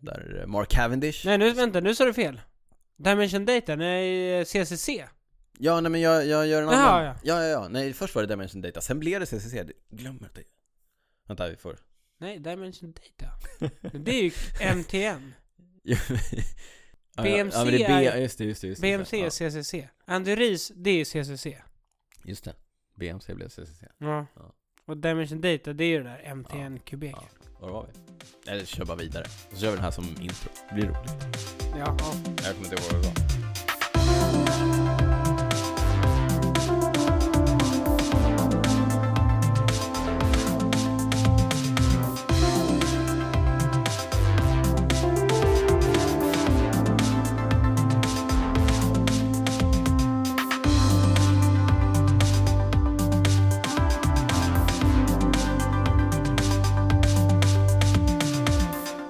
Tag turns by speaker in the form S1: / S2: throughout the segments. S1: Där eh, Mark Cavendish
S2: Nej nu, vänta, nu sa du fel. Dimension Data, nej, CCC.
S1: Ja, nej men jag, jag gör en annan
S2: Jaha,
S1: ja.
S2: ja.
S1: ja, ja, nej först var det Dimension Data, sen blev det CCC, det glömmer jag det Vänta, vi får
S2: Nej, Dimension Data. Det är ju MTN.
S1: Ja, ja,
S2: BMC
S1: ja, men det är B,
S2: är-
S1: ja, just det, just det, just det.
S2: BMC är
S1: ja,
S2: CCC. Andy Rees, det är ju CCC.
S1: Just det, BMC blev CCC
S2: Ja.
S1: Ja.
S2: Och Dimension Data, det är ju det där MTN Quebec.
S1: Ja. Var var vi? Eller kör bara vidare, så kör vi den här som intro, det blir roligt
S2: Ja.
S1: Jag kommer inte ihåg vad det var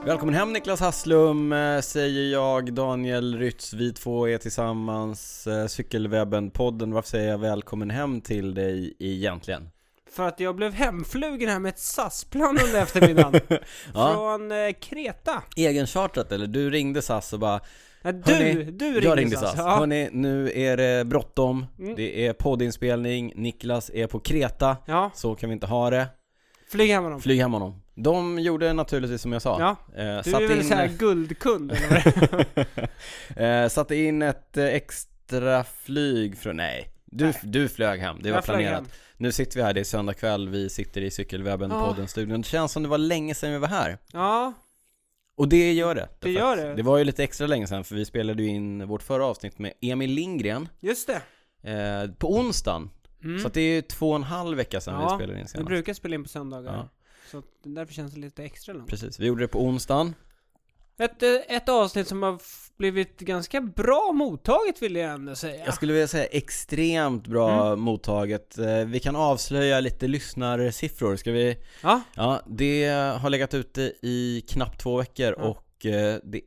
S1: Välkommen hem Niklas Hasslum, eh, säger jag, Daniel Rytz. Vi två är tillsammans eh, Cykelwebben-podden. Varför säger jag välkommen hem till dig egentligen?
S2: För att jag blev hemflugen här med ett SAS-plan under eftermiddagen.
S1: Ja,
S2: Från eh, Kreta.
S1: egenchartrat eller? Du ringde SAS och bara
S2: Nej, du,
S1: Hörni,
S2: du ringde
S1: Jag ringde SAS.
S2: Ja.
S1: Hörni, nu är det bråttom.
S2: Mm.
S1: Det är poddinspelning, Niklas är på Kreta.
S2: ja,
S1: Så kan vi inte ha det.
S2: flyg hem med dem.
S1: Flyg hem honom. De gjorde naturligtvis som jag sa.
S2: Ja.
S1: Eh,
S2: Du
S1: satte
S2: är väl
S1: in-
S2: såhär guldkund eller vad det är?
S1: eh, satte in ett eh, extra flyg från, nej. Du,
S2: Nej.
S1: du flög hem, det var
S2: Jag flög
S1: planerat.
S2: hem.
S1: Nu sitter vi här, det är söndag kväll, vi sitter i cykelwebben,
S2: Ja.
S1: podden, studion. Det känns som det var länge sedan vi var här.
S2: Ja,
S1: Och det gör det.
S2: Det
S1: därför
S2: gör
S1: att
S2: det.
S1: Det var ju lite extra länge sedan, för vi spelade ju in vårt förra avsnitt med Emil Lindgren
S2: just det.
S1: eh, på onsdagen.
S2: Mm.
S1: Så att det är ju två och en halv vecka sedan vi
S2: Ja,
S1: spelade in
S2: Jag
S1: senast.
S2: brukar spela in på söndagar.
S1: Ja.
S2: Så att därför känns det lite extra långt.
S1: Precis, vi gjorde det på onsdagen.
S2: Ett, eh, ett avsnitt som har f- blivit ganska bra mottaget vill jag ändå säga.
S1: Jag skulle vilja säga extremt bra
S2: Mm.
S1: mottaget. Eh, Vi kan avslöja lite lyssnarsiffror. Ska vi
S2: Ja,
S1: Ja, det har legat ute i knappt två veckor
S2: Ja.
S1: och eh, det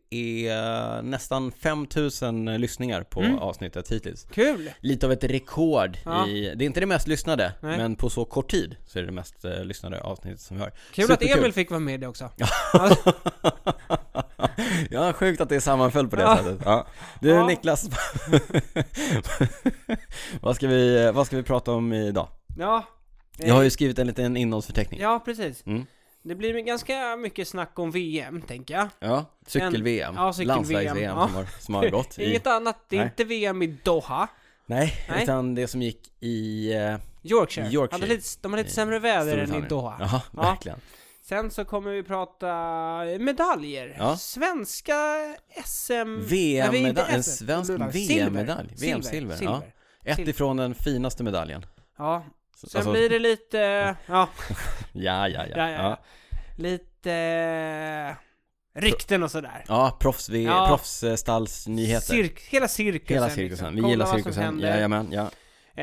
S1: är nästan 5000 lyssningar på
S2: Mm.
S1: avsnittet hittills.
S2: kul!
S1: Lite av ett rekord
S2: Ja.
S1: i, det är inte det mest lyssnade,
S2: Nej.
S1: men på så kort tid så är det det mest eh, lyssnade avsnittet som vi har.
S2: Kul
S1: Superkul.
S2: att Emil fick vara med i det också.
S1: ja, sjukt att det sammanföll på det
S2: Ja.
S1: sättet. Ja. Du
S2: Ja.
S1: Niklas, vad, ska vi, vad ska vi prata om idag?
S2: Ja, eh,
S1: Jag har ju skrivit en liten innehållsförteckning.
S2: ja precis.
S1: Mm.
S2: Det blir ganska mycket snack om VM, tänker jag.
S1: Ja, cykel-VM,
S2: Ja, cykel-VM,
S1: landslags-VM
S2: ja.
S1: som, har, som har gått i...
S2: Inget annat, det är
S1: Typ. Nej.
S2: inte VM i Doha.
S1: Nej,
S2: Nej.
S1: utan det som gick i eh,
S2: Yorkshire.
S1: Yorkshire.
S2: Han har lite, de har lite sämre väder än i
S1: Storbritannien.
S2: Doha.
S1: Jaha,
S2: Ja.
S1: verkligen.
S2: Sen så kommer vi prata medaljer.
S1: Ja.
S2: Svenska SM... Nej, vi är inte
S1: VM-medalj, en
S2: SM.
S1: svensk
S2: Silver.
S1: VM-medalj. VM-silver.
S2: Silver.
S1: Ja.
S2: Silver.
S1: Ett
S2: Silver.
S1: ifrån den finaste medaljen.
S2: Ja,
S1: Så-
S2: sen
S1: alltså,
S2: blir det lite... Ja,
S1: Ja, ja, ja.
S2: ja, ja, ja. Lite... eh, Rykten och sådär.
S1: ja proffs, vi,
S2: Ja.
S1: proffsstallsnyheter.
S2: Cirk, hela cirkusen.
S1: Hela cirkusen.
S2: liksom.
S1: Vi gillar
S2: Kolla vad som
S1: cirkusen.
S2: händer.
S1: Jajamän, ja.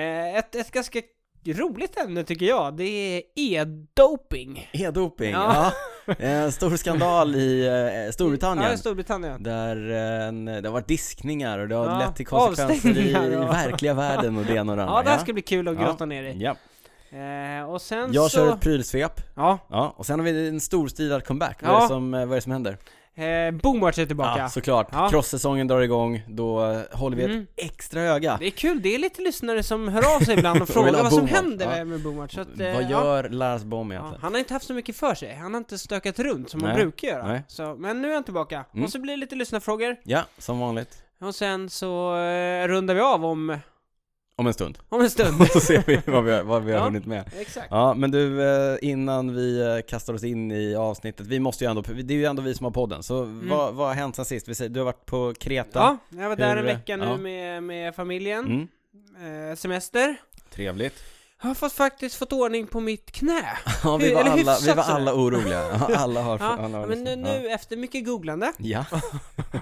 S2: Eh, ett, ett ganska roligt ämne tycker jag. Det är e-doping.
S1: E-doping, ja.
S2: Ja.
S1: En stor skandal i eh,
S2: Ja, i
S1: Storbritannien.
S2: Storbritannien.
S1: Där eh, en, det har varit diskningar och det har
S2: Ja,
S1: lett till konsekvenser i,
S2: avstängningar
S1: i
S2: och-
S1: verkliga världen och det ena och det andra.
S2: Ja, det här ska bli kul att
S1: Ja.
S2: grotta ner i.
S1: ja.
S2: Eh, och sen
S1: Jag
S2: så...
S1: kör ett prylsvep.
S2: Ja,
S1: Ja, och sen har vi en storstilad comeback. Vad,
S2: Ja.
S1: är det som, eh, vad är det som händer?
S2: eh, Boomwatch är tillbaka.
S1: Ja, såklart.
S2: Ja.
S1: Cross-säsongen drar igång, då eh, håller vi
S2: Mm.
S1: ett extra öga.
S2: Det är kul, det är lite lyssnare som hör av sig ibland och
S1: Och vill ha
S2: frågar vad som
S1: Boomwatch,
S2: händer
S1: ja.
S2: med- med Boomwatch. Så att, eh,
S1: Vad
S2: ja.
S1: gör Lars Bom
S2: Ja,
S1: egentligen?
S2: han har inte haft så mycket för sig, han har inte stökat runt som han
S1: Nej,
S2: brukar
S1: nej.
S2: göra. Så, men nu är han tillbaka.
S1: Mm.
S2: Och så blir det lite lyssnarfrågor,
S1: Ja, som vanligt.
S2: och sen så eh, rundar vi av om,
S1: Om en stund.
S2: om en stund.
S1: Så ser vi vad vi har, vad vi har
S2: Ja.
S1: hunnit med.
S2: Exakt.
S1: Ja, men du, eh, innan vi eh, kastar oss in i avsnittet, vi måste ju ändå, det är ju ändå vi som har podden, så vad, vad har hänt sen sist? Vi säger, du har varit på Kreta?
S2: Mm. Ja, jag var där
S1: Hur-
S2: en vecka nu
S1: ja.
S2: med, med familjen,
S1: Mm.
S2: eh, semester.
S1: Trevligt.
S2: Jag har fått, faktiskt fått ordning på mitt knä.
S1: Ja, vi
S2: Hur-
S1: var
S2: eller
S1: alla,
S2: hyfsat
S1: vi var
S2: sådär.
S1: alla oroliga. Ja, alla har,
S2: Ja,
S1: alla har
S2: men nu,
S1: lyssnat.
S2: nu efter mycket googlande
S1: Ja. ja,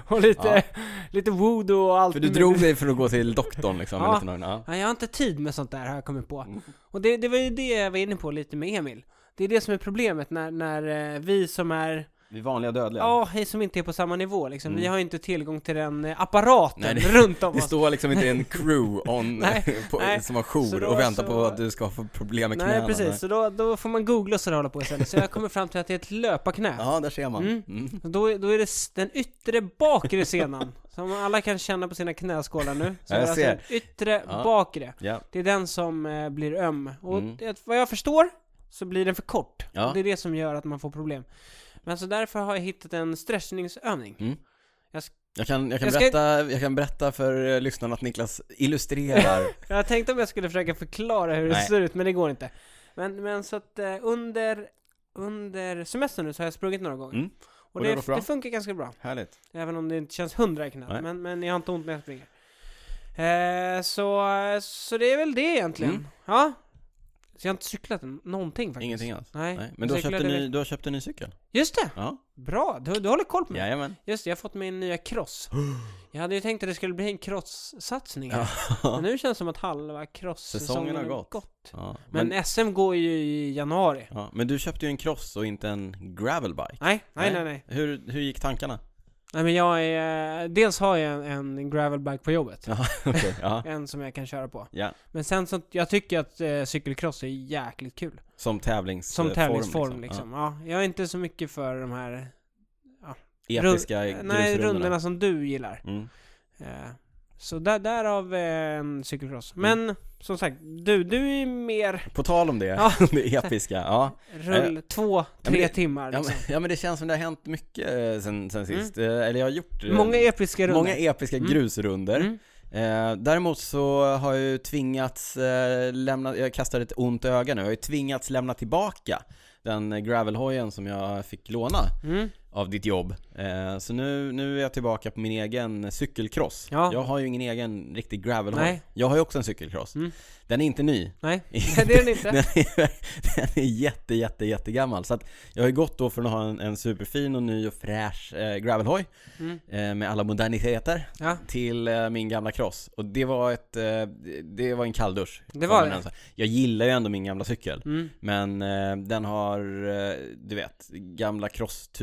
S2: och lite, lite voodoo och allt
S1: för du
S2: möjligt.
S1: drog dig för att gå till doktorn liksom,
S2: Ja.
S1: ja. lite ja.
S2: Ja, jag har inte tid med sånt där har jag kommit på.
S1: Mm.
S2: Och det, det var ju det jag var inne på lite med Emil. Det är det som är problemet när, när eh, vi som är
S1: Vi vanliga dödliga.
S2: Ja, som inte är på samma nivå liksom. Vi har ju inte tillgång till den eh, apparaten
S1: Mm. Nej, det-
S2: runt om
S1: Det
S2: oss.
S1: står liksom inte en crew on,
S2: Nej,
S1: på,
S2: nej.
S1: som har
S2: Så
S1: jour
S2: då
S1: och väntar
S2: så-
S1: på att du ska få problem med knäna.
S2: Nej, precis. Så då, då får man googla och sådär hålla på istället. Så jag kommer fram till att det är ett löparknä.
S1: Ja, där ser man.
S2: Mm.
S1: Mm.
S2: Då, då är det s- den yttre bakre senan. som alla kan känna på sina knäskålar nu. Så
S1: Ja, jag
S2: det är alltså
S1: ser.
S2: den yttre
S1: Ja.
S2: bakre.
S1: Ja.
S2: Det är den som eh, blir öm. Och
S1: Mm.
S2: det, vad jag förstår så blir den för kort.
S1: Ja.
S2: Och det är det som gör att man får problem. Men så därför har jag hittat en stressningsövning.
S1: Mm.
S2: Jag sk-
S1: Jag kan, jag, kan
S2: Jag ska-
S1: berätta, jag kan berätta för eh, lyssnarna att Niklas illustrerar
S2: Jag tänkte om jag skulle försöka förklara hur
S1: Nej.
S2: det ser ut, men det går inte. Men, men så att eh, under, under semestern nu så har jag sprungit några gånger.
S1: Mm.
S2: Och,
S1: Och det
S2: det,
S1: har gått bra?
S2: det funkar ganska bra.
S1: Härligt
S2: Även om det inte känns hundra i
S1: Nej.
S2: knät. Men, men jag har inte ont när jag springer. Eh, så, så det är väl det egentligen.
S1: Mm.
S2: Ja. Så jag har inte cyklat n- någonting faktiskt.
S1: Ingenting alls?
S2: Nej.
S1: Nej. Men du har,
S2: Jag
S1: köpt en
S2: cyklade
S1: ny,
S2: direkt.
S1: du har köpt en ny cykel?
S2: Just det!
S1: Ja,
S2: Bra! Du, du håller koll på mig.
S1: jajamän
S2: Just det, jag har fått min nya cross. Jag hade ju tänkt att det skulle bli en cross-satsning.
S1: Ja.
S2: Men nu känns det som att halva cross-säsongen
S1: Säsongen har
S2: har
S1: gått.
S2: gått.
S1: ja. Men,
S2: Men, SM går ju i januari.
S1: ja. Men du köpte ju en cross och inte en gravelbike
S2: Nej,
S1: Nej.
S2: nej, nej, nej.
S1: Hur, hur gick tankarna?
S2: Nej men jag är... eh, Dels har jag en, en gravelbike på jobbet.
S1: Ja, okej, ja
S2: En som jag kan köra på.
S1: Ja,
S2: Men sen så, jag tycker att eh, cykelcross är jäkligt kul.
S1: som tävlings
S2: Som
S1: eh,
S2: tävlingsform liksom. Ja. jag är inte så mycket för de här...
S1: Ja.
S2: liksom. Rund-
S1: Episka
S2: Nej,
S1: grusrundorna.
S2: rundorna som du gillar.
S1: mm.
S2: Eh, så där, därav eh, en cykelcross.
S1: Mm.
S2: Men som sagt, du, du är mer
S1: På tal om det,
S2: Ja.
S1: det episka, ja
S2: rull två,
S1: men
S2: tre
S1: det-
S2: timmar
S1: Eh, ja
S2: liksom.
S1: men, ja men det känns som det har hänt mycket eh, sen, sen
S2: Mm.
S1: sist, Eh, eller jag har gjort eh,
S2: Många episka rundor.
S1: många episka
S2: Mm.
S1: grusrunder
S2: Mm.
S1: Eh, däremot så har jag ju tvingats eh, lämna, jag kastar ett ont öga nu, jag har ju tvingats lämna tillbaka den eh, gravelhojen som jag fick låna
S2: Mm.
S1: av ditt jobb. Eh, så nu, nu är jag tillbaka på min egen cykelcross.
S2: Ja.
S1: Jag har ju ingen egen riktig gravelhoj.
S2: Nej.
S1: Jag har ju också en cykelcross.
S2: Mm.
S1: Den är inte ny.
S2: Nej, det är den inte.
S1: Den är, den är jätte, jätte, jättegammal. Så att jag har ju gått då från att ha en, en superfin och ny och fräsch eh, gravelhoj
S2: Mm.
S1: eh, med alla moderniteter
S2: Ja.
S1: till eh, min gamla cross och det var ett, eh, det var en kalldusch
S2: Det var det.
S1: Jag gillar ju ändå min gamla cykel
S2: Mm.
S1: Men eh, den har, eh, du vet, gamla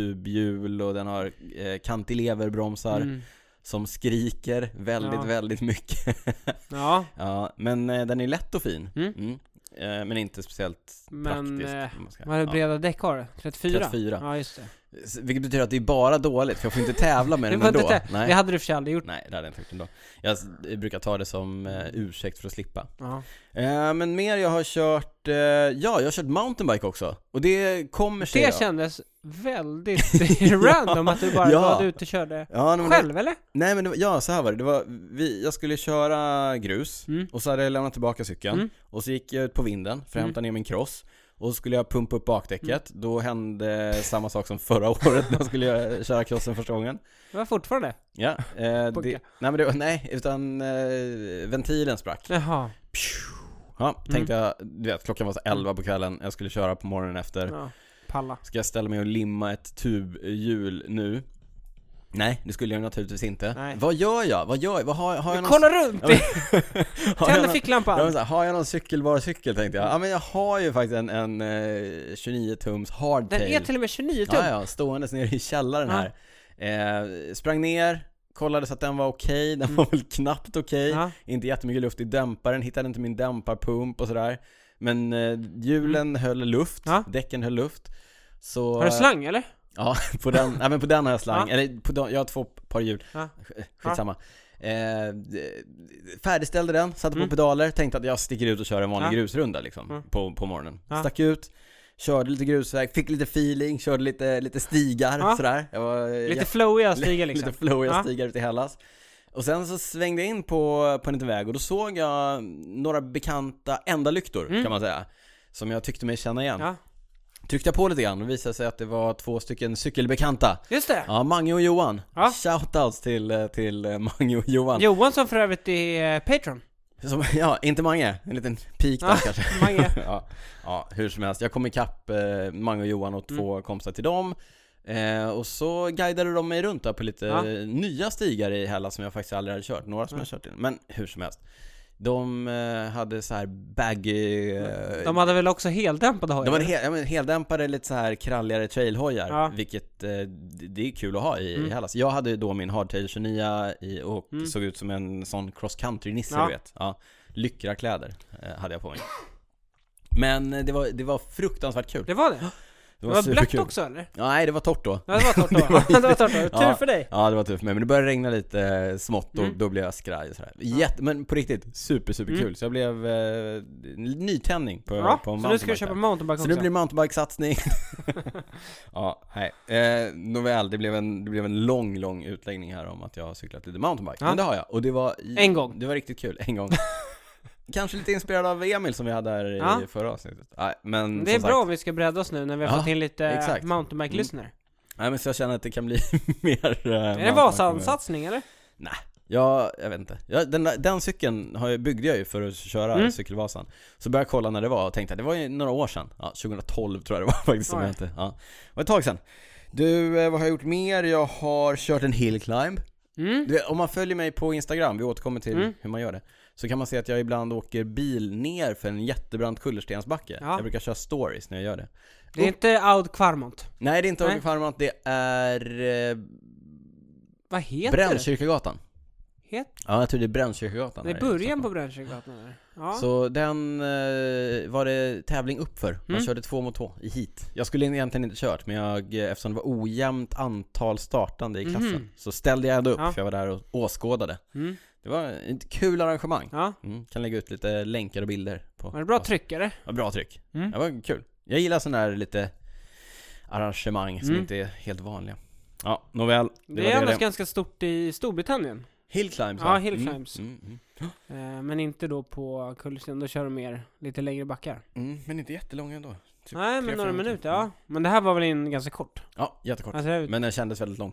S1: crosstubhjul och den har eh, kantileverbromsar
S2: Mm.
S1: som skriker väldigt,
S2: Ja.
S1: väldigt mycket
S2: Ja,
S1: Ja, men eh, den är lätt och fin
S2: Mm.
S1: Eh, Men inte speciellt
S2: men...
S1: praktisk
S2: Eh,
S1: om man ska-
S2: vad är det breda däck har det? 34?
S1: 34.
S2: Ja, just det.
S1: ja. S- Vilket betyder att det är bara dåligt, för jag får inte tävla med
S2: Det
S1: den
S2: var inte
S1: ändå
S2: det. Det hade du för sig aldrig gjort.
S1: Nej, det hade jag inte gjort ändå. Jag s- brukar ta det som eh, ursäkt för att slippa.
S2: Ja.
S1: Eh, men mer, jag har kört, eh, ja, jag har kört mountainbike också. Och det kommer sig.
S2: Det
S1: ja.
S2: kändes väldigt random att du bara
S1: Ja.
S2: var ute och körde
S1: Ja, nej, men det,
S2: själv eller?
S1: nej men det, var- ja, så här var det. det var, vi, jag skulle köra grus,
S2: Mm.
S1: och så hade jag lämnat tillbaka cykeln.
S2: Mm.
S1: Och så gick jag ut på vinden för att hämta ner min cross. Och så skulle jag pumpa upp bakdäcket,
S2: Mm.
S1: då hände samma sak som förra året när jag skulle göra- köra crossen första gången.
S2: Det var fortfarande?
S1: Ja, eh, det, nej
S2: Pucka.
S1: men det, var- nej, utan eh, ventilen sprack.
S2: Jaha.
S1: Ja, tänkte
S2: Mm.
S1: jag, du vet klockan var så 11 på kvällen, jag skulle köra på morgonen efter.
S2: Ja. Palla.
S1: Ska jag ställa mig och limma ett tubhjul nu? Nej, det skulle jag naturligtvis inte.
S2: Nej.
S1: Vad gör jag? Vad gör jag? Vad har, har jag någon...
S2: Kolla runt!
S1: Ja, men- har jag
S2: Tänd
S1: någon- Ja, men
S2: ficklampan!
S1: så här, har jag någon cykelbar cykel tänkte jag? Ja men jag har ju faktiskt en, en eh, 29 tums
S2: Den
S1: hardtail
S2: är till och med 29 tum.
S1: Ja, ja, ståendes nere i källaren
S2: Ja.
S1: här eh, Sprang ner, kollade så att den var okej, den var väl knappt okej
S2: Mm. Ja.
S1: inte jättemycket luft i dämparen, hittade inte min dämparpump och sådär Men eh, hjulen höll luft,
S2: Mm. Ja.
S1: däcken höll luft så,
S2: Har du slang eller?
S1: Ja, på den, nej, men på den har jag slang,
S2: Ja.
S1: eller på den, jag har två par hjul
S2: Ja.
S1: Skitsamma eh, Färdigställde den, satte
S2: Mm.
S1: på pedaler, tänkte att jag sticker ut och kör en vanlig
S2: Ja.
S1: grusrunda liksom
S2: Ja.
S1: på, på morgonen
S2: Ja.
S1: Stack ut, körde lite grusväg, fick lite feeling, körde lite, lite stigar
S2: Ja.
S1: sådär jag var,
S2: Lite flowiga stigar liksom.
S1: Lite flowiga
S2: Ja.
S1: stigar ute i Hellas. Och sen så svängde jag in på, på en liten väg och då såg jag några bekanta ändalyktor
S2: Mm.
S1: kan man säga. Som jag tyckte mig känna igen.
S2: Ja.
S1: Tryckte jag på lite grann och visade sig att det var två stycken cykelbekanta.
S2: Just det!
S1: Ja, Mange och Johan.
S2: Ja.
S1: Shoutouts till, eh, till eh, Mange och Johan.
S2: Johan som för övrigt är eh, Patreon.
S1: Som, ja, inte Mange. En liten pik där
S2: Ja,
S1: kanske.
S2: Mange.
S1: ja, ja, hur som helst. Jag kom ikapp eh, Mange och Johan och
S2: Mm.
S1: två kompisar till dem. Eh, och så guidade de mig runt där på lite
S2: Ja.
S1: eh, nya stigar i Hellas som jag faktiskt aldrig hade kört. Några som jag kört in. Men hur som helst. De eh, hade så här baggy... eh,
S2: De hade väl också heldämpade hojar?
S1: de hade hel, ja, men heldämpare, lite så här kralligare trailhojar,
S2: Ja.
S1: vilket eh, d- det är kul att ha i,
S2: Mm.
S1: i Hallas. Jag hade ju då min Hardtail 29 i, och
S2: Mm.
S1: såg ut som en sån cross country-nisse
S2: Ja.
S1: du vet. Ja, lyckra kläder eh, hade jag på mig. Men eh, det var, det var fruktansvärt kul.
S2: Det var det? Det var blött också eller?
S1: Ja, nej, det var torrt då.
S2: Ja, det var torrt då. det var torrt då. Tur
S1: Ja.
S2: för dig.
S1: Ja det var tufft för mig, men det började regna lite eh, smått och
S2: Mm.
S1: då blev jag skraj sådär. Jätte, men på riktigt, super super kul.
S2: Mm.
S1: Så jag blev eh, nytändning på,
S2: Ja,
S1: på
S2: så nu
S1: mountainbike
S2: ska du köpa
S1: där.
S2: mountainbike
S1: Så
S2: också?
S1: nu blir det mountainbike-satsning. ja, nej. Eh, nåväl, det blev, en, det blev en lång, lång utläggning här om att jag har cyklat lite mountainbike.
S2: Ja.
S1: Men det har jag, och det var... i-
S2: En gång.
S1: Det var riktigt kul, en gång. Kanske lite inspirerad av Emil som vi hade här i
S2: Ja.
S1: förra avsnittet. Nej, men
S2: Det är
S1: som
S2: bra om
S1: Sagt,
S2: vi ska bredda oss nu när vi har
S1: Ja,
S2: fått in lite eh,
S1: exakt.
S2: mountainbike-lyssnare.
S1: nej, men så jag känner att det kan bli mer... eh,
S2: Är det
S1: mountainbike-
S2: Vasan-satsning eller?
S1: Ja, jag vet inte. Ja, den, där- den cykeln har jag, byggde jag ju för att köra
S2: Mm.
S1: Cykelvasan. Så började jag kolla när det var och tänkte att det var ju några år sedan. Ja, 2012 tror jag det var faktiskt. Om
S2: Oj.
S1: jag inte, ja. Det var ett tag sedan. Du, eh, vad har jag gjort mer? Jag har kört en hill climb.
S2: Mm.
S1: Du, vet, om man följer mig på Instagram, vi återkommer till
S2: Mm.
S1: hur man gör det. Så kan man se att jag ibland åker bil ner för en jättebrant kullerstensbacke.
S2: Ja.
S1: Jag brukar köra stories när jag gör det.
S2: Det är inte Aud Kvarmont.
S1: Nej, det är inte
S2: Nej.
S1: Åke Farmant, det är eh,
S2: Vad heter det?
S1: Brännkyrkogatan.
S2: Het-
S1: Ja, jag tror det är Brännkyrkogatan.
S2: Det
S1: här
S2: är
S1: i
S2: början
S1: Stockholm.
S2: på Brännkyrkogatan eller? Ja.
S1: Så den eh, var det tävling uppför. Man
S2: Mm.
S1: körde två mot två i hit. Jag skulle egentligen inte kört, men jag, eh, eftersom det var ojämnt antal startande i klassen
S2: Mhm.
S1: så ställde jag ändå upp
S2: Ja.
S1: för jag var där och åskådade.
S2: Mm.
S1: Det var ett kul arrangemang.
S2: ja.
S1: Mm, kan lägga ut lite länkar och bilder. På
S2: Var det bra tryckare?
S1: Ja, bra tryck.
S2: Mm.
S1: Det var kul. Jag gillar sådana här lite arrangemang som
S2: Mm.
S1: inte är helt vanliga. Ja, nåväl. Det,
S2: Det,
S1: var
S2: är
S1: det.
S2: annars
S1: det.
S2: ganska stort i Storbritannien.
S1: Hillclimbs
S2: Ja, hill climbs.
S1: Mm, mm,
S2: Eh, Men inte då på Kullersten, då kör de mer lite längre backar.
S1: mm. Mm, men inte jättelånga ändå. Typ
S2: Nej, men
S1: tre,
S2: några
S1: fem
S2: minuter, ja. Men det här var väl in ganska kort?
S1: Ja, jättekort.
S2: Alltså, det,
S1: Men den kändes väldigt lång.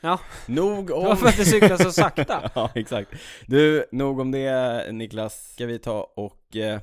S2: Ja.
S1: Nog
S2: det var
S1: om...
S2: för att du cyklade så sakta.
S1: ja, exakt. Du, nog om det Niklas. Ska vi ta och eh,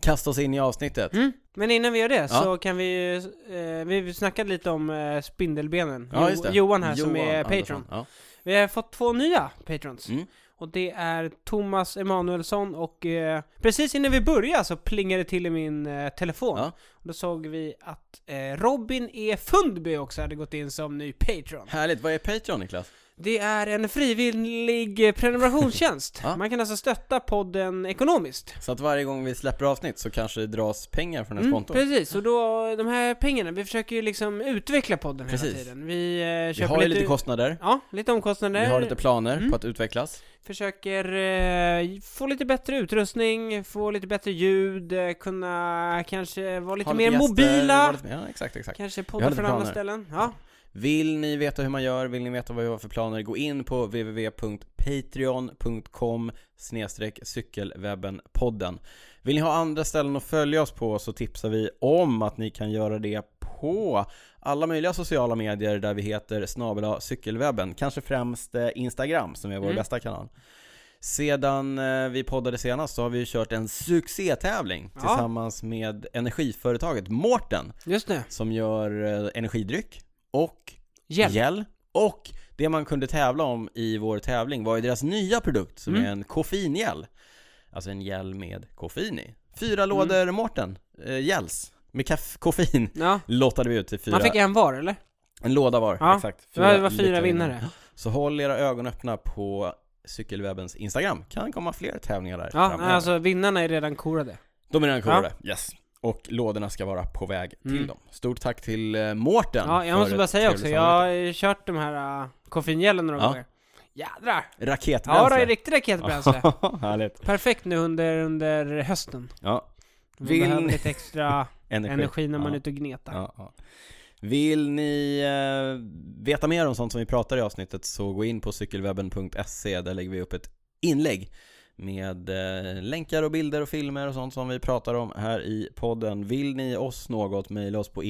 S1: kasta oss in i avsnittet?
S2: Mm. Men innan vi gör det
S1: Ja.
S2: så kan vi, eh, vi snackade lite om eh, spindelbenen.
S1: Ja, just det.
S2: Jo, Johan här som
S1: Johan
S2: är
S1: Andersson.
S2: Patreon.
S1: Ja.
S2: Vi har fått två nya Patrons.
S1: Mm.
S2: Och det är Thomas Emanuelsson och eh, precis innan vi började så plingade det till i min eh, telefon.
S1: Ja.
S2: Och då såg vi att eh, Robin E. Fundby också hade gått in som ny Patreon.
S1: Härligt. Vad är Patreon Niklas?
S2: Det är en frivillig eh, prenumerationstjänst.
S1: Ja.
S2: Man kan alltså stötta podden ekonomiskt.
S1: Så att varje gång vi släpper avsnitt så kanske det dras pengar från ens
S2: Mm,
S1: konto?
S2: precis, och då de här pengarna, vi försöker ju liksom utveckla podden hela
S1: Precis.
S2: tiden. Vi eh,
S1: Vi
S2: köper
S1: har ju lite kostnader.
S2: Ja, lite omkostnader.
S1: Vi har lite planer
S2: Mm.
S1: på att utvecklas.
S2: Försöker eh, få lite bättre utrustning, få lite bättre ljud, eh, kunna kanske vara lite
S1: Ha
S2: mer
S1: gäster, vara
S2: mobila.
S1: lite- Ja, exakt, exakt.
S2: Kanske
S1: Vi har
S2: podda
S1: lite
S2: från andra
S1: planer.
S2: ställen. Ja.
S1: Vill ni veta hur man gör, vill ni veta vad vi har för planer, gå in på www.patreon.com cykelwebbenpodden. Vill ni ha andra ställen att följa oss på så tipsar vi om att ni kan göra det på alla möjliga sociala medier där vi heter snabela cykelwebben, kanske främst eh, Instagram som är vår
S2: Mm.
S1: bästa kanal. Sedan eh, vi poddade senast så har vi ju kört en succétävling
S2: Ja.
S1: tillsammans med energiföretaget Mårten
S2: Just det.
S1: som gör eh, energidryck och
S2: Hjälp.
S1: gel. Och det man kunde tävla om i vår tävling var ju deras nya produkt som
S2: Mm.
S1: är en koffeingel. Alltså en gel med koffein i. Fyra
S2: Mm.
S1: lådor Mårten, eh, gels med kaff- koffein
S2: Ja.
S1: lottade vi ut till fyra.
S2: Man fick en var eller?
S1: En låda var,
S2: Ja.
S1: exakt.
S2: Ja, det var fyra
S1: lyckliga
S2: vinnare.
S1: Så håll era ögon öppna på cykelwebbens Instagram. Kan komma fler tävlingar där
S2: Ja,
S1: framöver.
S2: alltså vinnarna är redan korade.
S1: De är redan kurade, yes. Och lådorna ska vara på väg till
S2: Mm.
S1: dem. Stort tack till eh, Mårten
S2: Ja, jag
S1: för
S2: måste bara
S1: ett
S2: säga också,
S1: trevligt
S2: jag
S1: samarbete.
S2: har ju kört de här uh, koffeingelen några
S1: Ja.
S2: gånger. Jädrar! Ja, det
S1: Raketbränsle.
S2: är riktigt raketbränsle.
S1: Härligt.
S2: Perfekt nu under, under hösten.
S1: Ja,
S2: Man
S1: Vill-
S2: behöver lite extra
S1: energi.
S2: energi när man
S1: ja.
S2: är ute och gnetar.
S1: Ja, ja. Vill ni eh, veta mer om sånt som vi pratar i avsnittet så gå in på cykelwebben.se. Där lägger vi upp ett inlägg med eh, länkar och bilder och filmer och sånt som vi pratar om här i podden. Vill ni oss något, mejla oss på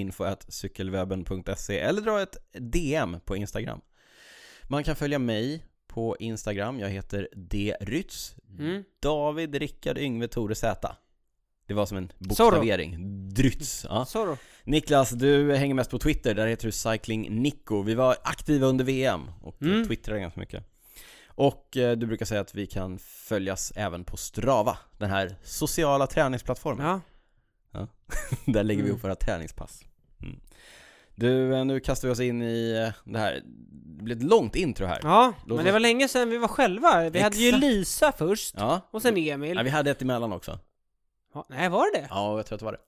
S1: info.cykelwebben.se eller dra ett DM på Instagram. Man kan följa mig på Instagram. Jag heter drytz.
S2: Mm.
S1: David, Rickard, Yngve, Tore, Z. Det var som en
S2: Zorro.
S1: bokstavering. Drytz. Ja.
S2: Så då.
S1: Niklas, du hänger mest på Twitter, där heter du Cycling Nico. Vi var aktiva under VM och
S2: Mm.
S1: twittrade ganska mycket. Och eh, du brukar säga att vi kan följas även på Strava, den här sociala träningsplattformen.
S2: Ja.
S1: Där lägger vi
S2: Mm.
S1: upp våra träningspass. Mm. Du, eh, nu kastar vi oss in i eh, det här. Det blir ett långt intro här.
S2: ja,
S1: Låt
S2: men det
S1: oss-
S2: var länge sedan vi var själva. Vi hade ju
S1: Exakt.
S2: Lisa först,
S1: Ja.
S2: och sen
S1: Nej,
S2: Emil.
S1: vi hade ett emellan också.
S2: Ja, nej, var det det?
S1: Ja, jag tror att det var det.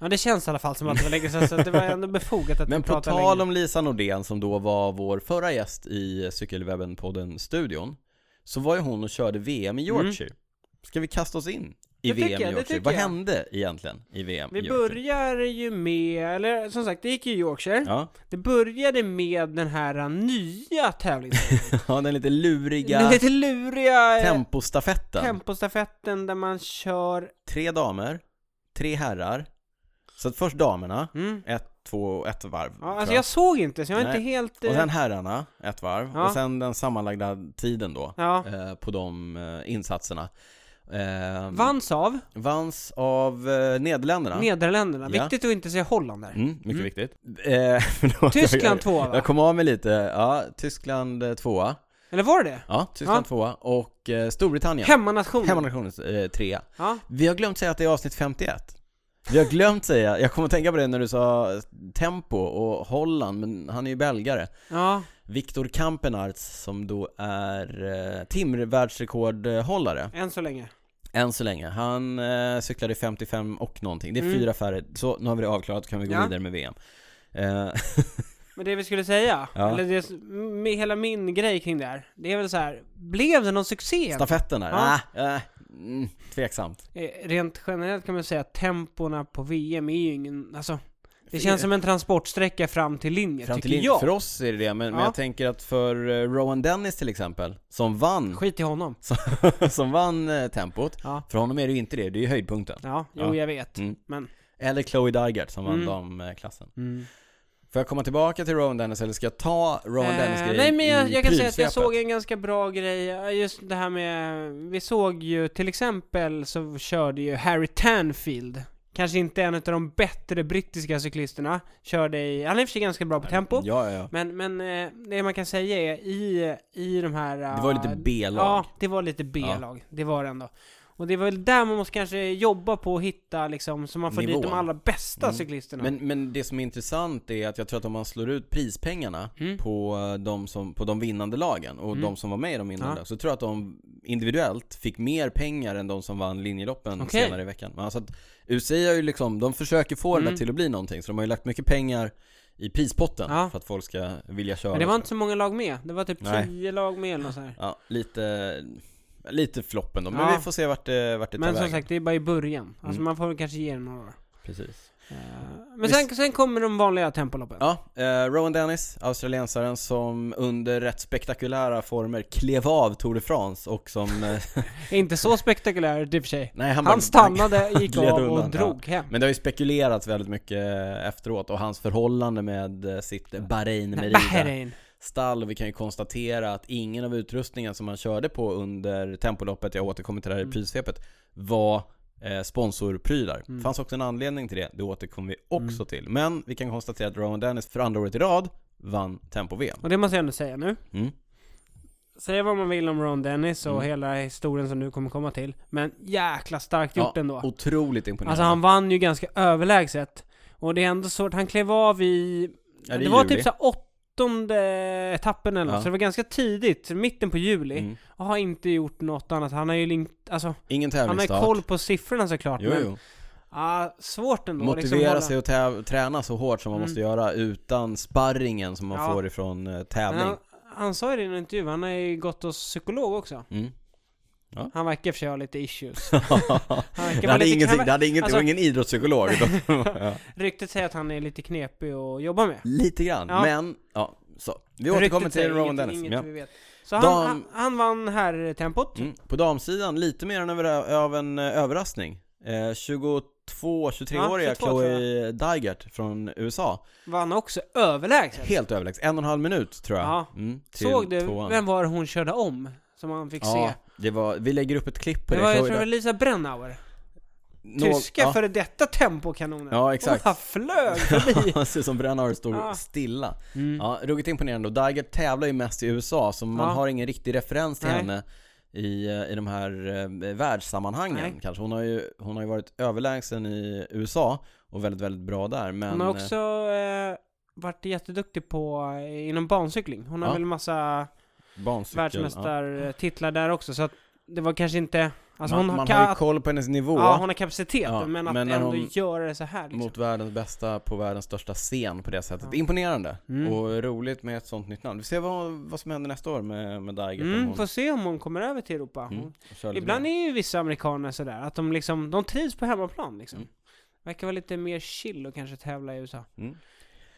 S2: Ja, det känns i alla fall som att det var länge sedan, så det var ändå befogat att
S1: Men
S2: vi
S1: på
S2: pratade
S1: tal
S2: länge.
S1: om Lisa Nordén som då var vår förra gäst i Cykelwebben-podden-studion Så var ju hon och körde VM i Yorkshire Ska vi kasta oss in i
S2: Mm. Det tycker
S1: VM i
S2: jag, det
S1: Yorkshire?
S2: tycker
S1: Vad
S2: jag.
S1: hände egentligen i VM i
S2: Vi
S1: Yorkshire?
S2: börjar ju med, eller som sagt, det gick ju i Yorkshire.
S1: Ja.
S2: Det började med den här uh, nya tävlingen.
S1: ja, den lite
S2: Den
S1: luriga
S2: lite luriga eh,
S1: tempostafetten
S2: tempostafetten där man kör...
S1: Tre damer, tre herrar Så att först damerna,
S2: Mm.
S1: ett, två, ett varv
S2: Ja,
S1: tror
S2: alltså jag såg inte, så jag var
S1: Nej.
S2: inte helt... eh,
S1: Och sen herrarna, ett varv
S2: Ja.
S1: och sen den sammanlagda tiden då
S2: ja.
S1: eh, på de eh, insatserna Ehm,
S2: Vanns av
S1: Vanns av eh, Nederländerna.
S2: Nederländerna.
S1: Ja.
S2: Viktigt att inte säga Holland där.
S1: mm, mycket
S2: Mm.
S1: viktigt. Eh, förlåt,
S2: Tyskland
S1: jag,
S2: tvåa
S1: jag,
S2: va?
S1: jag kom av mig lite. Ja, Tyskland eh, tvåa.
S2: Eller var det det?
S1: Ja, Tyskland
S2: Ja.
S1: tvåa. Och eh, Storbritannien.
S2: Hemmanationen.
S1: Hemmanationen eh, trea.
S2: Ja.
S1: Vi har glömt säga att det är avsnitt 51. Vi har glömt säga, jag kommer att tänka på det när du sa eh, tempo och Holland, men han är ju belgare.
S2: ja.
S1: Viktor Kampenarts som då är eh, timvärldsrekordhållare.
S2: Än så länge.
S1: Än så länge. Han eh, cyklade 55 och någonting. Det är
S2: Mm.
S1: fyra färre. Så nu har vi det avklarat, kan vi gå
S2: Ja.
S1: vidare med VM. Eh,
S2: Men det vi skulle säga,
S1: Ja.
S2: eller det, med hela min grej kring det här, det är väl så här, blev det någon succé?
S1: stafetten där,
S2: Ja.
S1: ah, eh, mm, tveksamt.
S2: Eh, Rent generellt kan man säga att tempona på VM är ju ingen, alltså, det känns som en transportsträcka fram till linjen,
S1: Fram
S2: tycker
S1: till linjen-
S2: jag.
S1: För oss är det det, men, men
S2: Ja.
S1: jag tänker att för eh, Rowan Dennis till exempel, som vann,
S2: Skit i honom.
S1: som vann eh, tempot,
S2: Ja.
S1: för honom är det ju inte det, det är ju höjdpunkten.
S2: Ja, jo
S1: Ja.
S2: jag vet.
S1: Mm.
S2: Men,
S1: Eller Chloe Dygert som vann
S2: Mm.
S1: damklassen.
S2: mm.
S1: Får jag komma tillbaka till Rowan Dennis eller ska jag ta Rowan Dennis
S2: Eh,
S1: grejen
S2: nej men jag,
S1: i
S2: jag kan säga att jag
S1: prylsvepet?
S2: såg en ganska bra grej, eh, just det här med, vi såg ju till exempel så körde ju Harry Tanfield, kanske inte en av de bättre brittiska cyklisterna, körde i, han är i och för sig ganska bra på tempo.
S1: Ja, ja, ja.
S2: Men, men eh, det man kan säga är i, i de här... eh,
S1: Det var ju lite B-lag.
S2: Ja, det var lite B-lag. Det var det ändå. Och det är väl där man måste kanske jobba på att hitta liksom, så man får dit
S1: Nivån.
S2: de allra bästa
S1: Mm.
S2: cyklisterna.
S1: Men, men det som är intressant är att jag tror att om man slår ut prispengarna
S2: Mm.
S1: på, eh, de som, på de vinnande lagen och
S2: Mm.
S1: de som var med i de vinnande,
S2: Ja.
S1: så tror jag att de individuellt fick mer pengar än de som vann linjeloppen
S2: Okej.
S1: senare i veckan. Men Alltså att UCI har ju liksom, de försöker få det
S2: Mm.
S1: där till att bli någonting, så de har ju lagt mycket pengar i prispotten
S2: Ja.
S1: för att folk ska vilja köra.
S2: Men det var inte så många lag med. Det var typ
S1: Nej.
S2: tio lag med eller något så här.
S1: Ja, lite, lite floppen då, men
S2: Ja.
S1: vi får se vart det, vart det tar
S2: Men som
S1: vägen.
S2: sagt, det är bara i början. Alltså
S1: Mm.
S2: man får väl kanske ge det några år.
S1: Precis.
S2: Eh, Men
S1: Visst.
S2: sen, sen kommer de vanliga tempoloppen.
S1: Ja, eh, Rowan Dennis, australiensaren som under rätt spektakulära former klev av Tour de France och som... eh,
S2: Inte så spektakulärt i och för sig.
S1: nej,
S2: Han,
S1: bara-
S2: stannade, gick
S1: gled
S2: av och
S1: undan, ja.
S2: drog hem.
S1: Men det har ju spekulerats väldigt mycket eh, efteråt och hans förhållande med eh, sitt Bahrain-Merida
S2: Bahrain.
S1: stall och vi kan ju konstatera att ingen av utrustningen som han körde på under tempoloppet, jag återkommer till det här i
S2: Mm.
S1: prissvepet, var eh, sponsorprylar.
S2: Mm.
S1: fanns också en anledning till det, det återkommer vi också till. Men vi kan konstatera att Rowan Dennis för andra året i rad vann Tempo-VM.
S2: Och det måste jag ändå säga nu.
S1: Mm.
S2: Säga vad man vill om Ron Dennis och
S1: Mm.
S2: hela historien som du kommer komma till. Men jäkla starkt gjort
S1: Ja,
S2: ändå.
S1: Otroligt imponerande.
S2: Alltså han vann ju ganska överlägset. Och det är ändå så att han klev av i...
S1: Ja,
S2: det,
S1: är
S2: var
S1: juli.
S2: typ så här åttonde etappen eller något,
S1: Ja.
S2: Så det var ganska tidigt, mitten på juli.
S1: Mm.
S2: Och har inte gjort något annat. Han har ju linkt, alltså,
S1: Ingen
S2: han har ju
S1: tävlingsstart.
S2: koll på siffrorna såklart.
S1: Jo,
S2: men
S1: jo.
S2: ja, svårt ändå. liksom
S1: Motivera
S2: hålla-
S1: sig och täv- träna så hårt som man
S2: Mm.
S1: måste göra utan sparringen som man
S2: Ja.
S1: får ifrån eh,
S2: Men
S1: tävling.
S2: han, han sa ju det i en intervju, han har ju gått hos psykolog också.
S1: Mm.
S2: Han verkar i och för sig ha lite issues. Han verkar
S1: det,
S2: vara
S1: hade
S2: lite-
S1: ingenting,
S2: han-
S1: det hade ingenting, det var
S2: alltså-
S1: ingen idrottspsykolog. utan- ja.
S2: Ryktet säger att han är lite knepig att jobba med.
S1: Lite grann,
S2: Ja.
S1: men ja, så. Vi återkommer
S2: Ryktet säger
S1: till Rowan
S2: inget-
S1: Dennis.
S2: inget
S1: Ja.
S2: vi vet. Så han,
S1: Dam-
S2: han, han vann här tempot.
S1: Mm. På damsidan, lite mer än över, av en eh, överraskning. Eh, 22-23-åriga
S2: Ja, 22 tror
S1: Chloe Dygert från USA.
S2: Vann också överlägset.
S1: Helt överlägset, en och en halv minut tror jag.
S2: Ja.
S1: Mm, till
S2: Såg du
S1: tvåan.
S2: vem var det hon körde om? Som man fick
S1: Ja,
S2: se.
S1: det var, vi lägger upp ett klipp på
S2: Det
S1: det.
S2: var, jag
S1: Chloe
S2: tror det var
S1: Dygert.
S2: Lisa Brennauer.
S1: någon-
S2: Tyska
S1: ja.
S2: före detta tempokanoner.
S1: Ja, exakt.
S2: De bara flög förbi.
S1: Han ser som Brennauer står
S2: Ja.
S1: stilla.
S2: Mm.
S1: Ja, ruggigt imponerande. Och Daiger tävlar ju mest i USA, så man
S2: Ja.
S1: har ingen riktig referens till
S2: Nej.
S1: henne i, eh, i de här eh, världssammanhangen
S2: Nej.
S1: kanske. Hon har, ju, hon har ju varit överlägsen i USA och väldigt, väldigt bra där. Men,
S2: Hon har också eh, varit jätteduktig på, eh, inom bancykling. Hon har
S1: Ja.
S2: väl massa
S1: eh, barncykel,
S2: världsmästartitlar där också, så att det var kanske inte... Alltså
S1: man,
S2: hon,
S1: man
S2: ka-
S1: har ju koll på hennes nivå
S2: ja, hon har kapacitet,
S1: Ja,
S2: men att
S1: men när
S2: ändå
S1: hon-
S2: göra det så här liksom.
S1: mot världens bästa på världens största scen på det sättet.
S2: Ja.
S1: Imponerande
S2: Mm.
S1: och roligt med ett sånt nytt namn. Vi ser vad, vad som händer nästa år med, med Daiger. om
S2: Mm,
S1: hon-
S2: får se om hon kommer över till Europa.
S1: Mm,
S2: Hon,
S1: och kör lite
S2: ibland
S1: mer.
S2: är ju vissa amerikaner sådär, att de liksom, de trivs på hemmaplan liksom.
S1: Mm.
S2: Verkar vara lite mer chill och kanske tävla i USA.
S1: Mm.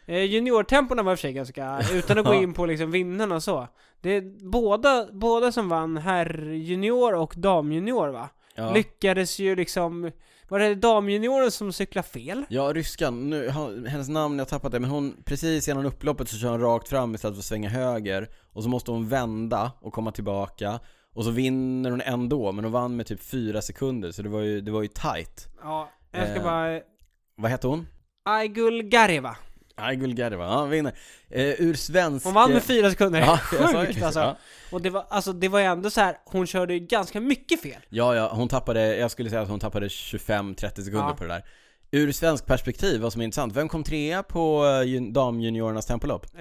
S2: Eh, juniortemporna var i och för sig ganska, utan att gå in på liksom vinnarna och så. Det är båda, båda som vann, herr junior och damjunior va?
S1: Ja.
S2: Lyckades ju liksom, var det damjunioren som cyklade fel?
S1: Ja, ryskan. Nu, han- hennes namn, jag har tappat det, men hon, precis innan upploppet så kör hon rakt fram istället för att svänga höger Och så måste hon vända och komma tillbaka Och så vinner hon ändå, men hon vann med typ fyra sekunder så det var ju, det var ju tight
S2: Ja, jag ska
S1: Eh.
S2: bara...
S1: Vad hette hon?
S2: Aigul Gareva.
S1: Aigul Gareva, ja, vinner eh, Ur svensk...
S2: Hon vann
S1: eh,
S2: med fyra sekunder.
S1: ja, jag sa ju-
S2: Sjukt alltså.
S1: ja.
S2: Och det var, alltså, det var ju ändå så här, hon körde ju ganska mycket fel.
S1: ja, ja, hon tappade, jag skulle säga att hon tappade 25-30 sekunder
S2: Ja.
S1: på det där Ur svensk perspektiv, vad som är intressant, vem kom trea på eh, jun- damjuniorernas tempolopp?
S2: Eh,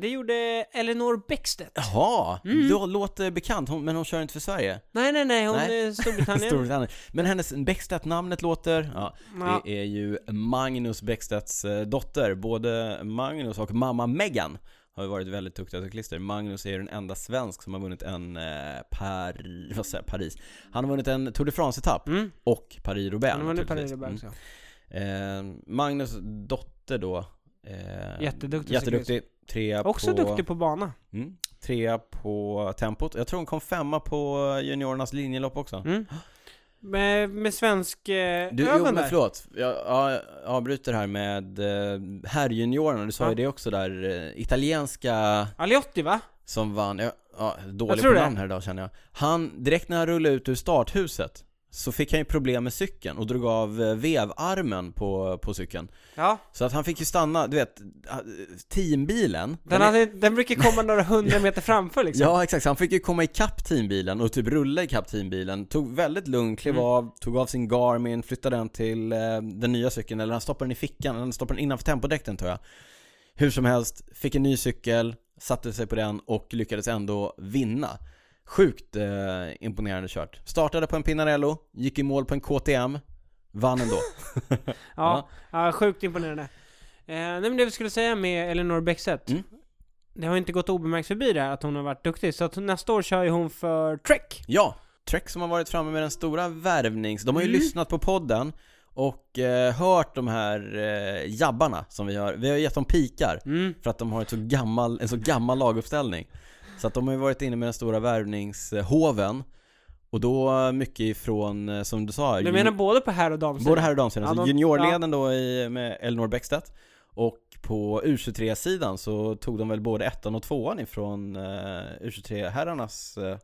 S2: det gjorde Eleanor Bäckstedt.
S1: Jaha,
S2: Mm.
S1: då låter bekant, hon, men hon kör inte för Sverige
S2: Nej, nej, nej, hon
S1: Nej.
S2: är Storbritannien.
S1: Storbritannien. Men hennes Bäckstedt-namnet låter, ja,
S2: Ja.
S1: det är ju Magnus Bäckstedts eh, dotter. Både Magnus och mamma Megan har ju varit väldigt duktiga cyklister. Magnus är ju den enda svensk som har vunnit en eh, Paris, vad säger jag, Paris. Han har vunnit en Tour de France-etapp
S2: Mm.
S1: och Paris-Roubaix
S2: Hon vann i
S1: naturligtvis.
S2: Paris-Roubaix också.
S1: Mm. Eh, Magnus dotter då. Eh,
S2: Jätteduktig
S1: Jätteduktig. Trea
S2: Också
S1: på,
S2: duktig på bana.
S1: Mm, trea på tempot. Jag tror hon kom femma på juniorernas linjelopp också.
S2: Mm. Med, med svensk eh,
S1: Du, jo
S2: ögon
S1: men
S2: där.
S1: förlåt, jag, ja, jag avbryter här med eh, herrjuniorerna, du sa
S2: Ja.
S1: ju det också där, eh, italienska
S2: Aliotti va?
S1: som vann, jag, ja,
S2: Jag
S1: dålig
S2: tror
S1: på
S2: det.
S1: namn här idag känner jag. Han, direkt när han rullade ut ur starthuset så fick han ju problem med cykeln och drog av eh, vevarmen på, på cykeln.
S2: Ja.
S1: Så att han fick ju stanna, du vet, eh, teambilen
S2: Den, hade, den brukar komma några hundra meter framför liksom.
S1: Ja exakt, så han fick ju komma ikapp teambilen och typ rulla ikapp teambilen Tog väldigt lugnt, klev
S2: Mm.
S1: av, tog av sin Garmin, flyttade den till eh, den nya cykeln Eller han stoppade den i fickan, eller han stoppade den innanför tempodäkten tror jag Hur som helst, fick en ny cykel, satte sig på den och lyckades ändå vinna Sjukt eh, imponerande kört Startade på en Pinarello, gick i mål på en KTM Vann ändå
S2: Ja, ja sjukt imponerande. Eh, nej men det vi skulle säga med Elinor Bäckstedt.
S1: Mm.
S2: Det har ju inte gått obemärkt förbi det här att hon har varit duktig. Så att nästa år kör ju hon för Trek.
S1: Ja, Trek som har varit framme med den stora värvnings... De har ju
S2: Mm.
S1: lyssnat på podden och eh, hört de här eh, jabbarna som vi har. Vi har ju gett dem pikar
S2: Mm.
S1: för att de har ett så gammal, en så gammal laguppställning. Så att de har ju varit inne med den stora värvningshoven och då eh, mycket ifrån, eh, som du sa,
S2: Du
S1: jun-
S2: menar både på herr och damsidan?
S1: både här och damsidan.
S2: Ja,
S1: så
S2: de-
S1: juniorleden då i, med Elinor Bäckstedt och på U23-sidan så tog de väl både ettan och tvåan ifrån eh, U23-herrarnas eh,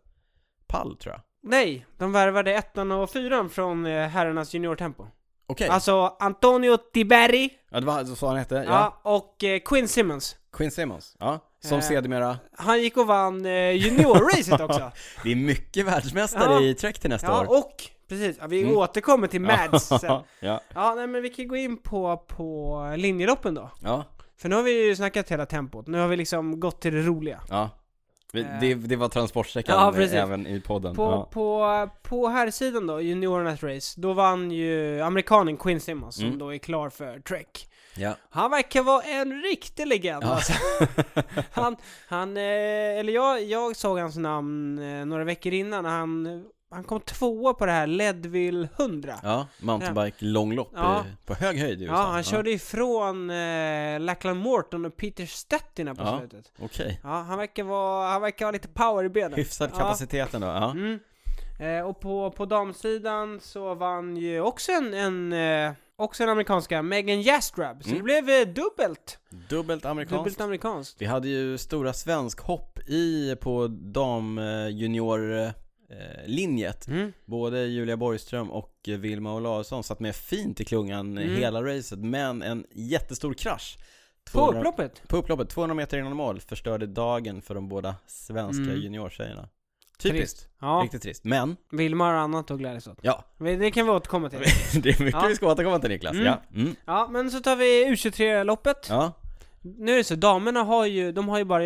S1: pall tror jag.
S2: Nej, de värvade ettan och fyran från eh, herrarnas juniortempo.
S1: Okej.
S2: Alltså Antonio Tiberi
S1: Ja, det var så sa han hette, ja.
S2: ja. och eh, Quinn Simmons.
S1: Quinn Simmons, ja. Som
S2: Eh.
S1: sedermera,
S2: Han gick och vann eh, juniorracet också.
S1: det är mycket världsmästare
S2: Ja.
S1: i Trek till nästa
S2: Ja,
S1: år.
S2: och precis. Ja, vi
S1: Mm.
S2: återkommer till Mads sen.
S1: ja. ja.
S2: Ja, nej men vi kan gå in på, på linjeloppen då.
S1: ja.
S2: För nu har vi ju snackat hela tempot, nu har vi liksom gått till det roliga.
S1: ja. Vi,
S2: Eh.
S1: det, det var transportsäcken
S2: Ja, precis.
S1: även i podden.
S2: På,
S1: ja.
S2: på, på här sidan då, juniorernas race, då vann ju amerikanen Quinn Simmons som
S1: Mm.
S2: då är klar för Trek.
S1: Ja.
S2: Han verkar vara en riktig legend
S1: Ja.
S2: alltså. Han, han eh, eller jag, jag såg hans namn eh, några veckor innan, han, han kom tvåa på det här Leadville 100.
S1: ja, mountainbike långlopp
S2: Ja.
S1: i, på hög höjd i USA.
S2: Ja, han körde ifrån eh, Lachlan Morton och Peter Stettina på
S1: Ja.
S2: slutet.
S1: Okej.
S2: Ja, han verkar vara, han verkar ha lite power i benen.
S1: Hyfsad
S2: Ja.
S1: kapacitet ändå. Ja.
S2: Mm. Eh, och på, på damsidan så vann ju också en, en eh, också en amerikanska, Megan Jastrab. Så
S1: Mm.
S2: det blev eh, dubbelt,
S1: Dubbelt amerikanskt.
S2: dubbelt amerikanskt.
S1: Vi hade ju stora svenskhopp i på dam eh, junior eh, eh, linjet.
S2: Mm.
S1: Både Julia Borgström och eh, Vilma Olausson satt med fint i klungan eh,
S2: Mm.
S1: hela racet, men en jättestor krasch.
S2: På
S1: 200
S2: upploppet?
S1: På upploppet, 200 meter innan mål, förstörde dagen för de båda svenska
S2: Mm.
S1: juniortjejerna. Typiskt.
S2: Ja,
S1: Riktigt trist. Men,
S2: Vilma har annat att glädjas åt.
S1: ja.
S2: Men Det kan vi återkomma till.
S1: Det är mycket
S2: Ja.
S1: vi ska återkomma till Niklas.
S2: Mm.
S1: Ja. Mm.
S2: Ja, men så tar vi U23-loppet.
S1: ja.
S2: Nu är det så, damerna har ju, de har ju bara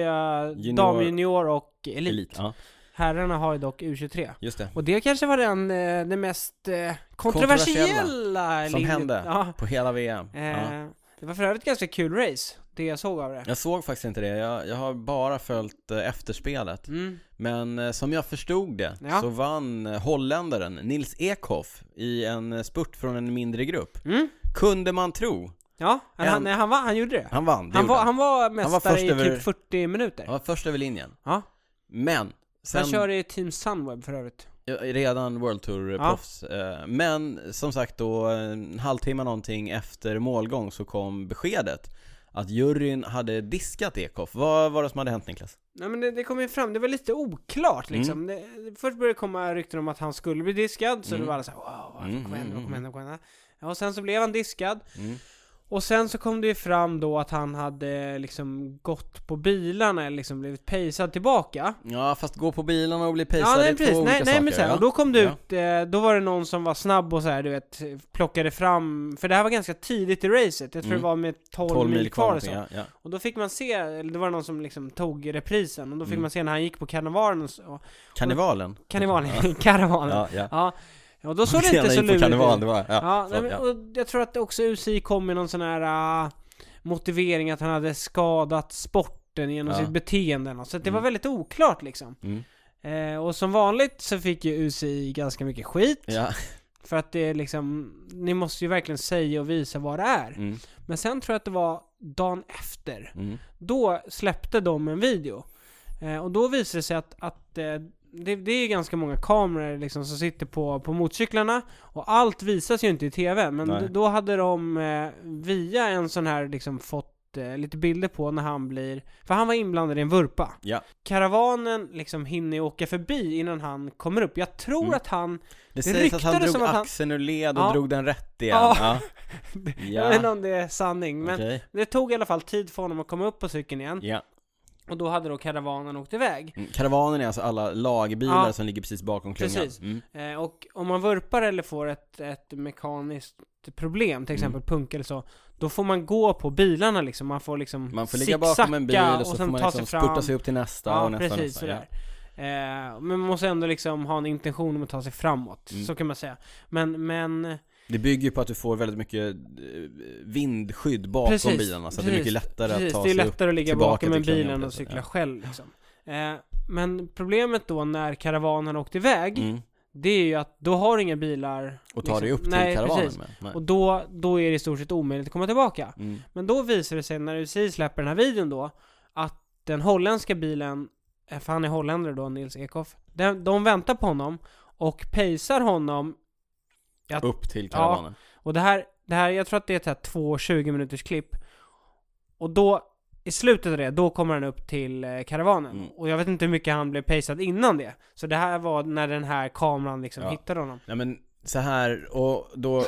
S1: Junior.
S2: dam, junior och elit.
S1: Elit. Ja,
S2: Herrarna har ju dock U23.
S1: just det.
S2: Och det kanske var den, eh, det mest eh, kontroversiella
S1: Som
S2: linjen.
S1: hände
S2: Ja.
S1: på hela VM. Ja.
S2: Eh, Det var för övrigt ganska kul race, det jag såg av det.
S1: Jag såg faktiskt inte det. Jag, jag har bara följt eh, efterspelet.
S2: Mm.
S1: Men eh, som jag förstod det
S2: Ja.
S1: så vann eh, holländaren Nils Ekhoff i en eh, spurt från en mindre grupp.
S2: Mm.
S1: Kunde man tro.
S2: Ja, han,
S1: En-
S2: han, han, var, han gjorde det.
S1: Han vann. Det
S2: Han
S1: gjorde
S2: var, han var mästare
S1: först
S2: i
S1: över-
S2: typ 40 minuter.
S1: han var först över linjen.
S2: Ja.
S1: Men sen...
S2: Han körde i Team Sunweb för övrigt.
S1: Ja, Redan World Tour-proffs. Eh, Men som sagt då, en halvtimme någonting efter målgång så kom beskedet att juryn hade diskat Ekhoff. Vad var det som hade hänt Niklas?
S2: Nej men det, det kom ju fram, det var lite oklart
S1: Mm.
S2: liksom. Det, först började det komma rykten om att han skulle bli diskad, så
S1: Mm.
S2: det var alla såhär wow, vad
S1: Mm,
S2: kommer hända,
S1: mm,
S2: vad kommer hända, vad kommer hända? Ja, Och sen så blev han diskad,
S1: Mm.
S2: och sen så kom det ju fram då att han hade liksom gått på bilarna, eller liksom blivit pejsad tillbaka.
S1: Ja, fast gå på bilarna och bli pejsad
S2: Ja,
S1: det
S2: nej
S1: är två
S2: precis.
S1: olika
S2: Nej, nej
S1: saker.
S2: men så här,
S1: ja.
S2: och då kom det
S1: Ja.
S2: ut, eh, då var det någon som var snabb och så här, du vet, plockade fram, för det här var ganska tidigt i racet, jag tror
S1: Mm.
S2: det var med 12,
S1: 12
S2: mil kvar och så.
S1: någonting, ja,
S2: Och då fick man se, eller det var någon som liksom tog reprisen, och då fick
S1: Mm.
S2: man se när han gick på karnevalen och, så- och
S1: ja. Karnevalen?
S2: karnevalen,
S1: Ja.
S2: karnevalen. Ja.
S1: Ja, ja.
S2: och då såg det
S1: Tjena,
S2: inte
S1: gick
S2: så
S1: på
S2: lurigt ut.
S1: karneval, det var, ja.
S2: Ja,
S1: så,
S2: nej, men,
S1: ja.
S2: och jag tror att också UCI kom med någon sån här ah, motivering att han hade skadat sporten genom
S1: Ja.
S2: sitt beteende eller något. Så att det
S1: Mm.
S2: var väldigt oklart liksom.
S1: Mm.
S2: Eh, och som vanligt så fick ju UCI ganska mycket skit.
S1: Ja,
S2: För att det är liksom, ni måste ju verkligen säga och visa vad det är.
S1: mm,
S2: Men sen tror jag att det var dagen efter,
S1: mm,
S2: då släppte de en video. Eh, och då visade det sig att, att eh, det, det är ganska många kameror liksom som sitter på, på motorcyklarna och allt visas ju inte i TV. Men
S1: Nej.
S2: d- då hade de eh, via en sån här liksom fått eh, lite bilder på när han blir, för han var inblandad i en vurpa.
S1: ja.
S2: Karavanen liksom hinner ju åka förbi innan han kommer upp. Jag tror
S1: Mm.
S2: att han,
S1: Det, sägs att han
S2: ryktades
S1: drog
S2: som att han-
S1: axeln ur led och
S2: Ja.
S1: drog den rätt igen.
S2: Ja.
S1: Ja,
S2: jag
S1: ja.
S2: vet inte om det är sanning, men
S1: okej.
S2: det tog i alla fall tid för honom att komma upp på cykeln igen.
S1: ja.
S2: Och då hade då karavanen åkt iväg.
S1: Mm, Karavanen är alltså alla lagbilar
S2: Ja.
S1: som ligger precis bakom klungan.
S2: Precis.
S1: Mm.
S2: Eh, och om man vurpar eller får ett, ett mekaniskt problem,
S1: Mm.
S2: till exempel punk eller så, då får man gå på bilarna liksom. Man får liksom
S1: Man får ligga bakom en bil
S2: zigzacka
S1: och så får
S2: sen
S1: man
S2: ta
S1: liksom
S2: sig
S1: spurta
S2: fram.
S1: sig upp till nästa
S2: Ja,
S1: och nästa
S2: precis
S1: och nästa.
S2: sådär. Eh, men man måste ändå liksom ha en intention om att ta sig framåt,
S1: Mm.
S2: så kan man säga. Men, men
S1: Det bygger ju på att du får väldigt mycket eh, vindskydd bakom
S2: Precis,
S1: bilarna så att det är
S2: precis,
S1: mycket lättare
S2: Precis,
S1: att ta
S2: det är
S1: sig upp.
S2: lättare att ligga
S1: tillbaka
S2: bakom en
S1: till klungan
S2: bilen och
S1: plötsligt,
S2: cykla
S1: ja.
S2: själv liksom. eh, Men problemet då när karavanen åkte iväg,
S1: Mm.
S2: det är ju att då har du inga bilar
S1: Och ta dig upp
S2: liksom.
S1: till
S2: Nej,
S1: karavanen
S2: precis.
S1: med. Nej.
S2: Och då, då är det i stort sett omöjligt att komma tillbaka.
S1: Mm.
S2: Men då visar det sig när UCI släpper den här videon då, att den holländska bilen, eh, för han är holländare då, Nils Ekhoff, den, de väntar på honom och pejsar honom,
S1: Upp till karavanen.
S2: och det här, det här, jag tror att det är ett här 2-20 minuters klipp, och då, i slutet av det, då kommer han upp till eh, karavanen.
S1: Mm.
S2: Och jag vet inte hur mycket han blev pejsad innan det. Så det här var när den här kameran liksom
S1: Ja.
S2: hittade honom.
S1: Nej men så här, och då,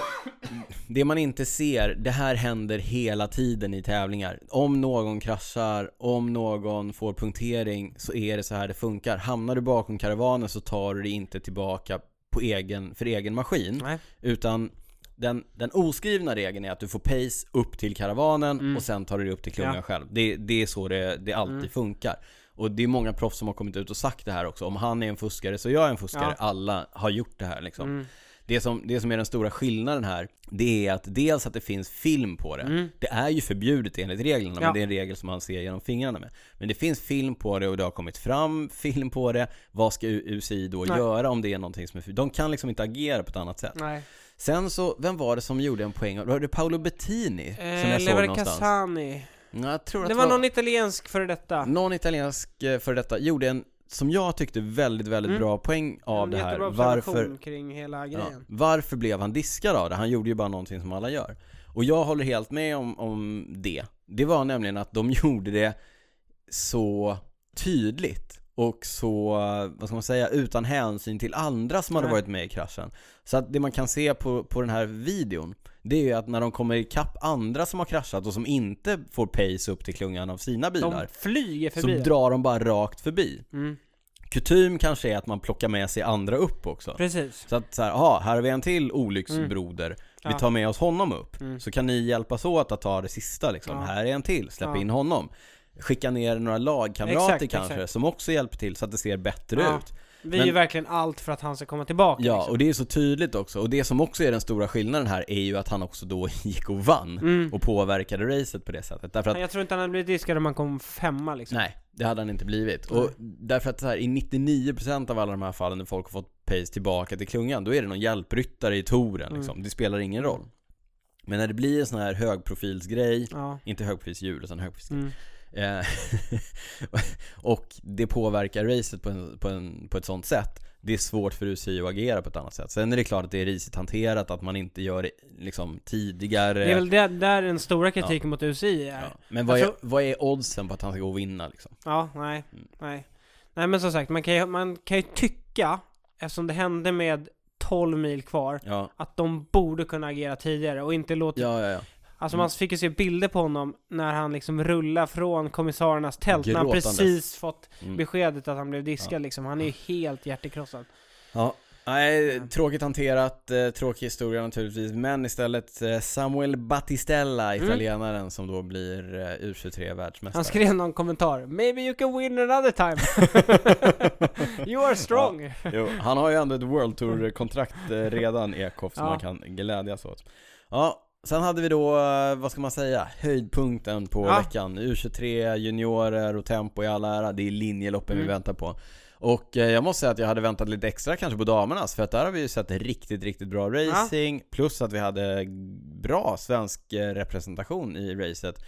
S1: det man inte ser, det här händer hela tiden i tävlingar. Om någon kraschar, om någon får punktering så är det så här det funkar. Hamnar du bakom karavanen så tar du dig inte tillbaka på egen, för egen maskin.
S2: Nej.
S1: Utan den, den oskrivna regeln är att du får pace upp till karavanen
S2: Mm.
S1: och sen tar du dig upp till klungan
S2: Ja.
S1: själv. Det, det är så det, det alltid
S2: Mm.
S1: funkar. Och det är många proffs som har kommit ut och sagt det här också. Om han är en fuskare så är jag en fuskare. Alla har gjort det här liksom.
S2: Mm.
S1: Det, som, det som är den stora skillnaden här, det är att dels att det finns film på det.
S2: Mm.
S1: Det är ju förbjudet enligt reglerna,
S2: Ja.
S1: men det är en regel som man ser genom fingrarna med. Men det finns film på det och det har kommit fram film på det. Vad ska U- UCI då
S2: Nej.
S1: göra om det är någonting som är förbjudet? De kan liksom inte agera på ett annat sätt.
S2: Nej.
S1: Sen så, vem var det som gjorde en poäng? Var det Paolo Bettini? som jag
S2: Eh,
S1: såg någonstans.
S2: Leverkasani.
S1: Ja, jag tror att
S2: Det var någon italiensk före detta.
S1: någon italiensk eh, före detta gjorde en, som jag tyckte, väldigt, väldigt
S2: Mm.
S1: bra poäng av
S2: En
S1: det här.
S2: jättebra observation
S1: Varför,
S2: kring hela
S1: ja,
S2: grejen.
S1: varför blev han diskad av det? Han gjorde ju bara någonting som alla gör. Och jag håller helt med om, om det. Det var nämligen att de gjorde det så tydligt. och så, vad ska man säga, utan hänsyn till andra som hade
S2: Nej.
S1: varit med i kraschen. Så att det man kan se på, på den här videon, det är ju att när de kommer ikapp andra som har kraschat och som inte får pace upp till klungan av sina
S2: De
S1: bilar,
S2: flyger
S1: så
S2: förbi. den.
S1: drar de bara rakt förbi.
S2: Mm,
S1: Kutym kanske är att man plockar med sig andra upp också.
S2: precis.
S1: Så att så här, aha, här har vi en till olycksbroder. Vi
S2: Mm. Ja.
S1: tar med oss honom upp.
S2: Mm.
S1: Så kan ni hjälpas åt att ta det sista liksom.
S2: Ja.
S1: Här är en till, släpp
S2: Ja.
S1: in honom. Skicka ner några lagkamrater
S2: Exakt,
S1: kanske,
S2: exakt.
S1: som också hjälper till så att det ser bättre
S2: Ja.
S1: ut.
S2: Vi
S1: Men-
S2: gör verkligen allt för att han ska komma tillbaka.
S1: Ja,
S2: liksom.
S1: och det är så tydligt också. Och det som också är den stora skillnaden här är ju att han också då gick och vann.
S2: Mm.
S1: Och påverkade racet på det sättet. Därför att
S2: Jag tror inte han hade blivit diskad om han kom femma liksom.
S1: Nej, det hade han inte blivit.
S2: Nej.
S1: Och därför att så här, i 99% av alla de här fallen när folk har fått pace tillbaka till klungan, då är det någon hjälpryttare i touren liksom.
S2: Mm.
S1: Det spelar ingen roll. Men när det blir en sån här högprofilsgrej,
S2: Ja.
S1: inte högprofilsdjur utan högprofilsgrej.
S2: Mm.
S1: Eh, och det påverkar racet på, en, på, en, på ett sånt sätt. Det är svårt för UCI att agera på ett annat sätt. Sen är det klart att det är risigt hanterat, att man inte gör det liksom tidigare.
S2: Det är väl det, där den stora kritiken mot UCI är.
S1: ja. Men vad är,
S2: Alltså-
S1: vad är oddsen på att han ska gå och vinna liksom?
S2: Ja, nej, nej. Nej men som sagt, man kan ju, man kan ju tycka, eftersom det hände med 12 mil kvar,
S1: Ja,
S2: att de borde kunna agera tidigare och inte låta...
S1: ja, Mm. ja. ja.
S2: Alltså man fick ju se bilder på honom när han liksom rullar från kommissarernas tält när han
S1: Gråtandes.
S2: precis fått
S1: Mm.
S2: beskedet att han blev diskad liksom. Han är ju helt hjärtekrossad.
S1: Ja, nej, tråkigt hanterat, eh, tråkig historia naturligtvis, men istället eh, Samuel Battistella, italienaren som då blir eh, U23
S2: Han
S1: världsmästare.
S2: skrev någon kommentar, 'Maybe you can win another time' You are strong!
S1: jo, han har ju ändå ett World Tour-kontrakt eh, redan, Ekhoff, som
S2: Ja.
S1: man kan glädjas åt. Ja, sen hade vi då, eh, vad ska man säga, höjdpunkten på
S2: Ja.
S1: veckan. U23, juniorer och tempo i all ära, det är linjeloppen vi
S2: Mm.
S1: väntar på. Och eh, jag måste säga att jag hade väntat lite extra kanske på damernas, för att där har vi ju sett riktigt, riktigt bra racing, plus att vi hade bra svensk eh, representation i racet.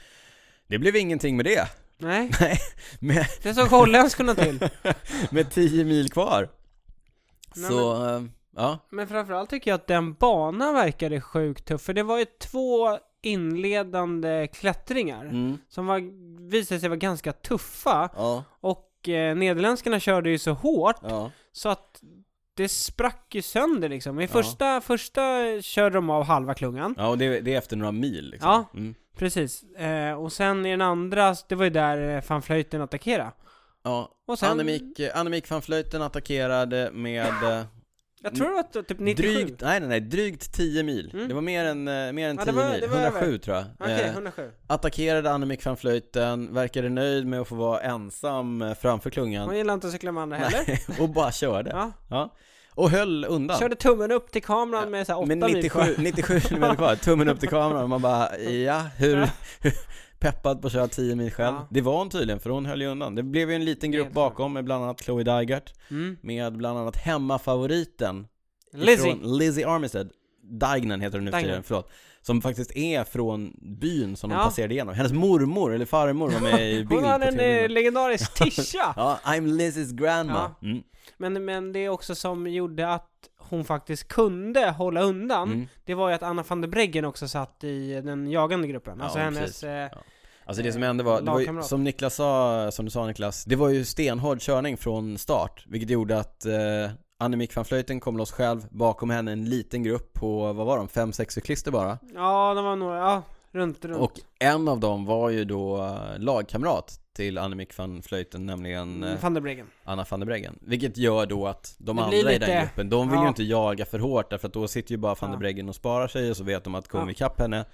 S1: Det blev ingenting med det,
S2: Nej,
S1: med,
S2: det såg holländskorna till.
S1: med 10 mil kvar.
S2: Nej,
S1: Så, eh, ja.
S2: Men framförallt tycker jag att den banan verkade sjukt tuff, för det var ju två inledande klättringar
S1: Mm.
S2: som var, visade sig vara ganska tuffa
S1: Ja,
S2: och eh, Nederländskarna körde ju så hårt
S1: ja,
S2: så att det sprack ju sönder liksom. I
S1: Ja.
S2: första, första körde de av halva klungan,
S1: ja och det, det är efter några mil liksom.
S2: Ja.
S1: Mm.
S2: precis. Eh, och sen i den andra, det var ju där eh, van Vleuten attackerade.
S1: ja.
S2: Och sen,
S1: Annemiek, eh, Annemiek van Vleuten attackerade med eh,
S2: jag tror det var t- typ 97.
S1: drygt, nej, nej, nej, drygt 10 mil.
S2: Mm.
S1: Det var mer än, eh, mer än
S2: Ja,
S1: 10
S2: det var-
S1: mil,
S2: det var
S1: 107
S2: över.
S1: tror jag.
S2: Okej,
S1: Eh,
S2: 107.
S1: attackerade Annemiek van Vleuten, verkade nöjd med att få vara ensam eh, framför klungan
S2: Hon gillar inte att cykla med andra heller.
S1: Nej, och bara körde. Ja.
S2: Ja.
S1: Och höll undan.
S2: Körde tummen upp till kameran
S1: Ja,
S2: med såhär 8
S1: Men
S2: mil kvar.
S1: 97, 97 kilometer kvar, tummen upp till kameran och man bara ja, hur
S2: Ja.
S1: peppad på att köra 10 mil själv.
S2: Ja.
S1: Det var hon tydligen för hon höll ju undan. Det blev ju en liten grupp
S2: Helt klart.
S1: bakom med bland annat Chloe Dygert,
S2: Mm.
S1: med bland annat hemmafavoriten
S2: Lizzie!
S1: ifrån Lizzie Armistead, Dagnan heter hon nu för
S2: Dagnan.
S1: tiden, förlåt, som faktiskt är från byn som de
S2: Ja.
S1: passerade igenom. Hennes mormor eller farmor var med i bild
S2: Hon har
S1: på
S2: en eh,
S1: tv.
S2: legendarisk tisha!
S1: Ja, I'm Lizzies grandma. Mm,
S2: men, men det är också som gjorde att hon faktiskt kunde hålla undan,
S1: mm.
S2: det var ju att Anna van der Breggen också satt i den jagande gruppen.
S1: Ja,
S2: alltså
S1: precis.
S2: hennes... Eh,
S1: Alltså det
S2: Eh,
S1: som hände var, det var ju,
S2: lagkamrat.
S1: som Niklas sa, som du sa Niklas, det var ju stenhård körning från start, vilket gjorde att eh, Annemiek van Vleuten kom loss själv, bakom henne en liten grupp på, vad var de, fem sex cyklister bara.
S2: ja, det var några, ja, runt, runt.
S1: Och en av dem var ju då eh, lagkamrat till Annemiek van Vleuten, nämligen eh,
S2: van der Breggen.
S1: Anna van der Breggen. Vilket gör då att de
S2: Mm. Det
S1: andra
S2: blir
S1: i
S2: lite-
S1: den gruppen, de vill ju
S2: ja.
S1: inte jaga för hårt därför att då sitter ju bara van der
S2: Ja.
S1: Breggen och sparar sig och så vet de att kommer
S2: Ja.
S1: vi ikapp henne,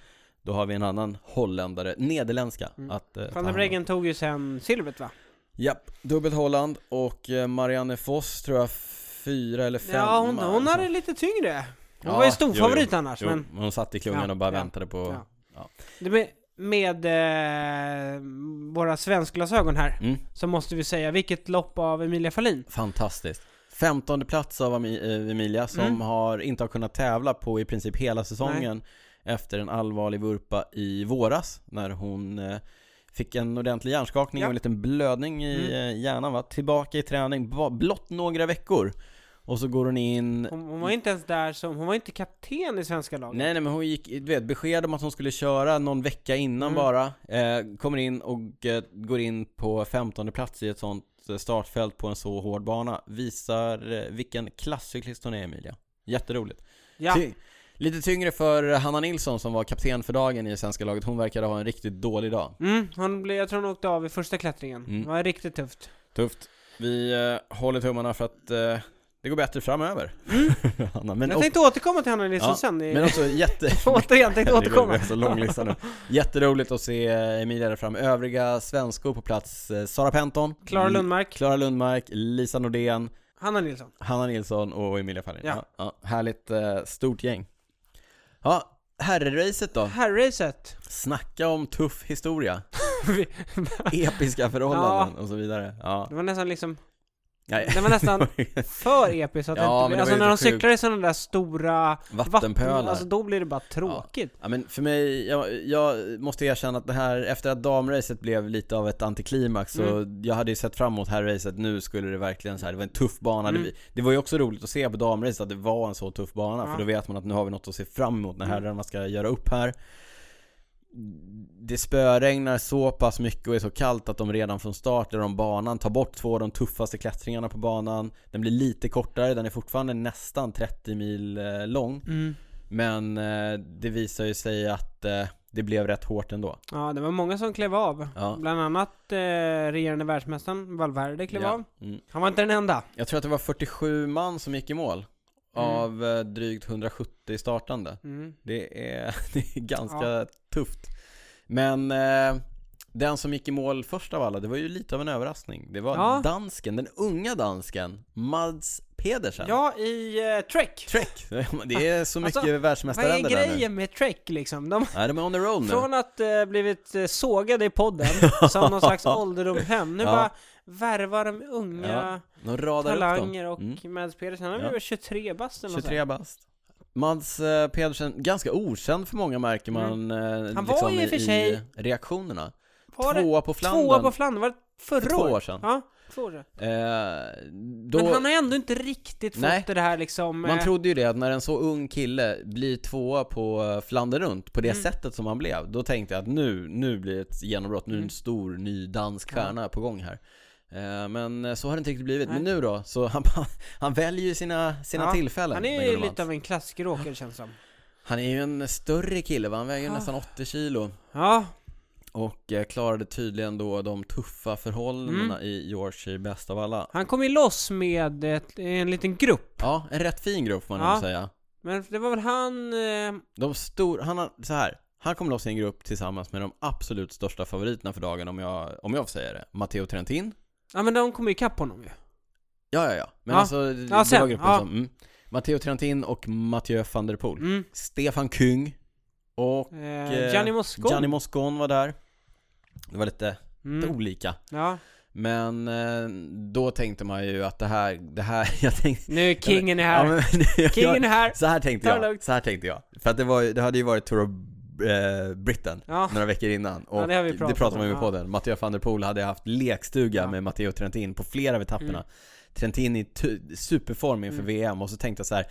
S1: då har vi en annan holländare, nederländska,
S2: Mm.
S1: att eh, ta
S2: Van
S1: hand
S2: der
S1: om.
S2: Breggen tog ju sen silvret va?
S1: Japp, dubbelt Holland och eh, Marianne Foss tror jag fyra eller fem alltså.
S2: ja, hon, hon hade lite tyngre. Hon
S1: Ja,
S2: var ju
S1: jo, jo.
S2: storfavorit annars, men...
S1: hon satt i klungan
S2: Ja,
S1: och bara
S2: ja,
S1: väntade på...
S2: ja. Det med, med eh, våra svenskglasögon här,
S1: Mm,
S2: så måste vi säga, vilket lopp av Emilia Fahlin?
S1: fantastiskt. Femtonde plats av Ami- eh, Emilia som
S2: Mm.
S1: har inte har kunnat tävla på i princip hela säsongen efter en allvarlig vurpa i våras när hon eh, fick en ordentlig hjärnskakning
S2: Ja.
S1: och en liten blödning i
S2: Mm.
S1: eh, hjärnan va? Tillbaka i träning, ba- blott några veckor. Och så går hon in
S2: Hon, hon var inte ens där som, hon var inte kapten i svenska laget.
S1: Nej nej men hon gick, du vet besked om att hon skulle köra någon vecka innan
S2: Mm.
S1: bara eh, Kommer in och eh, går in på 15 plats i ett sånt ett startfält på en så hård bana Visar eh, vilken klasscyklist hon är Emilia Jätteroligt
S2: Ja,
S1: Ty- Lite tyngre för Hanna Nilsson som var kapten för dagen i svenska laget Hon verkade ha en riktigt dålig dag
S2: mm, han blev, jag tror han åkte av i första klättringen.
S1: Mm.
S2: Det var riktigt tufft.
S1: Tufft Vi eh, håller tummarna för att eh, det går bättre framöver Mm. Hanna, men,
S2: jag
S1: o-
S2: tänkte återkomma till Hanna Nilsson
S1: Ja,
S2: sen. I,
S1: men också jätte...
S2: återigen, tänkte
S1: Herregud,
S2: återkomma.
S1: vi har så lång lista nu. Jätteroligt att se eh, Emilia där fram. Övriga svenskor på plats, eh, Sara Penton,
S2: Klara
S1: L-
S2: Lundmark,
S1: Klara Lundmark, Lisa Nordén,
S2: Hanna Nilsson.
S1: Hanna Nilsson och Emilia Farin.
S2: Ja.
S1: härligt eh, stort gäng. Ja, herrracet då?
S2: Herrracet.
S1: Snacka om tuff historia.
S2: Vi-
S1: Episka förhållanden och så vidare. Ja.
S2: Det var nästan liksom,
S1: Nej.
S2: det var nästan för episkt att
S1: Ja,
S2: det
S1: men
S2: inte
S1: det var
S2: blev. Alltså
S1: ju
S2: när de
S1: så sjukt.
S2: cyklar i sådana där stora vatten,
S1: Vattenpölar.
S2: alltså då blir det bara tråkigt.
S1: Ja, men för mig, jag, jag måste erkänna att det här, efter att damracet blev lite av ett antiklimax så
S2: Mm.
S1: jag hade ju sett fram emot här racet, nu skulle det verkligen så här, det var en tuff bana.
S2: Mm.
S1: Det, det var ju också roligt att se på damracet att det var en så tuff bana,
S2: Ja.
S1: för då vet man att nu har vi något att se fram emot när
S2: Mm.
S1: herrarna ska göra upp här. Det spöregnar så pass mycket och är så kallt att de redan från start gör om banan, tar bort två av de tuffaste klättringarna på banan. Den blir lite kortare, den är fortfarande nästan 30 mil eh, lång.
S2: Mm.
S1: Men eh, det visar ju sig att eh, det blev rätt hårt ändå.
S2: Ja, det var många som klev av.
S1: Ja.
S2: Bland annat eh, regerande världsmästaren Valverde klev av.
S1: Mm.
S2: Han var inte den enda.
S1: Jag tror att det var 47 man som gick i mål
S2: Mm.
S1: av eh, drygt 170 startande.
S2: Mm.
S1: Det är, det är ganska
S2: Ja.
S1: tufft. Men eh, den som gick i mål först av alla, det var ju lite av en överraskning. Det var
S2: Ja.
S1: dansken, den unga dansken, Mads Pedersen.
S2: Ja, i eh, Trek.
S1: Trek! Det är så mycket
S2: Alltså, Vad är
S1: världsmästaränder där nu.
S2: grejen med Trek liksom? De,
S1: Nej, de är on the road nu.
S2: från att eh, blivit eh, sågade i podden som någon slags ålderdomshem, nu
S1: Ja.
S2: bara värvar de unga
S1: De radar upp
S2: talanger
S1: dem.
S2: och
S1: Mm.
S2: Mads Pedersen. Han är
S1: Ja.
S2: väl 23 bast eller nåt sånt.
S1: 23 bast. Mads eh, Pedersen, ganska okänd för många märker man eh,
S2: Mm. Han var
S1: liksom
S2: ju i och för sig-
S1: reaktionerna.
S2: Var det
S1: Tvåa på Flandern.
S2: Tvåa på Flandern, var det förra
S1: För två år sedan.
S2: Ja, två år sedan.
S1: Eh, då,
S2: Men han har ändå inte riktigt fått
S1: Nej.
S2: det här liksom...
S1: Man
S2: eh,
S1: trodde ju det att när en så ung kille blir tvåa på eh, Flandern runt på det
S2: Mm.
S1: sättet som han blev, då tänkte jag att nu, nu blir det ett genombrott, nu är
S2: Mm.
S1: en stor ny dansk stjärna på gång här. Eh, Men eh, så har det inte riktigt blivit. Men nu då, så han, han väljer ju sina, sina
S2: Ja,
S1: tillfällen.
S2: Han är
S1: den
S2: ju
S1: gode
S2: lite
S1: Mads.
S2: av en klassiker åkare känns som.
S1: han är ju en större kille va? Han
S2: Ah.
S1: väger nästan 80 kilo.
S2: Ja,
S1: Och eh, klarade tydligen då de tuffa förhållandena
S2: Mm.
S1: i Yorkshire bäst av alla.
S2: han kom ju loss med ett, en liten grupp.
S1: Ja, en rätt fin grupp får man
S2: Ja.
S1: ändå säga.
S2: Men det var väl han... Eh,
S1: De stor, han har, så här. Han kom loss i en grupp tillsammans med de absolut största favoriterna för dagen om jag, om jag får säga det. Matteo Trentin.
S2: ja men de kom ju ikapp honom ju.
S1: Ja, ja, ja. Men
S2: Ja.
S1: alltså, det,
S2: Ja,
S1: det var
S2: sen,
S1: gruppen
S2: ja.
S1: som... Mm. Matteo Trentin och Mathieu van der Poel.
S2: Mm.
S1: Stefan Kung. Och eh,
S2: Eh, Gianni Moscon.
S1: Gianni Moscon var där. Det var lite, lite
S2: mm.
S1: olika.
S2: Ja.
S1: Men eh, då tänkte man ju att det här, det här, jag tänkte
S2: Nu är kingen är här.
S1: Ja, men, jag,
S2: kingen är här.
S1: så här tänkte
S2: Ta det
S1: jag,
S2: lugnt.
S1: så här tänkte jag. För att det, var, ju- det hade ju varit Tour of eh, Britain
S2: Ja.
S1: några veckor innan och
S2: Ja, det har vi pratat
S1: pratade man ju
S2: om,
S1: med
S2: ja.
S1: podden. Matteo van der Poel hade haft lekstuga
S2: Ja.
S1: med Matteo Trentin på flera av etapperna.
S2: Mm.
S1: Trentin i tu- superform inför
S2: Mm.
S1: VM och så tänkte jag så här.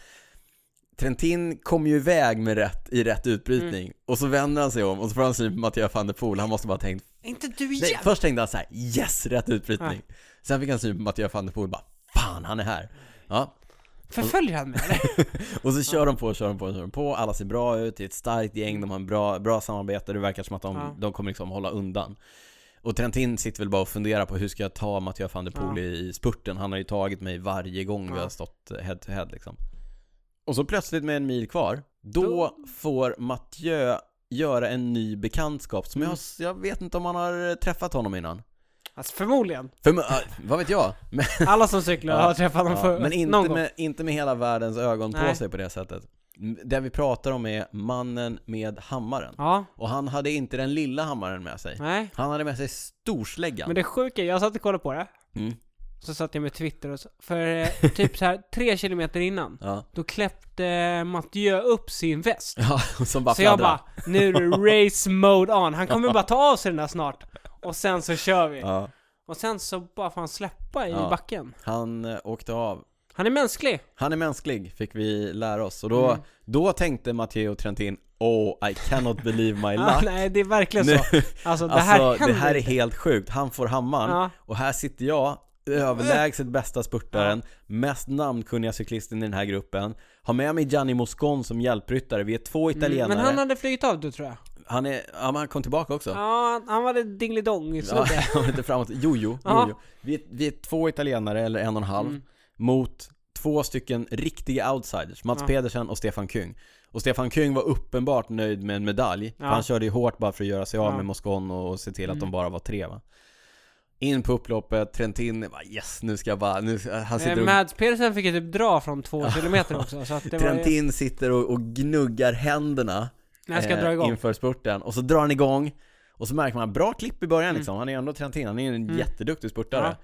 S1: Trentin kom ju iväg med rätt, i rätt utbrytning
S2: Mm.
S1: och så vänder han sig om och så får han syn på Matteo van der Poel. Han måste bara ha tänkt
S2: Inte du
S1: Nej,
S2: igen!
S1: först tänkte han så här: yes, rätt utbrytning. Sen fick han syn på Mattias van der Poel och bara, fan han är här. Ja,
S2: Förföljer han mig eller?
S1: och så kör de på, kör de på, kör de på, alla ser bra ut, det är ett starkt gäng, de har en bra, bra samarbete, det verkar som att de,
S2: Ja.
S1: de kommer liksom hålla undan. Och Trentin sitter väl bara och funderar på hur ska jag ta Mattias van der Poel
S2: Ja.
S1: i, i spurten? Han har ju tagit mig varje gång vi
S2: Ja.
S1: har stått head to head liksom. Och så plötsligt med en mil kvar, då,
S2: Då-
S1: får Mathieu göra en ny bekantskap som
S2: Mm.
S1: jag, jag vet inte om han har träffat honom innan.
S2: Alltså förmodligen.
S1: För, äh, vad vet jag? Men,
S2: Alla som cyklar
S1: Ja.
S2: har träffat honom
S1: ja,
S2: för
S1: men
S2: någon
S1: inte,
S2: gång.
S1: med, inte med hela världens ögon på
S2: Nej.
S1: sig på det sättet. M- Det vi pratar om är mannen med hammaren.
S2: Ja,
S1: Och han hade inte den lilla hammaren med sig.
S2: nej.
S1: Han hade med sig storsläggan.
S2: Men det sjuka, är, jag satt och kollade på det.
S1: Mm.
S2: Så satt jag med Twitter och så, för eh, typ så här tre kilometer innan.
S1: Ja.
S2: Då kläppte Mathieu upp sin väst.
S1: ja, som bara
S2: Så jag
S1: fladdrar.
S2: bara, nu är det race mode on. Han kommer bara ta av sig den där snart. Och sen så kör vi.
S1: Ja.
S2: Och sen så bara får han släppa i
S1: Ja.
S2: backen.
S1: Han eh, åkte av.
S2: Han är mänsklig.
S1: Han är mänsklig, fick vi lära oss. Och
S2: Mm.
S1: då, då tänkte Matteo Trentin, Oh, I cannot believe my
S2: Ah,
S1: luck.
S2: nej, det är verkligen
S1: Nu-
S2: så. Alltså det
S1: Alltså
S2: här
S1: det
S2: händer
S1: här är
S2: inte.
S1: helt sjukt, han får hammaren
S2: Ja.
S1: och här sitter jag överlägset bästa spurtaren, mest namnkunniga cyklisten i den här gruppen. Har med mig Gianni Moscon som hjälpryttare. Vi är två italienare.
S2: Mm, Men han
S1: han,
S2: hade flugit av då tror jag.
S1: är, ja, men han kom tillbaka också.
S2: Ja, han- han var lite dingelidong i
S1: Ja,
S2: slutet.
S1: jag var lite framåt. Jojo,
S2: Ja.
S1: jojo. Vi, vi är två italienare, eller en och en halv,
S2: Mm.
S1: mot två stycken riktiga outsiders, Mats
S2: Ja.
S1: Pedersen och Stefan Küng. Och Stefan Küng var uppenbart nöjd med en medalj, för
S2: Ja.
S1: han körde ju hårt bara för att göra sig av
S2: Ja.
S1: med Moscon och, och se till att de
S2: Mm.
S1: bara var tre va. In på upploppet, Trentin, bara, yes nu ska jag bara, nu, ska- han sitter
S2: Eh,
S1: och
S2: Mads Pedersen fick ju typ dra från två kilometer också, så att det var ju...
S1: Trentin sitter och, och gnuggar händerna
S2: När jag ska
S1: eh,
S2: dra igång.
S1: inför spurten och så drar han igång och så märker man bra klipp i början liksom, han är ju ändå Trentin, han är ju en
S2: Mm.
S1: jätteduktig spurtare.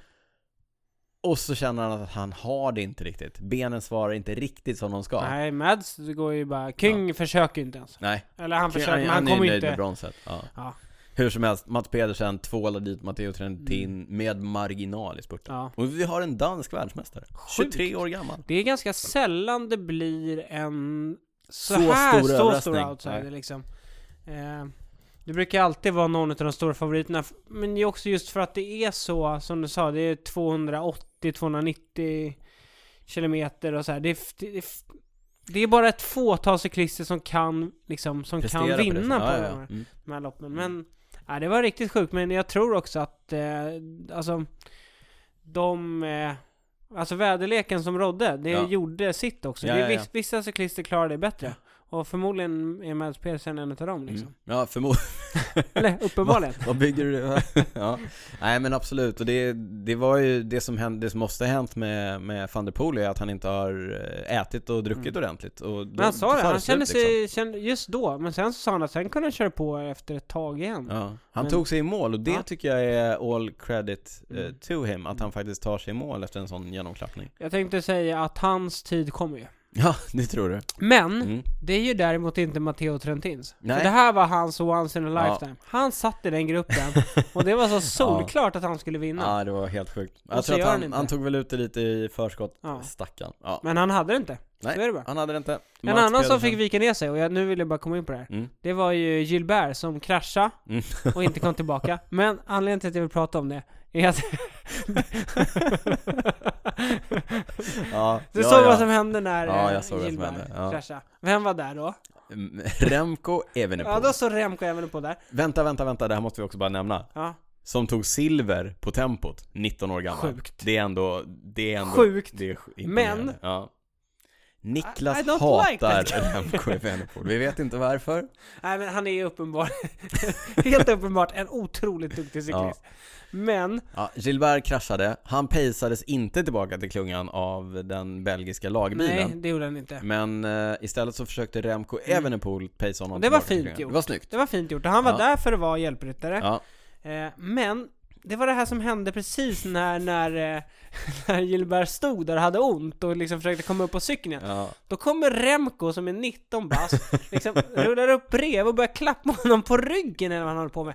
S1: Och så känner han att han har det inte riktigt. Benen svarar inte riktigt som de ska.
S2: Nej, Mads det går ju bara... King försöker ju inte ens.
S1: Nej.
S2: Eller han försöker,
S1: Han,
S2: men han
S1: han är
S2: kommer
S1: ju
S2: ju
S1: nöjd med
S2: inte...
S1: bronset. Ja.
S2: Ja.
S1: Hur som helst, Mats Pedersen tvålar dit Matteo Trentin
S2: Mm.
S1: med marginal i spurten.
S2: Ja.
S1: Och vi har en dansk världsmästare. 23 år gammal.
S2: Det är ganska sällan det blir en så,
S1: Så
S2: här
S1: stor
S2: så
S1: överraskning.
S2: stor outsider
S1: Nej.
S2: liksom. Eh, det brukar alltid vara någon av de stora favoriterna. f- Men det är också just för att det är så, som du sa, det är 280-290 kilometer och så här. Det är, f- det är, f- det är bara ett fåtal cyklister som kan, liksom, som
S1: Presterar
S2: kan
S1: på det
S2: vinna på,
S1: sättet. ja,
S2: de
S1: ja.
S2: här-
S1: ja. Mm.
S2: de här loppen. Men ja, det var riktigt sjukt. Men jag tror också att eh, alltså, de, eh, alltså väderleken som rådde, det
S1: Ja.
S2: gjorde sitt också.
S1: Ja,
S2: det är
S1: ja, ja.
S2: viss, Vissa cyklister klarar det bättre. Och förmodligen är Mads Pedersen en utav dem liksom.
S1: Mm. Ja, förmodligen.
S2: Eller uppenbarligen.
S1: Vad bygger du det ja. Nej men absolut, och det, det var ju det som, hände, det som måste ha hänt med, med van der Poel är att han inte har eh, ätit och druckit ordentligt. Och då
S2: Mm. Men han sa
S1: tar
S2: det, han
S1: slut,
S2: kände
S1: liksom.
S2: sig, kände, just då, men sen så sa han att sen kunde han köra på efter ett tag igen.
S1: Ja, han
S2: Men-
S1: tog sig i mål och det
S2: Ja.
S1: tycker jag är all credit eh,
S2: Mm.
S1: to him, att han faktiskt tar sig i mål efter en sån genomklappning.
S2: Jag tänkte säga att hans tid kommer ju.
S1: Ja, det tror du.
S2: Men,
S1: Mm.
S2: det är ju däremot inte Matteo Trentins.
S1: Nej.
S2: För det här var hans once in a
S1: Ja.
S2: lifetime. Han satt i den gruppen, och det var så solklart att han skulle vinna.
S1: Ja, det var helt sjukt.
S2: Och
S1: Jag
S2: så
S1: tror att
S2: gör han
S1: han,
S2: inte.
S1: han tog väl ut det lite i förskott,
S2: Ja.
S1: stackarn. Ja.
S2: Men han hade det inte.
S1: Nej,
S2: så är det bara.
S1: han hade det inte.
S2: En annan som fick vika ner sig, och jag, nu vill jag bara komma in på det här.
S1: Mm.
S2: Det var ju Gilbert som kraschade
S1: Mm.
S2: och inte kom tillbaka. Men anledningen till att jag vill prata om det är att...
S1: Ja,
S2: du
S1: ja,
S2: såg
S1: ja.
S2: vad som hände när
S1: Ja,
S2: eh,
S1: jag såg vad som
S2: Gilbert
S1: hände, ja.
S2: kraschade. Vem var där då?
S1: Mm, Remco Evenepoel.
S2: Ja, då såg Remco även på där.
S1: Vänta, vänta, vänta, det här måste vi också bara nämna.
S2: Ja.
S1: Som tog silver på tempot, 19 år gammal.
S2: Sjukt.
S1: Det är ändå, det är ändå
S2: Sjukt.
S1: Det är sj- imponerande.
S2: Men-
S1: ja. Niklas
S2: I- I don't like
S1: hatar
S2: that
S1: Remco Evenepoel. Vi vet inte varför.
S2: Nej men han är ju uppenbar, helt uppenbart en otroligt duktig cyklist. Men,
S1: Ja, Gilbert kraschade. Han pejsades inte tillbaka till klungan av den belgiska lagbilen.
S2: nej det gjorde han inte.
S1: Men eh, istället så försökte Remco Evenepoel pejsa honom
S2: Det var
S1: tillbaka till
S2: fint
S1: klungan.
S2: gjort.
S1: Det var snyggt.
S2: Det var fint gjort och han var
S1: Ja.
S2: där för att vara hjälpryttare.
S1: Ja,
S2: Eh, men, det var det här som hände precis när, när, eh, när Gilbert stod där och hade ont och liksom försökte komma upp på cykeln igen.
S1: ja.
S2: Då kommer Remco som är 19 bast, liksom rullar upp bredvid och börjar klappa honom på ryggen eller vad han håller på med.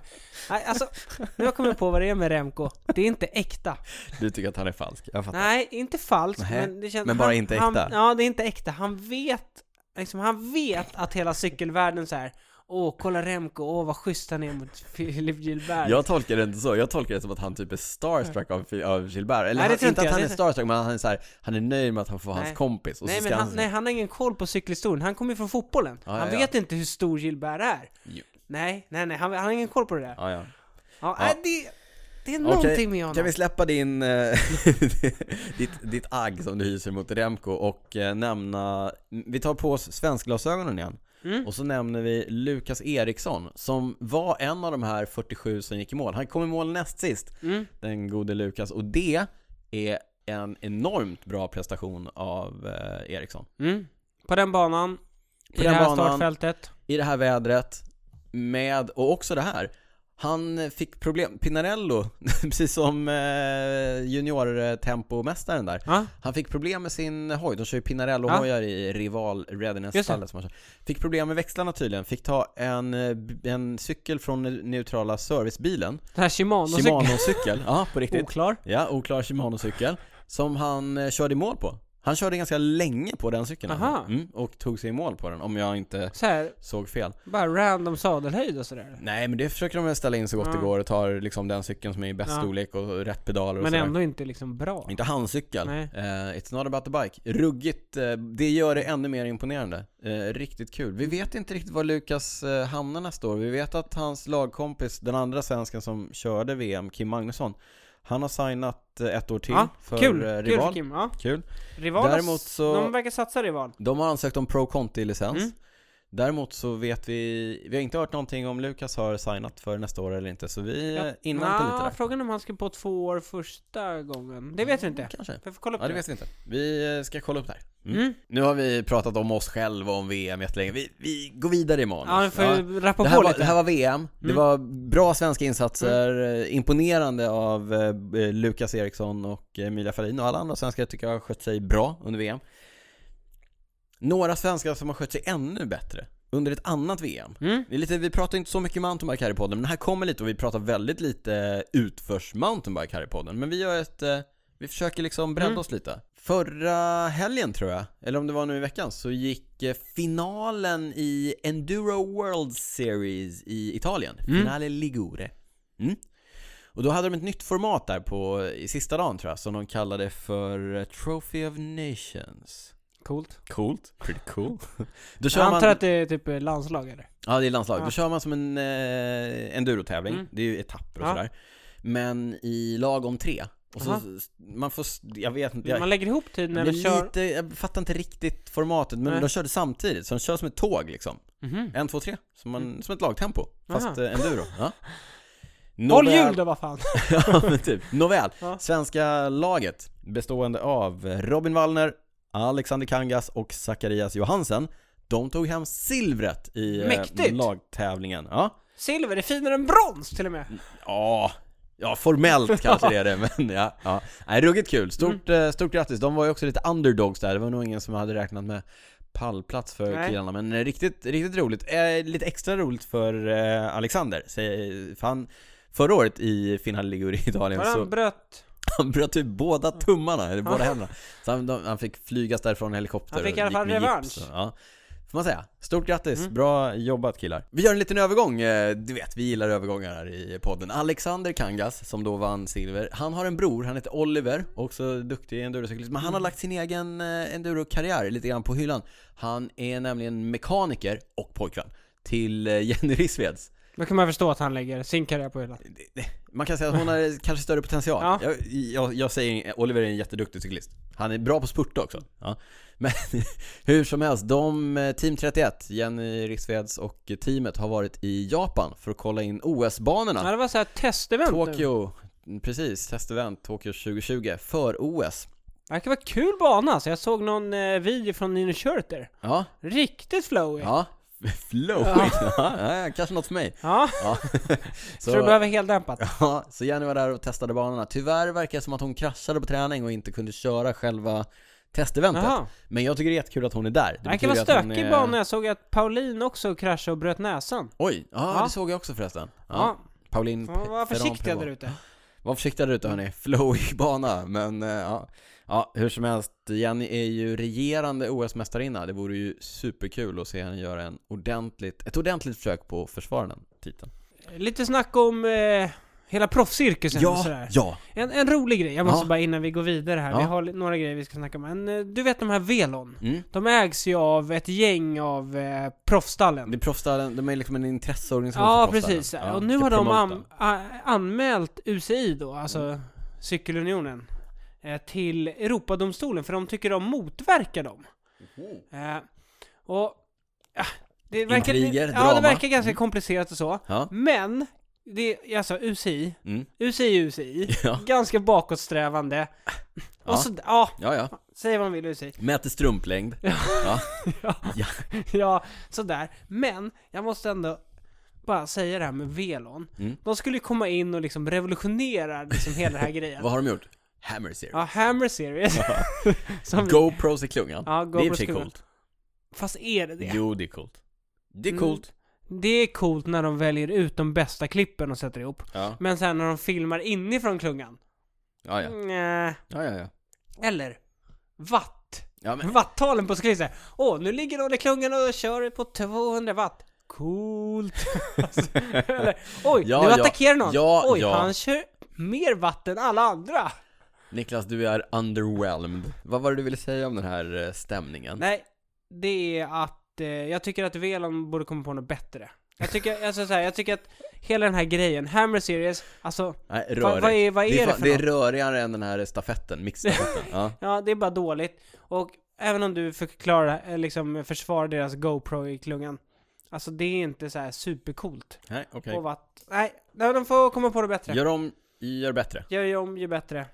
S2: Nej, alltså, nu har jag kommit på vad det är med Remco. Det är inte äkta.
S1: Du tycker att han är falsk. Jag fattar.
S2: Nej, inte falskt.
S1: Nähä,
S2: Men, det känns,
S1: men bara inte
S2: han,
S1: äkta.
S2: Ja, det är inte äkta. Han vet, liksom, han vet att hela cykelvärlden så här. Åh, kolla Remco, åh vad schysst han är mot Filip Gilbert.
S1: Jag tolkar det inte så, jag tolkar det som att han typ är starstruck av, av Gilbert. Eller
S2: Nej, det
S1: han,
S2: tror
S1: inte
S2: inte
S1: att
S2: jag.
S1: han är
S2: Det-
S1: starstruck, men han är, så här, han är nöjd med att han får
S2: Nej.
S1: hans kompis. Och
S2: nej,
S1: så
S2: men
S1: ska
S2: han,
S1: han,
S2: nej, han har ingen koll på cykelhistorien. Han kommer ju från fotbollen.
S1: Ja,
S2: han
S1: ja, ja.
S2: vet inte hur stor Gilbert är.
S1: Jo.
S2: Nej, nej, nej, han, han har ingen koll på det där. Ja,
S1: Ja, ja.
S2: Nej, det, det är
S1: Okej,
S2: någonting med honom.
S1: Kan vi släppa din, eh, ditt, ditt agg som du hyser mot Remco och eh, nämna, vi tar på oss svenskglasögonen igen.
S2: Mm.
S1: Och så nämner vi Lukas Eriksson som var en av de här 47 som gick i mål. Han kom i mål näst sist,
S2: Mm.
S1: den gode Lukas. Och det är en enormt bra prestation av eh, Eriksson.
S2: Mm. På den banan,
S1: På
S2: i det
S1: den
S2: här
S1: banan.
S2: startfältet.
S1: i det här vädret med, och också det här. Han fick problem, Pinarello, precis som eh, juniortempomästaren där.
S2: Ja,
S1: Han fick problem med sin hoj, de kör ju Pinarello-hojar i rival
S2: Just det.
S1: Readiness-stallet som han kör. Fick problem med växlarna tydligen, fick ta en, eh, b- en cykel från ne- neutrala servicebilen,
S2: den här Shimano-cykeln. Oh.
S1: Shimano-cykel, ja på riktigt.
S2: Oklar.
S1: Ja, oklar Shimano-cykel, som han eh, körde i mål på. Han körde ganska länge på den cykeln.
S2: Aha.
S1: Mm, och tog sig i mål på den, om jag inte
S2: Så här,
S1: såg fel.
S2: bara random sadelhöjd och sådär.
S1: Nej, men det försöker de väl ställa in så gott
S2: Ja.
S1: det går och tar liksom den cykeln som är i bäst
S2: Ja.
S1: storlek och rätt pedaler och
S2: Men
S1: sådär.
S2: ändå inte liksom bra.
S1: Inte handcykel.
S2: Nej.
S1: Eh, it's not about the bike. Ruggigt, eh, det gör det ännu mer imponerande. Eh, riktigt kul. Vi vet inte riktigt var Lukas eh, hamnar nästa år. Vi vet att hans lagkompis, den andra svensken som körde VM, Kim Magnusson, han har signat eh, ett år till
S2: Ja,
S1: för
S2: kul!
S1: eh,
S2: Kul
S1: Rival.
S2: för Kim. Ja.
S1: Kul.
S2: Rival
S1: Däremot
S2: Däremot
S1: så-
S2: så... De verkar satsa Rival.
S1: De har ansökt om Pro Conti-licens.
S2: Mm.
S1: Däremot så vet vi, vi har inte hört någonting om Lukas har signat för nästa år eller inte, så vi eh, inväntar lite där.
S2: Frågan är om han ska på två år första gången. Det vet vi inte.
S1: Kanske.
S2: Vi får kolla upp
S1: Ja, det
S2: det.
S1: vet vi inte. Vi eh, ska kolla upp det här. Mm.
S2: Mm.
S1: Nu har vi pratat om oss själva och om VM jättelänge. Vi, vi går vidare i manus.
S2: Ja, vi får
S1: Ja.
S2: ju rappa
S1: Det
S2: på
S1: här, var,
S2: lite.
S1: det här var VM, det
S2: Mm.
S1: var bra svenska insatser, eh, imponerande av eh, Lukas Eriksson och eh, Emilia Farin och alla andra svenskar tycker jag har skött sig bra under VM. Några svenskar som har skött sig ännu bättre under ett annat VM.
S2: Mm.
S1: Det är lite, vi pratar inte så mycket mountainbike här i podden, men här kommer lite och vi pratar väldigt lite utförs mountainbike här i podden. Men vi gör ett, eh, vi försöker liksom bredda
S2: Mm.
S1: oss lite. Förra helgen tror jag, eller om det var nu i veckan, så gick eh, finalen i Enduro World Series i Italien.
S2: Mm.
S1: Finale Ligure. Mm. Och då hade de ett nytt format där på, i sista dagen tror jag, som de kallade för eh, Trophy of Nations.
S2: Coolt.
S1: Coolt. Pretty cool. Då kör
S2: Jag antar
S1: man...
S2: att det är typ landslag eller?
S1: Ja, det är landslag. Då
S2: Ja.
S1: kör man som en eh, endurotävling.
S2: Mm.
S1: Det är ju etapper och
S2: Ja.
S1: sådär. Men i lag om tre. Och så,
S2: Aha.
S1: man får, s- jag vet inte, jag,
S2: Man lägger ihop tiden
S1: jag,
S2: eller
S1: blir
S2: kör...
S1: lite, jag fattar inte riktigt formatet. Men
S2: Nej.
S1: de körde samtidigt, så de kör som ett tåg liksom.
S2: Mhm.
S1: En, två, tre. Som, man, som ett lagtempo.
S2: Mm. Aha.
S1: Fast eh, enduro. Ja.
S2: Håll
S1: Nåväl-
S2: jul då vad fan!
S1: ja, men typ. Nåväl,
S2: Ja.
S1: svenska laget bestående av Robin Wallner, Alexander Kangas och Zacharias Johansen. De tog hem silvret i eh,
S2: Mäktigt.
S1: lagtävlingen. Ja.
S2: Silver är finare än brons till och med!
S1: Ja, ja formellt kanske det är det, men ja. ja. Nej, ruggigt
S2: Mm.
S1: kul. Stort, eh, stort grattis. De var ju också lite underdogs där. Det var nog ingen som hade räknat med pallplats för
S2: Nej.
S1: killarna, men eh, riktigt, riktigt roligt. Eh, lite extra roligt för eh, Alexander. Så, eh, för han, förra året i Finale Ligure i Italien
S2: Bara
S1: så
S2: han bröt...
S1: han bröt ju båda tummarna, eller båda
S2: Mm. Ja.
S1: händerna. Så han, de, han fick flygas därifrån i helikopter.
S2: Han fick i
S1: och
S2: alla
S1: gick
S2: fall
S1: med
S2: revansch.
S1: gips och- Ja. Får man säga. Stort grattis,
S2: Mm.
S1: bra jobbat killar. Vi gör en liten övergång, eh, du vet vi gillar övergångar här i podden. Alexander Kangas, som då vann silver, han har en bror, han heter Oliver, också duktig endurocyklist. Men han
S2: Mm.
S1: har lagt sin egen eh, endurokarriär lite grann på hyllan. Han är nämligen mekaniker och pojkvän till eh, Jenny Rissveds.
S2: Då kan man förstå att han lägger sin karriär på hyllan.
S1: Man kan säga att hon har kanske större potential.
S2: Ja.
S1: Jag, jag, jag säger, Oliver är en jätteduktig cyklist. Han är bra på spurta också. Ja. Men hur som helst, de, eh, Team 31, Jenny Rissveds och teamet har varit i Japan för att kolla in
S2: Ja,
S1: OS-banorna.
S2: det var såhär testevent nu.
S1: Tokyo, mm, precis, testevent Tokyo 2020 för OS.
S2: Det verkar vara kul bana alltså. Jag såg någon eh, video från Nino Schurter.
S1: Ja,
S2: Riktigt flowy. Ja.
S1: ja. Flow! Ja. ja, kanske något för mig. Ja. Så-
S2: Tror du behöver heldämpat?
S1: Ja, så Jenny var där och testade banorna. Tyvärr verkar det som att hon kraschade på träning och inte kunde köra själva testeventet.
S2: Jaha.
S1: Men jag tycker det är jättekul att hon är där. Det
S2: Det
S1: betyder
S2: verkar vara
S1: att hon
S2: stökig
S1: är-
S2: bana. Jag såg att Pauline också kraschade och bröt näsan.
S1: Oj, ja,
S2: Ja.
S1: det såg jag också förresten. Ja.
S2: Ja.
S1: Pauline
S2: Får man vara
S1: Ferrand
S2: försiktiga
S1: Prevot.
S2: där ute.
S1: Var försiktiga där ute hörni. Flowig bana, men eh, ja. Ja, hur som helst. Jenny är ju regerande OS-mästarinna. Det vore ju superkul att se henne göra en ordentligt, ett ordentligt försök på att försvara den titeln.
S2: Lite snack om eh, hela proffscirkusen och
S1: Ja,
S2: sådär.
S1: ja.
S2: En, en rolig grej. Jag måste
S1: Ja.
S2: bara innan vi går vidare här.
S1: Ja.
S2: Vi har li- några grejer vi ska snacka om. Men, eh, du vet de här velon?
S1: Mm.
S2: De ägs ju av ett gäng av eh, proffstallen.
S1: Det är proffsdalen, de är liksom en intresseorganisation
S2: Ja,
S1: för proffsdalen.
S2: precis.
S1: Ja, typ
S2: och nu
S1: ska
S2: har de
S1: promota.
S2: an, a, anmält UCI då, alltså
S1: Mm.
S2: Cykelunionen, eh, till Europadomstolen för de tycker de motverkar dem. Eh, och... ah, det verkar,
S1: Intriger,
S2: ja,
S1: drama. Mm.
S2: det verkar ganska komplicerat och så.
S1: Ja.
S2: Men, det är alltså UCI,
S1: Mm.
S2: UCI, UCI,
S1: Ja.
S2: ganska bakåtsträvande.
S1: Ja.
S2: Och så, ja,
S1: ja, ja.
S2: säg vad man vill UCI.
S1: Mäter strumplängd.
S2: Ja, sådär. Men, jag måste ändå bara säga det här med velon.
S1: Mm.
S2: De skulle ju komma in och liksom revolutionera liksom hela den här grejen.
S1: Vad har de gjort? Hammer series.
S2: ja, Hammer Series. Som vi-
S1: GoPros i klungan.
S2: Ja,
S1: det är i och för sig
S2: GoPros-klungan.
S1: coolt.
S2: Fast är det det?
S1: Jo, det är coolt. Det är
S2: Mm.
S1: coolt.
S2: Det är coolt när de väljer ut de bästa klippen och sätter ihop.
S1: Ja,
S2: Men sen när de filmar inifrån klungan.
S1: ja, ja.
S2: Nja.
S1: ja, ja, ja.
S2: Eller, watt.
S1: Ja,
S2: Mm.
S1: men,
S2: Wattalen på cyklister. Åh, nu ligger Ronny Klungan och kör på 200 watt. Coolt! Alltså, Eller, oj,
S1: Ja,
S2: nu
S1: ja.
S2: attackerar någon.
S1: Ja,
S2: oj,
S1: ja.
S2: han kör mer watt än alla andra.
S1: Niklas, du är underwhelmed. Vad var det du ville säga om den här eh, stämningen?
S2: Nej, det är att eh, jag tycker att Velon borde komma på något bättre. Jag tycker, alltså, så här, jag tycker att hela den här grejen, Hammer Series, alltså,
S1: Nej,
S2: vad,
S1: rörigt.
S2: vad är, vad är det,
S1: fan-
S2: för
S1: det är
S2: något?
S1: rörigare än den här stafetten, mixstafetten. ja.
S2: Ja, det är bara dåligt. Och även om du förklarar, eh, liksom försvarar deras GoPro i klungan. Alltså det är inte så här supercoolt.
S1: Nej, okej.
S2: Och vatt... Nej, nej, de får komma på det bättre.
S1: Gör om, gör bättre.
S2: Gör ju om, ju bättre.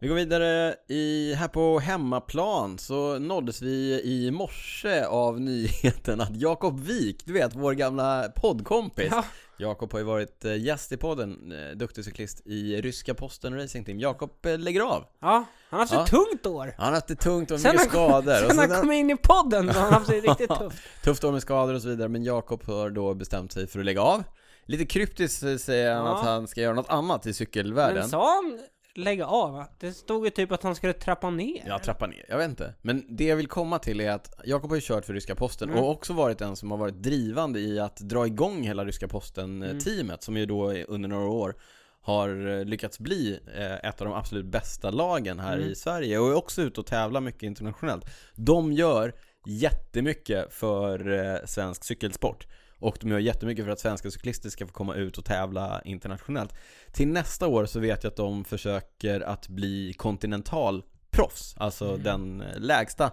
S1: Vi går vidare i, här på hemmaplan så nåddes vi i morse av nyheten att Jakob Wik, du vet vår gamla poddkompis
S2: Ja.
S1: Jakob har ju varit eh, gäst i podden, eh, duktig cyklist i ryska posten Racing Team Jakob eh, lägger av!
S2: Ja, han har haft
S1: Ja.
S2: ett tungt år.
S1: Han har haft det tungt och
S2: Sen
S1: mycket
S2: han kom-
S1: skador och
S2: Sen han
S1: sen-
S2: kom in i podden så har han haft det riktigt tufft.
S1: Tufft år med skador och så vidare, men Jakob har då bestämt sig för att lägga av Lite kryptiskt eh, säger han
S2: Ja.
S1: att han ska göra något annat i cykelvärlden
S2: Men sa han lägga av? va? Det stod ju typ att han skulle trappa ner.
S1: Ja, trappa ner. Jag vet inte. Men det jag vill komma till är att Jakob har ju kört för Ryska Posten
S2: Mm.
S1: och också varit den som har varit drivande i att dra igång hela Ryska Posten-teamet
S2: Mm.
S1: som ju då är- under några år har eh, lyckats bli eh, ett av de absolut bästa lagen här
S2: Mm.
S1: i Sverige och är också ute och tävlar mycket internationellt. De gör jättemycket för eh, svensk cykelsport och de gör jättemycket för att svenska cyklister ska få komma ut och tävla internationellt. Till nästa år så vet jag att de försöker att bli kontinental proffs, alltså
S2: Mm.
S1: den lägsta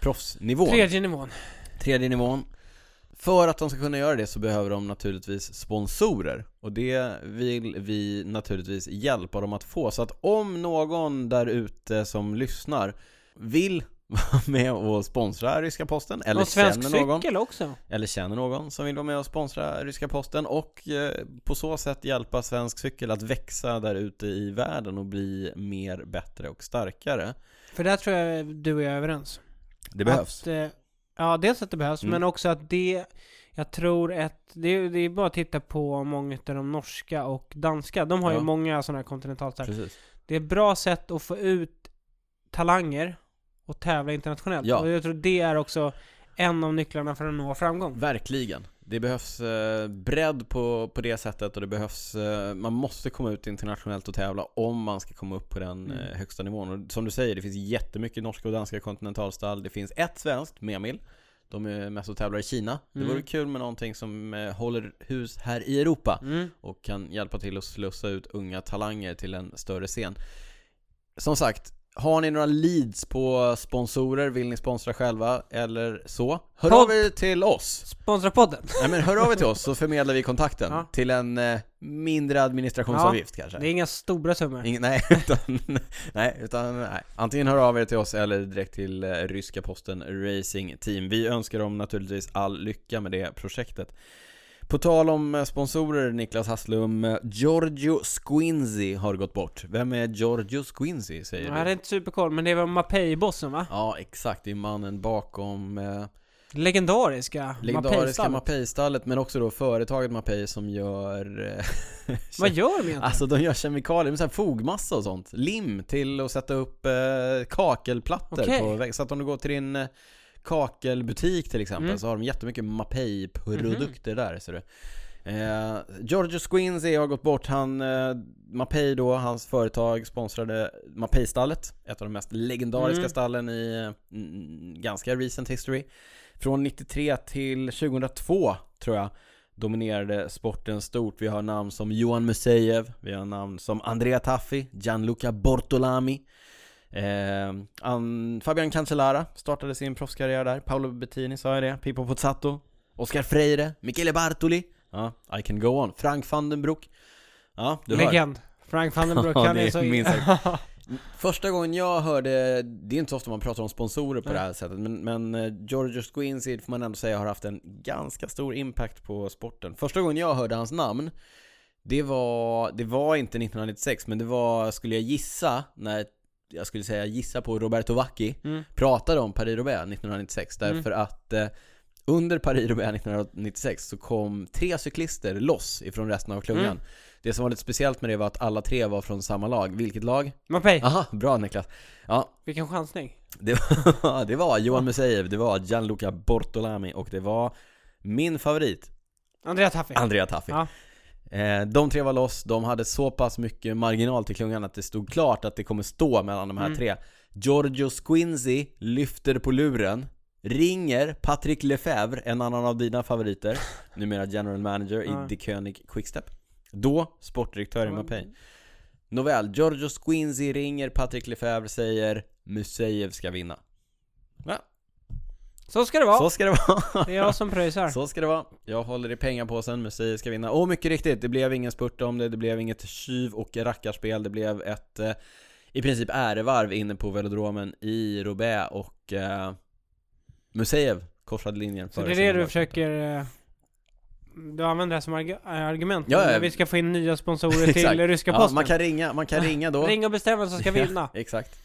S1: proffsnivån.
S2: Tredje nivån.
S1: Tredje nivån. För att de ska kunna göra det så behöver de naturligtvis sponsorer och det vill vi naturligtvis hjälpa dem att få. Så att om någon där ute som lyssnar vill vara med och sponsra Ryska Posten eller
S2: och svensk
S1: känner någon
S2: cykel också.
S1: eller känner någon som vill vara med och sponsra Ryska Posten och eh, på så sätt hjälpa svensk cykel att växa där ute i världen och bli mer, bättre och starkare.
S2: För där tror jag du och jag är överens.
S1: Det behövs.
S2: Att, eh, ja, dels att det behövs,
S1: Mm.
S2: men också att det, jag tror att, det, är- det är bara att titta på många av de norska och danska. De har
S1: Ja.
S2: ju många sådana här kontinentaltävlingar.
S1: Precis.
S2: Det är ett bra sätt att få ut talanger och tävla internationellt.
S1: Ja.
S2: Och jag tror det är också en av nycklarna för att nå framgång.
S1: Verkligen. Det behövs eh, bredd på, på det sättet och det behövs, eh, man måste komma ut internationellt och tävla om man ska komma upp på den
S2: Mm.
S1: eh, högsta nivån. Och som du säger, det finns jättemycket norska och danska kontinentalstall. Det finns ett svenskt, Memil. De är mest och tävlar i Kina. Det
S2: Mm.
S1: vore kul med någonting som eh, håller hus här i Europa.
S2: Mm.
S1: och kan hjälpa till att slussa ut unga talanger till en större scen. Som sagt, har ni några leads på sponsorer, vill ni sponsra själva eller så? Hör
S2: Podd.
S1: av er till oss!
S2: Sponsra podden!
S1: Nej men hör av er till oss så förmedlar vi kontakten
S2: Ja.
S1: till en eh, mindre administrationsavgift kanske.
S2: Det är inga stora summor.
S1: Ingen, nej, utan, nej, utan nej. antingen hör av er till oss eller direkt till eh, ryska posten Racing Team. Vi önskar dem naturligtvis all lycka med det projektet. På tal om eh, sponsorer Niklas Hasslum, eh, Giorgio Squinzi har gått bort. Vem är Giorgio Squinzi säger
S2: Jag hade
S1: du?
S2: inte superkoll, men det var Mapei-bossen va?
S1: Ja, exakt. Det är mannen bakom eh,
S2: Legendariska
S1: legendariska
S2: Mapei-stallet.
S1: Mapei-stallet, men också då företaget Mapei som gör eh,
S2: Vad gör de egentligen?
S1: Alltså de gör kemikalier, med så här fogmassa och sånt. Lim till att sätta upp eh, kakelplattor
S2: Okej.
S1: på väggen. Så att om du går till din eh, kakelbutik till exempel
S2: Mm. Mhm.
S1: så har de jättemycket Mapei-produkter där ser du. Eh, Giorgio Squinzi har gått bort, han, eh, Mapei då, hans företag sponsrade Mapei-stallet, ett av de mest legendariska
S2: Mm.
S1: stallen i eh, mm, ganska recent history. Från 93 till 2002 tror jag dominerade sporten stort. Vi har namn som Johan Musejev, vi har namn som Andrea Taffi, Gianluca Bortolami, eh, An- Fabian Cancellara startade sin proffskarriär där, Paolo Bettini sa jag det, Pippo Pozzato, Oscar Freire, Michele Bartoli, ja, I can go on, Frank van den Broek. Ja, du hör.
S2: Legend. Frank van den Broek,
S1: Ja,
S2: han
S1: det
S2: är så...
S1: minns jag. Första gången jag hörde, det är inte så ofta man pratar om sponsorer på
S2: Nej.
S1: det här sättet, men, men eh, Giorgio Squincy får man ändå säga har haft en ganska stor impact på sporten. Första gången jag hörde hans namn, det var, det var inte 1996, men det var, skulle jag gissa, när jag skulle säga gissa på Roberto Vacchi,
S2: Mm.
S1: pratade om Paris-Roubaix 1996
S2: Mm.
S1: därför att eh, under Paris-Roubaix 1996 så kom tre cyklister loss ifrån resten av klungan.
S2: Mm.
S1: Det som var lite speciellt med det var att alla tre var från samma lag. Vilket lag?
S2: Mapei,
S1: Aha, bra Niklas. Ja,
S2: vilken chansning.
S1: det var, det var Johan Museev, det var Gianluca Bortolami och det var min favorit,
S2: Andrea Taffi.
S1: Andrea Taffi.
S2: Ja.
S1: Eh, De tre var loss, de hade så pass mycket marginal till klungan att det stod klart att det kommer stå mellan de här
S2: Mm.
S1: tre. Giorgio Squinzi lyfter på luren, ringer Patrick Lefebvre, en annan av dina favoriter, numera general manager
S2: Ja.
S1: i De König Quickstep. Då sportdirektör i Mapei. Nåväl, Giorgio Squinzi ringer Patrick Lefebvre säger Museev ska vinna.
S2: Så ska det vara.
S1: Så ska det vara!
S2: Det är jag som pröjsar.
S1: Så ska det vara. Jag håller i pengapåsen, Museet ska vinna. Och mycket riktigt, det blev ingen spurt om det, det blev inget tjuv och rackarspel, det blev ett eh, i princip ärevarv inne på velodromen i Roubaix och eh, Museev korsade linjen
S2: Så
S1: före
S2: det är det
S1: sin
S2: du
S1: lag.
S2: försöker... eh, Du använder det här som arg- eh, argument?
S1: Ja, ja.
S2: När Vi ska få in nya sponsorer
S1: Exakt.
S2: till ryska
S1: ja,
S2: posten?
S1: man kan ringa, man kan ringa då.
S2: Ring och bestäm vem som ska
S1: Ja,
S2: vinna.
S1: Exakt.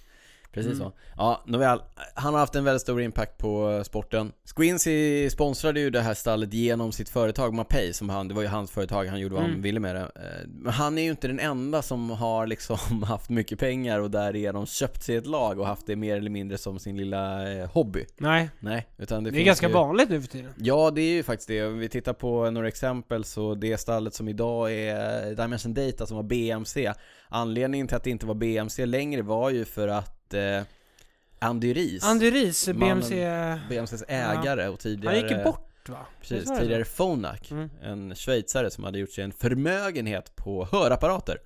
S1: Precis
S2: Mm.
S1: så. Ja, nåväl. Han har haft en väldigt stor impact på eh, sporten. Squincy sponsrade ju det här stallet genom sitt företag Mapei, som han, det var ju hans företag, han gjorde vad han
S2: Mm.
S1: ville med det. Eh, Men han är ju inte den enda som har liksom haft mycket pengar och därigenom köpt sig ett lag och haft det mer eller mindre som sin lilla eh, hobby.
S2: Nej,
S1: Nej, utan det,
S2: det, är
S1: finns
S2: ganska
S1: ju...
S2: vanligt nu för tiden.
S1: Ja, det är ju faktiskt det. Om vi tittar på några exempel så det stallet som idag är Dimension Data som var BMC. Anledningen till att det inte var BMC längre var ju för att eh, Andy Ries,
S2: Andy Ries,
S1: Mannen-
S2: BMC...
S1: BMCs ägare och
S2: Han
S1: tidigare,
S2: gick ju bort va? Visst
S1: precis,
S2: var det så?
S1: tidigare Phonak,
S2: Mm.
S1: en schweizare som hade gjort sig en förmögenhet på hörapparater.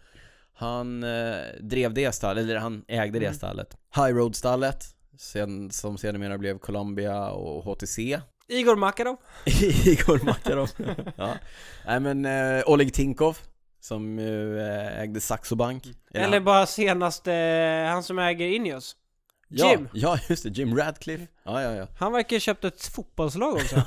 S1: Han eh, drev det stallet, eller han ägde det
S2: Mm.
S1: stallet. High Road-stallet, sen, som sedermera blev Columbia och HTC.
S2: Igor Makarov.
S1: Igor Makarov. ja. Nej men eh, Oleg Tinkov som ju eh, ägde Saxo Bank.
S2: Eller, bara senaste, eh, han som äger Ineos.
S1: ja,
S2: Jim. Mm.
S1: Ja, just det. Jim Radcliffe. Ja, ja, ja.
S2: Han verkar ha köpt ett fotbollslag också.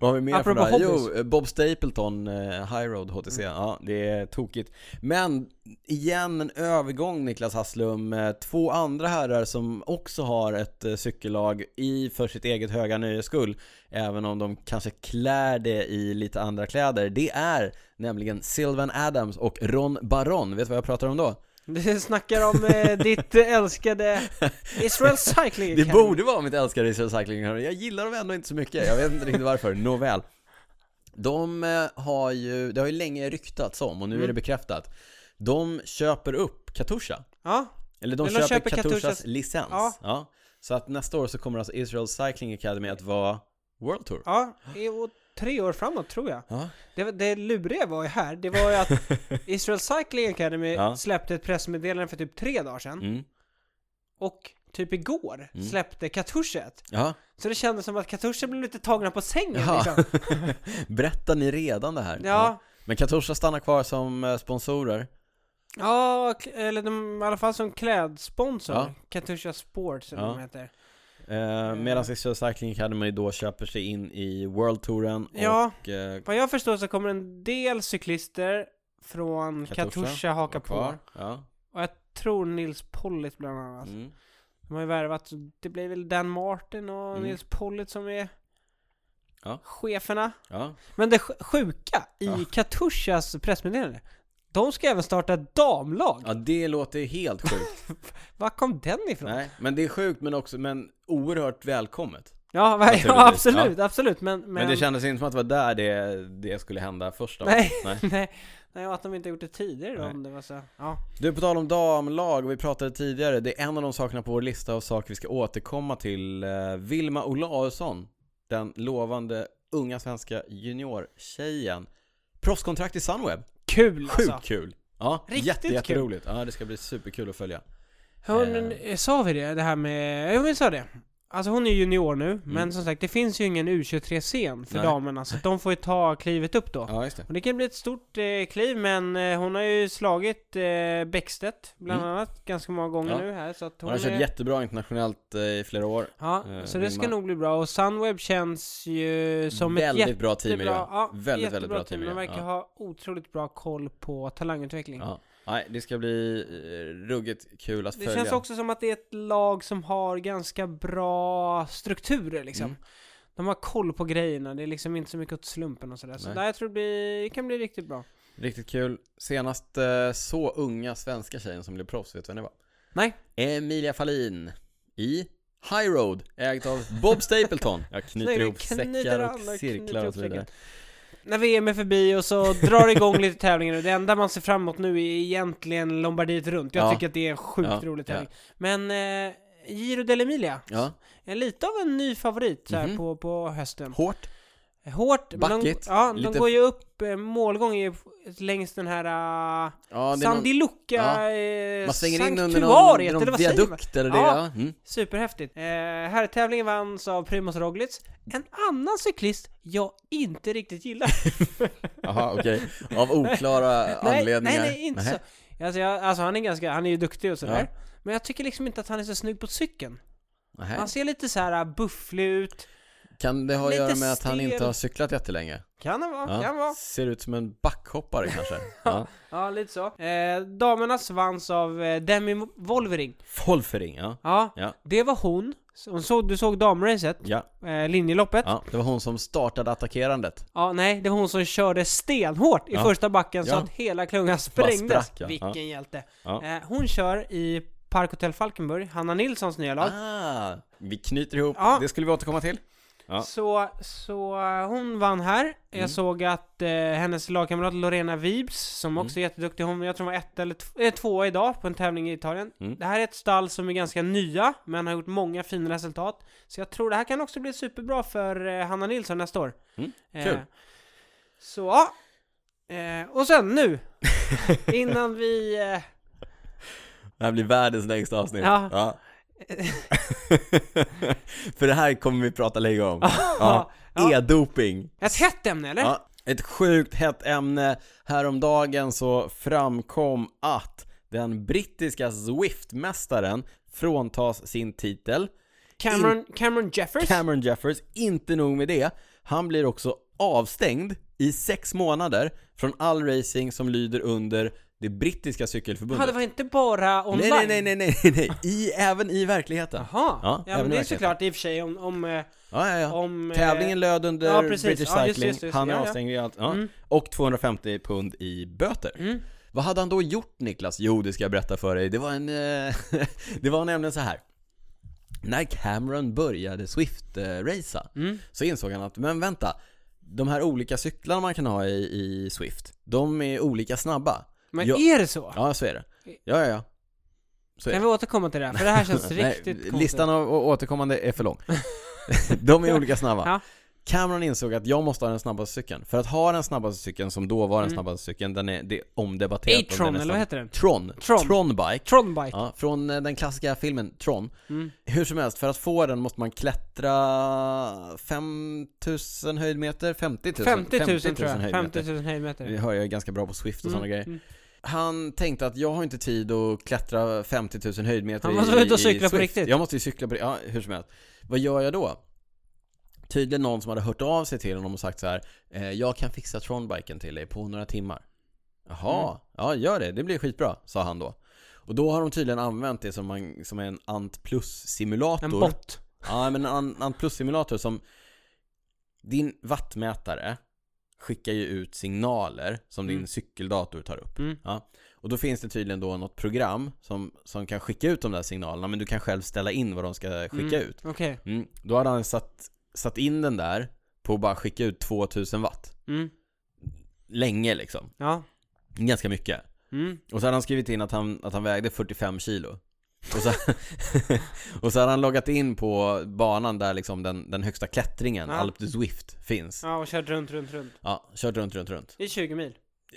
S1: Vad har vi mer för
S2: Apropå
S1: några?
S2: hobbies. Mm.
S1: Jo, eh, Bob Stapleton, eh, High Road HTC. Ja, det är tokigt. Men igen en övergång Niklas Hasslum. Eh, Två andra herrar som också har ett eh, cykellag i för sitt eget höga nöjes skull. Även om de kanske klär det i lite andra kläder. Det är nämligen Sylvan Adams och Ron Baron. Vet du vad jag pratar om då?
S2: Du snackar om eh, ditt älskade Israel Cycling
S1: Det
S2: Academy.
S1: borde vara mitt älskade Israel Cycling Academy. Jag gillar dem ändå inte så mycket. Jag vet inte riktigt varför. Nåväl. De eh, har ju, det har ju länge ryktats om och nu är det
S2: Mm.
S1: bekräftat. De köper upp Katusha.
S2: Ja,
S1: Eller de
S2: Eller de
S1: köper,
S2: köper
S1: Katushas,
S2: Katushas-
S1: licens.
S2: Ja.
S1: Så att nästa år så kommer alltså Israel Cycling Academy att vara World Tour.
S2: ja, i- och tre år framåt tror jag.
S1: Ja.
S2: Det, det luriga var ju här, det var ju att Israel Cycling Academy
S1: Ja.
S2: släppte ett pressmeddelande för typ tre dagar sedan.
S1: Mm.
S2: Och typ igår
S1: Mm.
S2: släppte Katusha ett.
S1: Ja.
S2: Så det kändes som att Katusha blev lite tagna på sängen
S1: Jaha.
S2: liksom.
S1: Berättar ni redan det här?
S2: Ja,
S1: Men Katusha stannar kvar som eh, sponsorer.
S2: Ja, k- eller de, i alla fall som klädsponsor.
S1: Ja.
S2: Katusha Sports eller
S1: Ja.
S2: vad de heter.
S1: Eh, Medan Israel Cycling Academy då köper sig in i World Touren och
S2: Ja.
S1: eh,
S2: Vad jag förstår så kommer en del cyklister från
S1: Katusha
S2: Katusha, haka
S1: var kvar.
S2: på. Alltså.
S1: Ja.
S2: Och jag tror Nils Pollitt bland annat.
S1: Mm.
S2: De har ju värvat, så det blir väl Dan Martin och
S1: Mm.
S2: Nils Pollitt som är
S1: Ja.
S2: cheferna.
S1: ja.
S2: Men det sj- sjuka i
S1: Ja.
S2: Katushas pressmeddelande. De ska även starta ett damlag.
S1: Ja, det låter ju helt sjukt.
S2: Var kom den ifrån?
S1: Nej, men det är sjukt men också, men oerhört välkommet.
S2: Ja, va-
S1: Naturligtvis,
S2: ja, absolut, absolut. Men, men,
S1: Men, det kändes inte som att det var där det, det skulle hända först av allt.
S2: Nej,
S1: Nej.
S2: nej. Nej, och att de inte gjort det tidigare då,
S1: Nej.
S2: om det var så. Ja.
S1: Du, på tal om damlag, och vi pratade tidigare, det är en av de sakerna på vår lista av saker vi ska återkomma till. Eh, Vilma Olausson, den lovande unga svenska juniortjejen. Proffskontrakt i Sunweb.
S2: Kul
S1: Sjukt
S2: alltså.
S1: kul! Ja,
S2: Riktigt
S1: jätte,
S2: kul.
S1: jätteroligt. Ja, det ska bli superkul att följa.
S2: Hon, eh, sa vi det? Det här med... Jo, vi sa det. Alltså hon är junior nu, men som sagt det finns ju ingen U23-scen för
S1: Mm. Nej.
S2: damerna, så de får ju ta klivet upp då.
S1: Ja, just det.
S2: Och det kan bli ett stort eh, kliv, men eh, hon har ju slagit eh, Bäckstedt bland
S1: Mm.
S2: annat ganska många gånger
S1: Ja.
S2: nu här, så att
S1: Hon har
S2: hon,
S1: kört
S2: är...
S1: jättebra internationellt eh, i flera år.
S2: Ja,
S1: eh,
S2: så det ska
S1: Vilma.
S2: nog bli bra. Och Sunweb känns ju som
S1: väldigt
S2: ett jättebra...
S1: bra teammiljö.
S2: ja,
S1: väldigt, väldigt bra
S2: De
S1: teammiljö.
S2: verkar
S1: Ja.
S2: ha otroligt bra koll på talangutveckling.
S1: Ja. Nej, det ska bli eh, ruggigt kul att
S2: Det
S1: följa. Mm.
S2: känns också som att det är ett lag som har ganska bra strukturer liksom. De har koll på grejerna, det är liksom inte så mycket åt slumpen och sådär. Så
S1: Nej.
S2: nej, jag tror det, blir, det kan bli riktigt bra.
S1: Riktigt kul. Senast eh, så unga svenska tjejen som blev proffs, vet du vem det var?
S2: Nej.
S1: Emilia Fallin i High Road, ägt av Bob Stapleton. Jag knyter
S2: Snyggt,
S1: ihop
S2: knyter
S1: säckar
S2: an
S1: och
S2: och
S1: cirklar
S2: knyter
S1: och så
S2: ihop
S1: vidare.
S2: När VM är förbi och så drar det igång lite tävlingar nu. Det enda man ser fram emot nu är egentligen Lombardiet runt. Jag
S1: Ja.
S2: tycker att det är en sjukt
S1: Ja,
S2: rolig
S1: ja.
S2: tävling. Men eh, Giro dell'Emilia,
S1: Ja,
S2: är lite av en ny favorit så här
S1: Mhm.
S2: på, på hösten.
S1: hårt.
S2: Hårt, men de,
S1: Backigt,
S2: ja,
S1: lite-
S2: de går ju upp, eh, målgång är ju längs den här uh,
S1: Ja, det är någon,
S2: Sandy Luca,
S1: ja.
S2: eh,
S1: man svänger in under någon,
S2: sanktuariet,
S1: under
S2: eller
S1: någon
S2: vad säger man?
S1: viadukt eller det.
S2: Ja.
S1: Ja. Mm.
S2: Superhäftigt. Eh, här tävlingen vanns av Primoz Roglic. En annan cyklist jag inte riktigt gillar.
S1: Jaha, okej. Av oklara
S2: nej, nej,
S1: anledningar.
S2: nej, inte
S1: Nähä.
S2: så. Alltså, jag, alltså han är ganska, han är ju duktig och sådär.
S1: Ja.
S2: Men jag tycker liksom inte att han är så snygg på cykeln.
S1: Nähä.
S2: Han ser lite så här äh, bufflig ut.
S1: Kan det ha att
S2: Lite
S1: göra med att han
S2: stel.
S1: inte har cyklat jättelänge?
S2: Kan han vara, kan vara.
S1: Ser ut som en backhoppare kanske? ja.
S2: Ja, lite så. Eh, damernas vanns av eh, Demi Wolvering.
S1: Folfering, ja.
S2: Ja,
S1: Ja.
S2: det var hon. Hon såg, du såg damracet,
S1: Ja,
S2: eh, linjeloppet. Ja.
S1: ja, det var hon som startade attackerandet.
S2: nej, det var hon som körde stenhårt i
S1: Ja.
S2: första backen så
S1: Ja.
S2: att hela klungan sprängdes.
S1: sprack, ja.
S2: Vilken hjälte.
S1: Ja.
S2: Eh, hon kör i Park Hotel Falkenburg, Hanna Nilssons nya lag.
S1: Ah, vi knyter ihop,
S2: Ja.
S1: det skulle vi återkomma till. Ja. Mm.
S2: Så, så eh, hon vann här. Jag såg att eh, hennes lagkamrat Lorena Vibs, som
S1: Mm.
S2: också är jätteduktig, hon, jag tror hon var ett eller tv- eh, tvåa idag på en tävling i Italien.
S1: Mm.
S2: Det här är ett stall som är ganska nya, men har gjort många fina resultat. Så jag tror det här kan också bli superbra för eh, Hanna Nilsson nästa år.
S1: Mm,
S2: Eh,
S1: kul.
S2: så, ja. Eh, och sen nu, innan vi... Eh,
S1: Det här blir världens längsta avsnitt.
S2: Ja.
S1: För det här kommer vi prata länge om.
S2: ja.
S1: E-doping.
S2: ett hett ämne eller?
S1: Ja, ett sjukt hett ämne. Häromdagen så framkom att den brittiska Zwift-mästaren fråntas sin titel.
S2: Cameron, Cameron Jeffers?
S1: Cameron Jeffers, inte nog med det. Han blir också avstängd i sex månader från all racing som lyder under det brittiska
S2: Ja, det
S1: cykelförbundet.
S2: var inte bara online?
S1: Nej, nej, nej, nej, nej, nej, I, även i verkligheten.
S2: Jaha,
S1: Ja,
S2: ja,
S1: även
S2: men det
S1: i
S2: är
S1: verkligheten.
S2: såklart i och för sig om... om, eh,
S1: Ja, ja, ja.
S2: om eh,
S1: Tävlingen löd under
S2: ja, precis.
S1: British Cycling,
S2: Ja, just det, just det, just det.
S1: han är
S2: Ja, ja.
S1: avstängd i allt, ja.
S2: Mm.
S1: och 250 pund i böter.
S2: Mm.
S1: Vad hade han då gjort Niklas? Jo, det ska jag berätta för dig. Det var en... eh, det var nämligen så här. När Cameron började Swift-racea
S2: Mm.
S1: så insåg han att, men vänta. De här olika cyklarna man kan ha i, i Swift, de är olika snabba.
S2: Men
S1: Ja.
S2: är det så?
S1: Ja, så är det. Ja, ja, ja. Så är
S2: Kan
S1: det.
S2: vi återkomma till det här? För det här känns
S1: Nej,
S2: Alltså, riktigt konstigt.
S1: Listan av å- återkommande är för lång. De är olika snabba.
S2: Ja.
S1: Cameron insåg att jag måste ha den snabbaste cykeln. För att ha den snabbaste cykeln, som då var den
S2: Mm.
S1: snabbaste cykeln, den är, det är omdebatterat om
S2: A-tron,
S1: den är
S2: eller vad
S1: snabb-
S2: heter den?
S1: Tron.
S2: Tron.
S1: Tronbike.
S2: Tronbike.
S1: Ja, från eh, den klassiska filmen Tron.
S2: Mm.
S1: Hur som helst, för att få den måste man klättra 5000 höjdmeter, 50 000?
S2: 50 000 tror jag.
S1: höjdmeter.
S2: 50
S1: Vi
S2: 000 höjdmeter.
S1: hör, jag är ganska bra på Swift och sådana
S2: Mm,
S1: grejer.
S2: mm.
S1: Han tänkte att jag har inte tid att klättra 50 000 höjdmeter
S2: Han måste
S1: i-
S2: vara ute och
S1: i
S2: cykla på
S1: Swift.
S2: riktigt.
S1: Jag måste ju cykla på ja hur som helst. Vad gör jag då? Tydligen någon som hade hört av sig till honom och sagt så här, eh, jag kan fixa Tronbiken till dig på några timmar. Jaha,
S2: Mm.
S1: ja gör det, det blir skitbra, sa han då. Och då har de tydligen använt det som, man, som en Ant Plus-simulator.
S2: En bot.
S1: Ja, men en Ant Plus-simulator som din vattmätare skickar ju ut signaler som din
S2: Mm.
S1: cykeldator tar upp.
S2: Mm.
S1: Och då finns det tydligen då något program som, som kan skicka ut de där signalerna men du kan själv ställa in vad de ska skicka
S2: Mm.
S1: ut.
S2: Okej.
S1: Mm. Då hade han satt, satt in den där på att bara skicka ut 2000 watt.
S2: Mm.
S1: Länge liksom.
S2: Ja.
S1: Ganska mycket.
S2: Mm.
S1: Och så hade han skrivit in att han, att han vägde 45 kilo. Och så, och så hade han loggat in på banan där liksom den, den högsta klättringen,
S2: Ja.
S1: Alp d'Huez Swift, finns.
S2: Ja, och kört runt, runt, runt.
S1: Ja, kört runt, runt, runt.
S2: Det är 20 mil.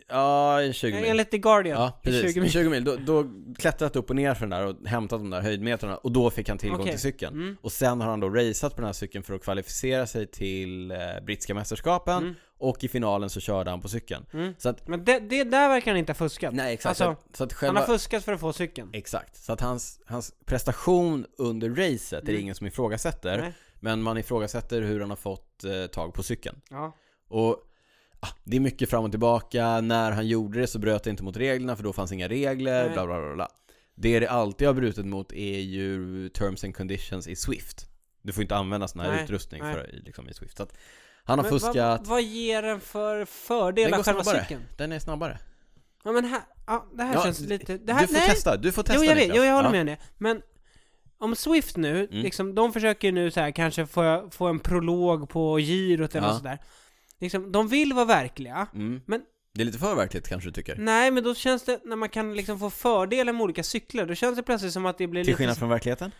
S1: Ja, i 20 mil.
S2: Enligt The Guardian.
S1: Ja,
S2: Det är
S1: precis.
S2: 20 mil.
S1: 20 mil. Då, då klättrat upp och ner för den där och hämtat de där höjdmetrarna och då fick han tillgång
S2: Okej.
S1: till cykeln.
S2: Mm.
S1: Och sen har han då raceat på den här cykeln för att kvalificera sig till eh, brittiska mästerskapen
S2: Mm.
S1: och i finalen så körde han på cykeln.
S2: Mm.
S1: Så att,
S2: Men det, det där verkar han inte ha fuskat.
S1: nej exakt.
S2: Alltså,
S1: så att, så att
S2: han
S1: själva,
S2: har fuskat för att få cykeln.
S1: Exakt. Så att hans, hans prestation under racet är det
S2: Mm.
S1: ingen som ifrågasätter,
S2: Nej.
S1: men man ifrågasätter hur han har fått eh, tag på cykeln.
S2: Ja.
S1: Och ah, det är mycket fram och tillbaka. När han gjorde det så bröt det inte mot reglerna för då fanns inga regler,
S2: Nej.
S1: bla bla bla bla. Det det alltid har brutit mot är ju terms and conditions i Swift. Du får inte använda sån här
S2: Nej,
S1: utrustning
S2: nej.
S1: för, i- liksom, i Swift. Så att han har
S2: Men
S1: fuskat.
S2: Vad, vad ger den för fördelar,
S1: Den går
S2: själva
S1: snabbare.
S2: cykeln?
S1: Den är snabbare.
S2: Ja men här, ja, det här
S1: Ja,
S2: känns lite... Det här,
S1: du får
S2: nej,
S1: testa, du får testa
S2: jo, jag vet,
S1: Niklas.
S2: jo, jag håller
S1: Ja. Mm.
S2: med om det. Men om Swift nu, liksom, de försöker ju nu så här, kanske få, få en prolog på girot eller
S1: Ja.
S2: något sådär. Liksom, de vill vara verkliga.
S1: Mm.
S2: Men- Mm,
S1: Det är lite för verkligt kanske du tycker?
S2: Nej, men då känns det, när man kan liksom få fördelar med olika cyklar, då känns det plötsligt som att det blir
S1: Till
S2: lite...
S1: skillnad från verkligheten?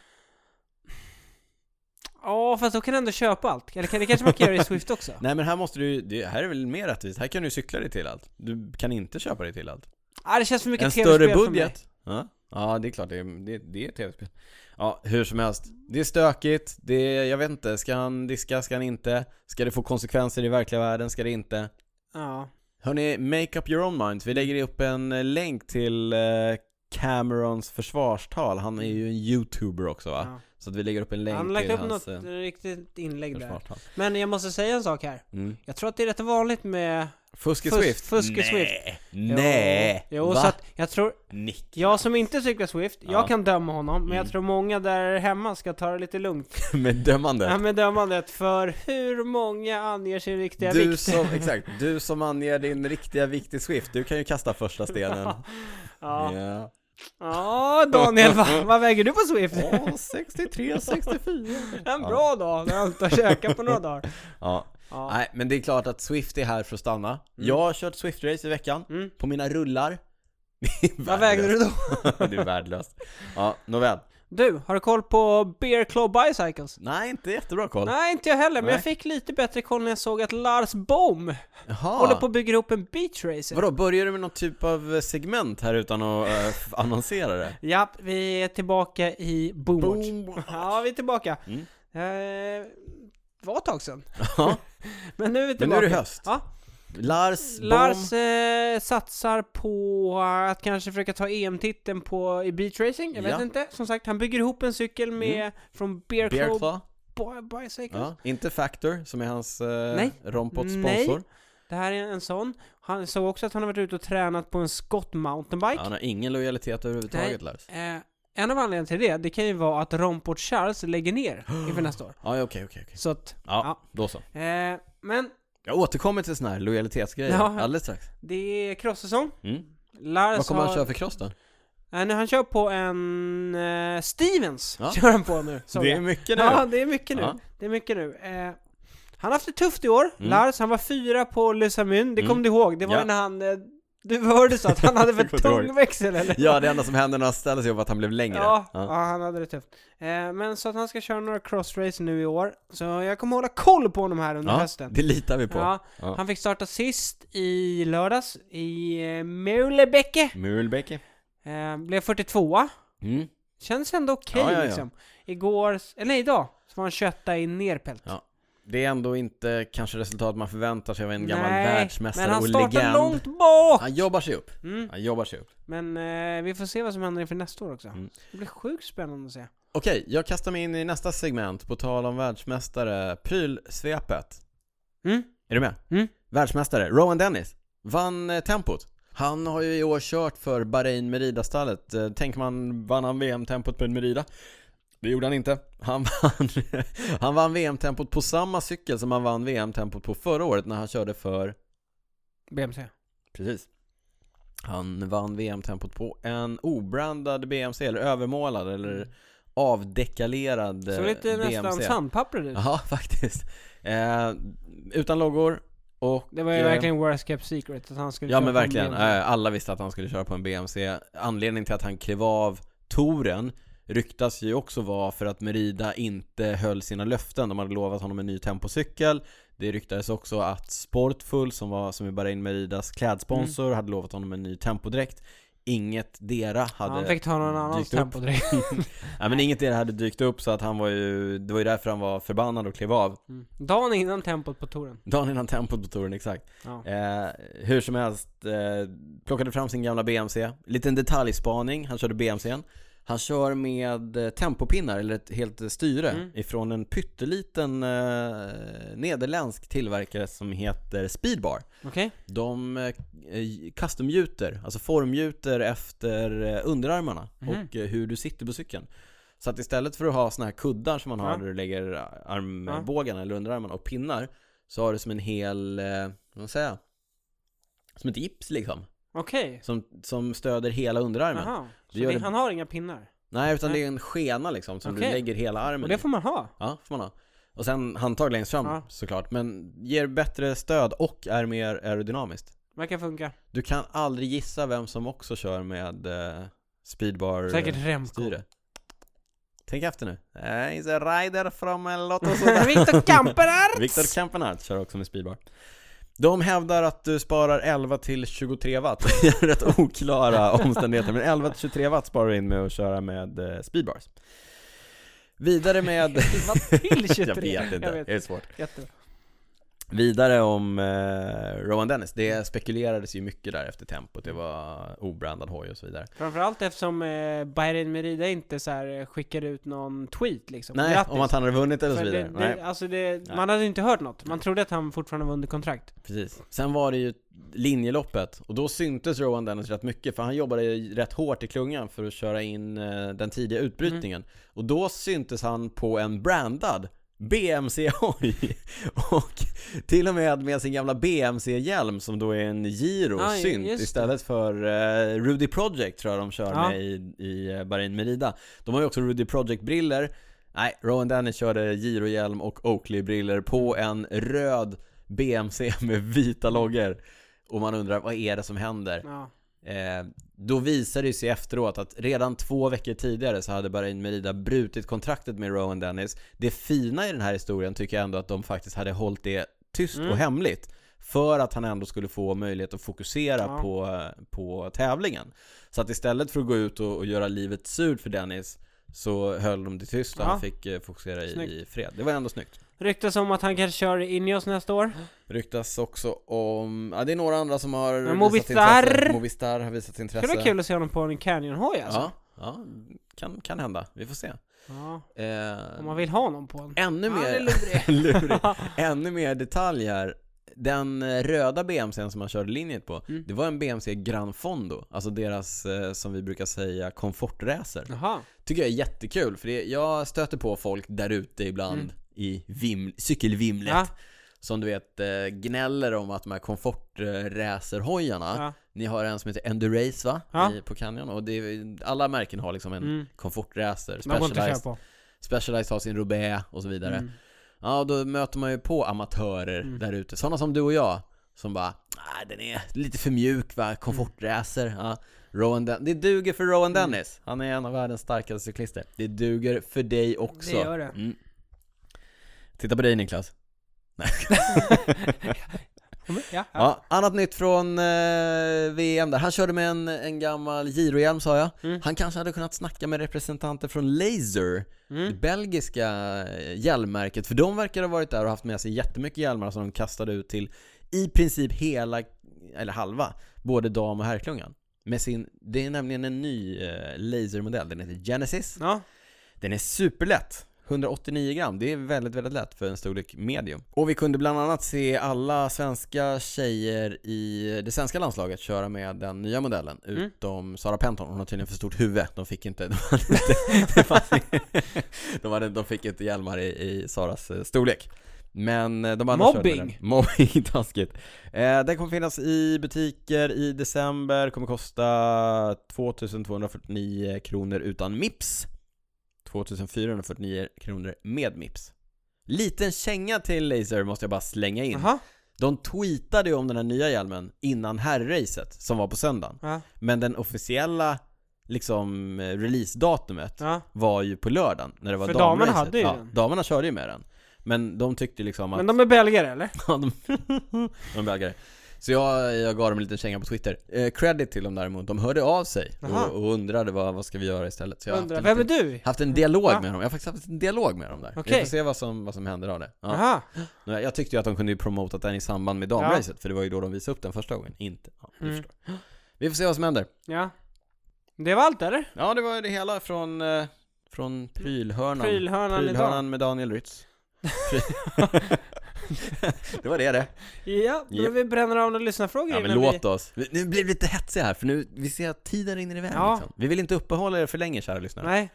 S2: Ja, fast då kan du ändå köpa allt. Eller kan- det kanske man kan göra i Swift också?
S1: Nej men här måste du det, här är väl mer rättvist? Här kan du cykla dig till allt. Du kan inte köpa dig till allt.
S2: Ah, det känns för mycket
S1: en
S2: tv-spel
S1: större
S2: för mig.
S1: budget? Ja. ja, det är klart, det är, det, det är ett tv-spel. Ja, hur som helst. Det är stökigt, det är, jag vet inte, ska han diska, ska han inte? Ska det få konsekvenser i verkliga världen, ska det inte?
S2: Ja.
S1: Hörni, make up your own minds. Vi lägger upp en eh, länk till eh, Camerons försvarstal. Han är ju en youtuber också va?
S2: ja.
S1: Så att vi lägger upp en länk
S2: Han har lagt
S1: till
S2: upp
S1: hans
S2: något eh,
S1: eh,
S2: riktigt inlägg där.
S1: försvarstal.
S2: Men jag måste säga en sak här.
S1: Mm.
S2: Jag tror att det är rätt vanligt med...
S1: Fusk i
S2: Fusk-
S1: Swift?
S2: fusk i
S1: Nej.
S2: Swift.
S1: Nej!
S2: Jo, jo
S1: Va?
S2: så att jag tror...
S1: Nick.
S2: Jag som inte cyklar Swift,
S1: Ja.
S2: jag kan döma honom, men
S1: Mm.
S2: jag tror många där hemma ska ta det lite lugnt.
S1: Med dömandet.
S2: Ja, med dömandet, för hur många anger sin riktiga
S1: Du
S2: vikt?
S1: som, exakt, du som anger din riktiga vikt i Swift, du kan ju kasta första stenen.
S2: Ja,
S1: Ja.
S2: ja Daniel, vad, vad väger du på Swift?
S1: Åh, 63, 64.
S2: En bra dag, när jag inte har käkat på några dagar.
S1: Ja.
S2: Ja.
S1: Nej, men det är klart att Swift är här för att stanna. Jag har kört Swift-race i veckan,
S2: Mm.
S1: på mina rullar.
S2: Vad vägde du då?
S1: då? det är värdelöst. Ja, nåväl.
S2: Du, har du koll på Bear Claw Bicycles?
S1: Nej, inte jättebra koll.
S2: Nej, inte jag heller, men
S1: Nej.
S2: jag fick lite bättre koll när jag såg att Lars Bohm håller
S1: Jaha.
S2: på att bygga ihop en beachracer.
S1: Vadå, börjar du med någon typ av segment här utan att eh, f- annonsera det?
S2: Japp, vi är tillbaka i Boomwatch. Ja, vi är tillbaka.
S1: Mm.
S2: Eh, var ett tag sedan.
S1: Ja,
S2: Men nu är vi
S1: men
S2: tillbaka.
S1: nu är det höst.
S2: Ja.
S1: Lars, Lars...
S2: Lars eh, satsar på att kanske försöka ta EM-titeln på i beachracing. Jag vet
S1: Ja.
S2: inte. Som sagt, han bygger ihop en cykel med från Bear
S1: Bomb, Bear
S2: Club
S1: Claw.
S2: Bi- Bicycles.
S1: Ja, inte Factor som är hans eh,
S2: Nej.
S1: Rompots
S2: Nej.
S1: sponsor.
S2: Det här är en sån. Han såg också att han har varit ute och tränat på en Scott Mountainbike.
S1: Han har ingen lojalitet överhuvudtaget Lars.
S2: Eh, en av anledningarna till det, det kan ju vara att Romport Charles lägger ner inför nästa år.
S1: Ja, ja, okej, okej, okej.
S2: Så att,
S1: Ja, då så.
S2: eh, men
S1: Jag återkommer till såna här lojalitetsgrejer
S2: Ja.
S1: alldeles strax.
S2: det är cross-säsong.
S1: Mm.
S2: Lars
S1: Vad kommer
S2: har...
S1: han köra för cross då?
S2: Eh, Nej, nu han kör på en eh, Stevens,
S1: Ja.
S2: kör han på nu. såg
S1: Det är
S2: jag.
S1: mycket nu.
S2: Ja, det är mycket nu.
S1: Ja.
S2: Det är mycket nu. Eh, han har haft det tufft i år, Lars. Han var fyra på Lusamyn, det
S1: Mm.
S2: kom du ihåg. Det var
S1: Ja.
S2: när han... Eh, du hörde så att han hade för
S1: Jag kommer inte
S2: tung växel, eller?
S1: Ja, det enda som hände när han ställde sig upp var att han blev längre.
S2: Ja, ja, han hade det tufft. Eh, men så att han ska köra några crossrace nu i år. Så jag kommer hålla koll på honom här under
S1: Ja,
S2: hösten.
S1: det litar vi på.
S2: Ja,
S1: Ja.
S2: Han fick starta sist i lördags i eh, Mulebäcke.
S1: Mulbeke.
S2: Eh, blev 42
S1: Mm.
S2: Känns ändå okej
S1: Ja, ja, ja.
S2: liksom. Igår, eller nej, idag, så var han 21 i nerpelt.
S1: Ja, Det är ändå inte kanske resultat man förväntar sig av en gammal
S2: Nej,
S1: världsmästare
S2: men han
S1: och
S2: startar
S1: legend.
S2: långt bak!
S1: Han jobbar sig upp.
S2: Mm.
S1: Han jobbar sig upp.
S2: Men eh, vi får se vad som händer inför nästa år också.
S1: Mm.
S2: Det blir sjukt spännande att se.
S1: Okej, jag kastar mig in i nästa segment på tal om världsmästare, prylsvepet.
S2: Mm.
S1: Är du med?
S2: Mm.
S1: Världsmästare, Rowan Dennis, vann eh, tempot. Han har ju i år kört för Bahrain Merida-stallet. Eh, Tänker man, vann han VM-tempot med Merida? Det gjorde han inte. Han vann, han vann VM-tempot på samma cykel som han vann VM-tempot på förra året när han körde för...
S2: BMC.
S1: Precis. Han vann VM-tempot på en obrandad BMC, eller övermålad, eller avdekalerad eh,
S2: Mm. Såg lite nästan sandpapper ut.
S1: Ja, faktiskt. Eh, utan loggor och...
S2: Det var ju
S1: eh,
S2: verkligen worst kept secret att han skulle
S1: Ja
S2: köra
S1: men
S2: på en
S1: verkligen.
S2: BMW.
S1: Eh, Alla visste att han skulle köra på en BMC. Anledningen till att han klev av touren ryktas ju också vara för att Merida inte höll sina löften. De hade lovat honom en ny tempocykel. Det ryktades också att Sportfull, som, var, som är Bahrain Meridas klädsponsor, hade lovat honom en ny tempodräkt. Inget dera hade...
S2: Han fick ta någon annans
S1: dykt upp.
S2: tempo direkt.
S1: Nej, men inget dera hade dykt upp så att han var ju... Det var ju därför han var förbannad och klev av.
S2: Mm. Dagen innan tempot på touren.
S1: Dagen innan tempot på touren, exakt.
S2: Ja.
S1: Eh, hur som helst, eh, plockade fram sin gamla BMC. Liten detaljspaning, han körde BMCn. Han kör med eh, tempopinnar, eller ett helt eh, styre,
S2: Mm.
S1: ifrån en pytteliten eh, nederländsk tillverkare som heter Speedbar.
S2: Okej?
S1: De eh, customgjuter, alltså formgjuter efter eh, underarmarna
S2: Mhm.
S1: och eh, hur du sitter på cykeln. Så att istället för att ha såna här kuddar som man har
S2: Ja.
S1: där du lägger eh, armbågarna eller underarmarna och pinnar Så har du som en hel, eh, vad ska man säga? Som ett gips liksom
S2: Okej.
S1: Som, som stöder hela underarmen
S2: Jaha. Så
S1: Det gör
S2: det,
S1: det-
S2: han har inga pinnar?
S1: Nej utan
S2: Nej.
S1: det är en skena liksom som
S2: Okej.
S1: du lägger hela armen
S2: Och
S1: i
S2: det får man ha?
S1: Ja, får man ha Och sen handtag längst fram
S2: Ja.
S1: såklart Men ger bättre stöd och är mer aerodynamiskt
S2: Verkar funka.
S1: Du kan aldrig gissa vem som också kör med eh, speedbar
S2: Säkert Remco.
S1: styre. Tänk efter nu. Eh, He's a rider from eh, Lotto
S2: Viktor Kamperer!
S1: Viktor Kampenarts kör också med speedbar. De hävdar att du sparar 11 till 23 watt. Det är rätt oklara omständigheter, men 11 till 23 watt sparar du in med att köra med eh, speedbars. Vidare med...
S2: Vad till 23?
S1: Jag vet inte, det är svårt.
S2: Jättebra.
S1: Vidare om eh, Rowan Dennis, det spekulerades ju mycket där efter tempot, det var obrandad hoj och så vidare.
S2: Framförallt eftersom eh, Bayern Merida inte så här eh, skickade ut någon tweet liksom.
S1: Nej,
S2: Grattis.
S1: om att han hade vunnit eller så
S2: För
S1: vidare.
S2: Det,
S1: Nej.
S2: det, alltså det, man hade inte hört något. Man trodde att han fortfarande var under kontrakt.
S1: Precis. Sen var det ju linjeloppet och då syntes Rowan Dennis rätt mycket för han jobbade ju rätt hårt i klungan för att köra in eh, den tidiga utbrytningen.
S2: Mm.
S1: Och då syntes han på en brandad BMC-hoj och till och med med sin gamla BMC-hjälm som då är en
S2: Ja,
S1: Giro-synt
S2: just det.
S1: istället för eh, Rudy Project tror jag de kör
S2: Ja.
S1: med i, i eh, Bahrain Merida. De har ju också Rudy Project-briller Nej, Rowan Dennis körde Girohjälm och Oakley-briller på en röd BMC med vita loggor. Och man undrar, vad är det som händer?
S2: Ja.
S1: Eh, då visade det sig efteråt att redan två veckor tidigare så hade Bahrain Merida brutit kontraktet med Rowan Dennis. Det fina i den här historien tycker jag ändå att de faktiskt hade hållit det tyst
S2: Mm.
S1: och hemligt. För att han ändå skulle få möjlighet att fokusera
S2: Ja.
S1: på, på tävlingen. Så att istället för att gå ut och, och göra livet surt för Dennis så höll de det tyst och
S2: Ja.
S1: han fick eh, fokusera i,
S2: Snyggt.
S1: i fred. Det var ändå snyggt.
S2: Ryktas om att han kanske kör Ineos nästa år.
S1: Ryktas också om, ja det är några andra som har
S2: Men Movistar-
S1: visat intresse. Movistar har visat
S2: Det
S1: intresse.
S2: skulle vara kul att se honom på en Canyon-hoj alltså.
S1: Ja, ja kan, kan hända. Vi får se.
S2: Ja,
S1: Eh,
S2: Om man vill ha någon på en.
S1: Ännu
S2: Ja, det är
S1: mer,
S2: lurig.
S1: lurig. ännu mer detalj här. Den eh, röda BMCn som man körde linjet på,
S2: Mm.
S1: det var en BMC Gran Fondo. Alltså deras, eh, som vi brukar säga, komfortracer.
S2: Jaha.
S1: Tycker jag är jättekul, för det, jag stöter på folk där ute ibland
S2: Mm.
S1: i vim, cykelvimlet.
S2: Ja,
S1: Som du vet eh, gnäller om att de här komfortracerhojarna
S2: ja.
S1: Ni har en som heter Endurace va?
S2: Ja.
S1: I, på Canyon och det är, alla märken har liksom en
S2: Mm.
S1: komfortracer
S2: Man går inte att köra
S1: Specialized,
S2: på.
S1: Specialized har sin Roubaix och så vidare
S2: Mm.
S1: Ja, då möter man ju på amatörer
S2: Mm.
S1: där ute, sådana som du och jag Som bara ah, den är lite för mjuk
S2: Mm.
S1: va, komfortracer ja. Rowan Den- Det duger för Rowan
S2: Mm.
S1: Dennis, han är en av världens starkaste cyklister Det duger för dig också
S2: Det gör det.
S1: Mm. Titta på dig Niklas
S2: Ja, ja.
S1: Ja, annat nytt från eh, VM där. Han körde med en, en gammal girohjälm sa jag.
S2: Mm.
S1: Han kanske hade kunnat snacka med representanter från Laser, det
S2: Mm.
S1: belgiska eh, hjälmmärket. För de verkar ha varit där och haft med sig jättemycket hjälmar som de kastade ut till i princip hela, eller halva, både dam och herrklungan. Med sin, det är nämligen en ny eh, lasermodell, den heter Genesis.
S2: ja.
S1: Den är superlätt. 189 gram, det är väldigt, väldigt lätt för en storlek medium. Och vi kunde bland annat se alla svenska tjejer i det svenska landslaget köra med den nya modellen,
S2: Mm.
S1: utom Sara Penton. Hon har tydligen för stort huvud. De fick inte, de hade inte, det fanns inte- de, hade, de fick inte hjälmar i, i Saras eh, storlek. Men eh, de andra körde med
S2: Mobbing.
S1: den. Mobbing, taskigt. Eh, den kommer finnas i butiker i december, kommer kosta 2249 kronor utan Mips. 2449 kronor med Mips. Liten känga till Laser måste jag bara slänga in.
S2: Jaha.
S1: De tweetade ju om den här nya hjälmen innan herrracet som var på söndagen.
S2: Ja.
S1: Men den officiella liksom eh, releasedatumet
S2: Ja.
S1: var ju på lördagen när det var
S2: För damerna
S1: damracet.
S2: hade ju
S1: ja,
S2: den.
S1: Damerna körde ju med den. Men de tyckte liksom att...
S2: Men de är belgare eller?
S1: Ja, de, de belgare. Så jag, jag gav dem en liten känga på Twitter. Eh, credit till dem däremot, de hörde av sig
S2: Jaha.
S1: och, och undrade vad, vad ska vi göra istället. Så jag har haft
S2: Undrar,
S1: en
S2: vem är
S1: liten-
S2: du?
S1: haft en dialog
S2: Ja.
S1: med dem, jag har faktiskt haft en dialog med dem där. Vi
S2: Okej.
S1: får se vad som, vad som händer av det. Ja.
S2: Jaha.
S1: Men Jag tyckte ju att de kunde ju promota den i samband med damracet, för det var ju då de visade upp den första gången. Inte. Ja, du
S2: Mm.
S1: förstår. Vi får se vad som händer.
S2: Ja. Det var allt eller?
S1: Ja, det var ju det hela från, eh, från prylhörnan.
S2: Prylhörnan,
S1: Prylhörnan med Daniel Rytz. det var det det.
S2: idag. Ja, då
S1: Japp.
S2: vi bränner av några lyssnarfrågor
S1: Ja men
S2: innan
S1: låt oss. Vi- Nu blir vi lite hetsiga här för nu, vi ser att tiden rinner iväg
S2: Ja.
S1: liksom. Vi vill inte uppehålla er för länge kära
S2: vi...
S1: lyssnare.
S2: Nej.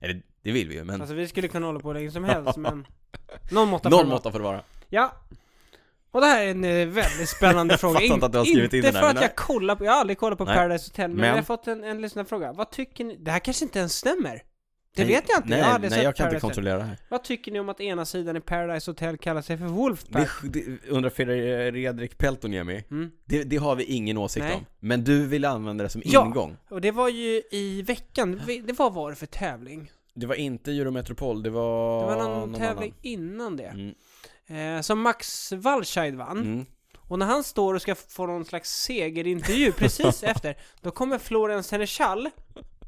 S1: Eller det vill vi ju, men
S2: Alltså vi skulle kunna hålla på hur länge som helst men... Någon måtta
S1: någon
S2: det vara.
S1: måtta får det vara.
S2: Ja. Och det här är en eh, väldigt spännande
S1: Jag
S2: fråga.
S1: fattar inte att du har skrivit in
S2: inte
S1: den här,
S2: för att
S1: men-
S2: jag kollar på, jag har aldrig kollat på
S1: Nej.
S2: Paradise Hotel, men,
S1: Men-
S2: jag har fått en, en lyssnarfråga. Vad tycker ni? Det här kanske inte ens stämmer. Det
S1: Nej,
S2: vet jag inte.
S1: Nej,
S2: jag har aldrig
S1: nej
S2: sett
S1: jag kan inte
S2: Paradise Hotel.
S1: kontrollera det här.
S2: Vad tycker ni om att ena sidan i Paradise Hotel kallar sig för Wolfpack?
S1: Det, det, undrar Fredrik eh, Peltoniemi.
S2: Mm.
S1: Det, det har vi ingen åsikt
S2: Nej.
S1: om. Men du vill använda det som
S2: Ja.
S1: ingång.
S2: Och det var ju i veckan, Vi- det var vad var det för tävling?
S1: Det var inte Eurometropol, det var...
S2: Det var någon,
S1: någon
S2: tävling innan det.
S1: annan.
S2: Eh, som Max Walscheid vann.
S1: Mm. Mm.
S2: Och när han står och ska få någon slags segerintervju precis efter, då kommer Florence Senechal,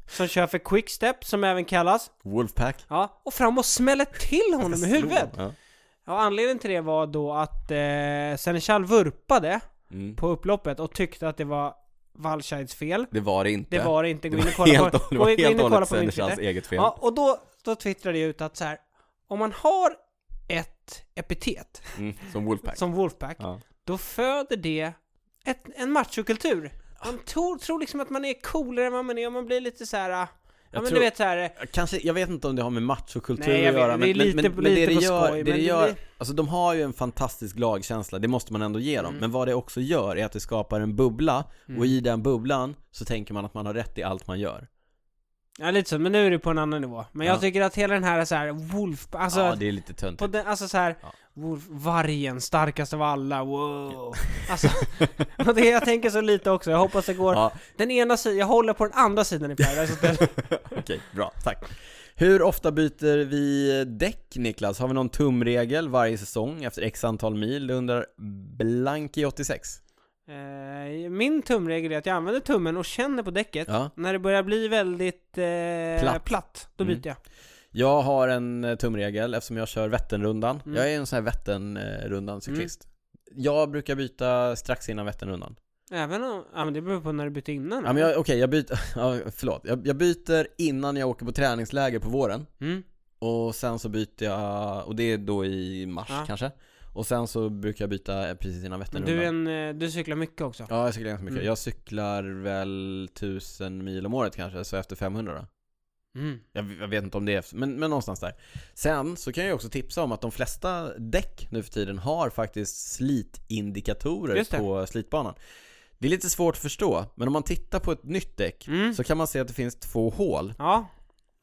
S2: som kör för Quickstep, som även kallas,
S1: Wolfpack.
S2: ja, och fram och smäller till honom i huvudet.
S1: Ja.
S2: Ja, anledningen till det var då att eh, Senechal vurpade
S1: Mm.
S2: på upploppet och tyckte att det var Walscheids fel.
S1: Det var det inte.
S2: Det var det inte, gå in och kolla
S1: helt,
S2: på,
S1: det
S2: gå
S1: var
S2: in- gå in
S1: helt
S2: och
S1: och
S2: kolla
S1: hållet
S2: på min
S1: Senechals
S2: Twitter.
S1: eget fel.
S2: Ja, och då, då twittrade jag ut att så här, om man har ett epitet
S1: Mm. Som Wolfpack.
S2: som Wolfpack,
S1: Ja.
S2: då föder det ett, en machokultur. Man tror, tror liksom att man är coolare än vad man är och man blir lite så här. ah, Ja men
S1: tror-
S2: du vet så här.
S1: Kanske, jag vet inte om det har med machokultur
S2: Nej, jag
S1: att
S2: vet,
S1: göra,
S2: det är
S1: men, men,
S2: lite-
S1: men, men det
S2: lite
S1: det
S2: på
S1: gör, det
S2: skoj, men
S1: det
S2: det
S1: gör
S2: blir-
S1: alltså de har ju en fantastisk lagkänsla, det måste man ändå ge dem,
S2: Mm.
S1: men vad det också gör är att det skapar en bubbla, och i den bubblan så tänker man att man har rätt i allt man gör.
S2: Ja lite så, men nu är det på en annan nivå. Men jag
S1: Ja.
S2: tycker att hela den här så här Wolf, alltså,
S1: ja, det är lite töntigt.
S2: på den, alltså så här,
S1: Ja.
S2: Wolf, vargen, starkast av alla, wow. Alltså, och det, jag tänker så lite också, jag hoppas det går.
S1: Ja,
S2: Den ena sidan, jag håller på den andra sidan i Paradise Hotel.
S1: Okej, bra, tack. Hur ofta byter vi däck Niklas? Har vi någon tumregel varje säsong efter x antal mil? Det undrar Blanki86.
S2: Eh, Min tumregel är att jag använder tummen och känner på däcket.
S1: Ja.
S2: När det börjar bli väldigt eh,
S1: Platt.
S2: platt. då
S1: Mm.
S2: byter jag.
S1: Jag har en eh, tumregel eftersom jag kör Vätternrundan.
S2: Mm.
S1: Jag är en sån här Vätternrundan cyklist. Jag brukar byta strax innan Vätternrundan.
S2: Även om, ja men det beror på när du bytte innan.
S1: Ja, men jag, okej, jag byter, ja, förlåt. Jag, jag byter innan jag åker på träningsläger på våren.
S2: mm.
S1: Och sen så byter jag, och det är då i mars
S2: Ja.
S1: kanske. Och sen så brukar jag byta eh, precis innan
S2: Men
S1: Vätternrundan.
S2: du, är en, eh, du cyklar mycket också.
S1: Ja, jag cyklar ganska mycket.
S2: Mm.
S1: Jag cyklar väl 1000 mil om året kanske, så efter 500 då.
S2: Mm.
S1: Jag, jag vet inte om det är, efter- men, men någonstans där. Sen så kan jag ju också tipsa om att de flesta däck nu för tiden har faktiskt slitindikatorer
S2: Just det.
S1: på slitbanan. Det är lite svårt att förstå, men om man tittar på ett nytt däck
S2: Mm.
S1: så kan man se att det finns två hål
S2: Ja.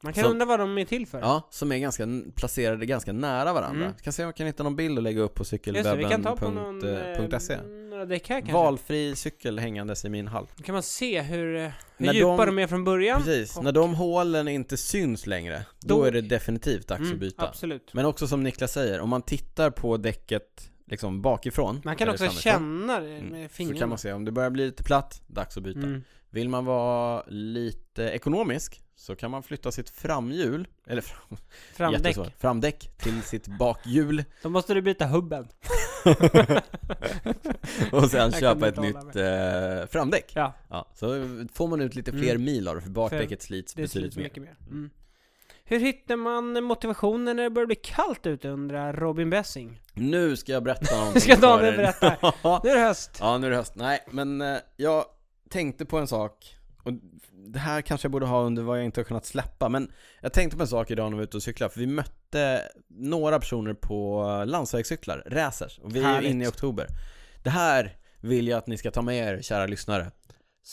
S2: Man kan
S1: Så-
S2: undra vad de är till för.
S1: Ja, som är ganska n- placerade ganska nära varandra.
S2: Mm.
S1: Kan se om jag kan hitta någon bild och lägga upp på
S2: Just det, vi kan ta på någon... eh,
S1: cykelwebben.se.
S2: några däck här kanske.
S1: Valfri cykel hängandes i min hall.
S2: Då kan man se hur, eh, hur
S1: När
S2: djupa
S1: de-
S2: de... är från början.
S1: Precis,
S2: och-
S1: när de hålen inte syns längre, då,
S2: Då-
S1: är det definitivt dags
S2: Mm,
S1: att byta.
S2: Absolut.
S1: Men också som Niklas säger, om man tittar på däcket liksom bakifrån,
S2: Man kan
S1: eller
S2: också
S1: framifrån,
S2: känna det
S1: Mm.
S2: med
S1: så kan
S2: fingrarna.
S1: man se om det börjar bli lite platt, dags att byta.
S2: Mm.
S1: Vill man vara lite ekonomisk så kan man flytta sitt framhjul, eller fram,
S2: Framdäck.
S1: jättesvårt, framdäck till sitt bakhjul
S2: Då måste du byta hubben.
S1: och sen
S2: Jag
S1: köpa
S2: kunde
S1: ett
S2: inte hålla
S1: nytt eh, framdäck.
S2: Ja.
S1: Ja, så får man ut lite fler
S2: Mm.
S1: mil av det, för bakdäcket slits
S2: Det
S1: betydligt
S2: slits
S1: mer.
S2: mycket mer. Mm. Hur hittar man motivationen när det börjar bli kallt ute undrar Robin Bessing.
S1: Nu ska jag berätta någonting
S2: Ska
S1: för
S2: Daniel
S1: er.
S2: berätta? Nu är det höst.
S1: Ja, nu är det höst. Nej, men eh, jag tänkte på en sak. Och det här kanske jag borde ha under vad jag inte har kunnat släppa, men jag tänkte på en sak idag när vi var ute och cyklade, för vi mötte några personer på landsvägscyklar, racers, och vi är ju
S2: Härligt.
S1: inne i oktober. Det här vill jag att ni ska ta med er, kära lyssnare.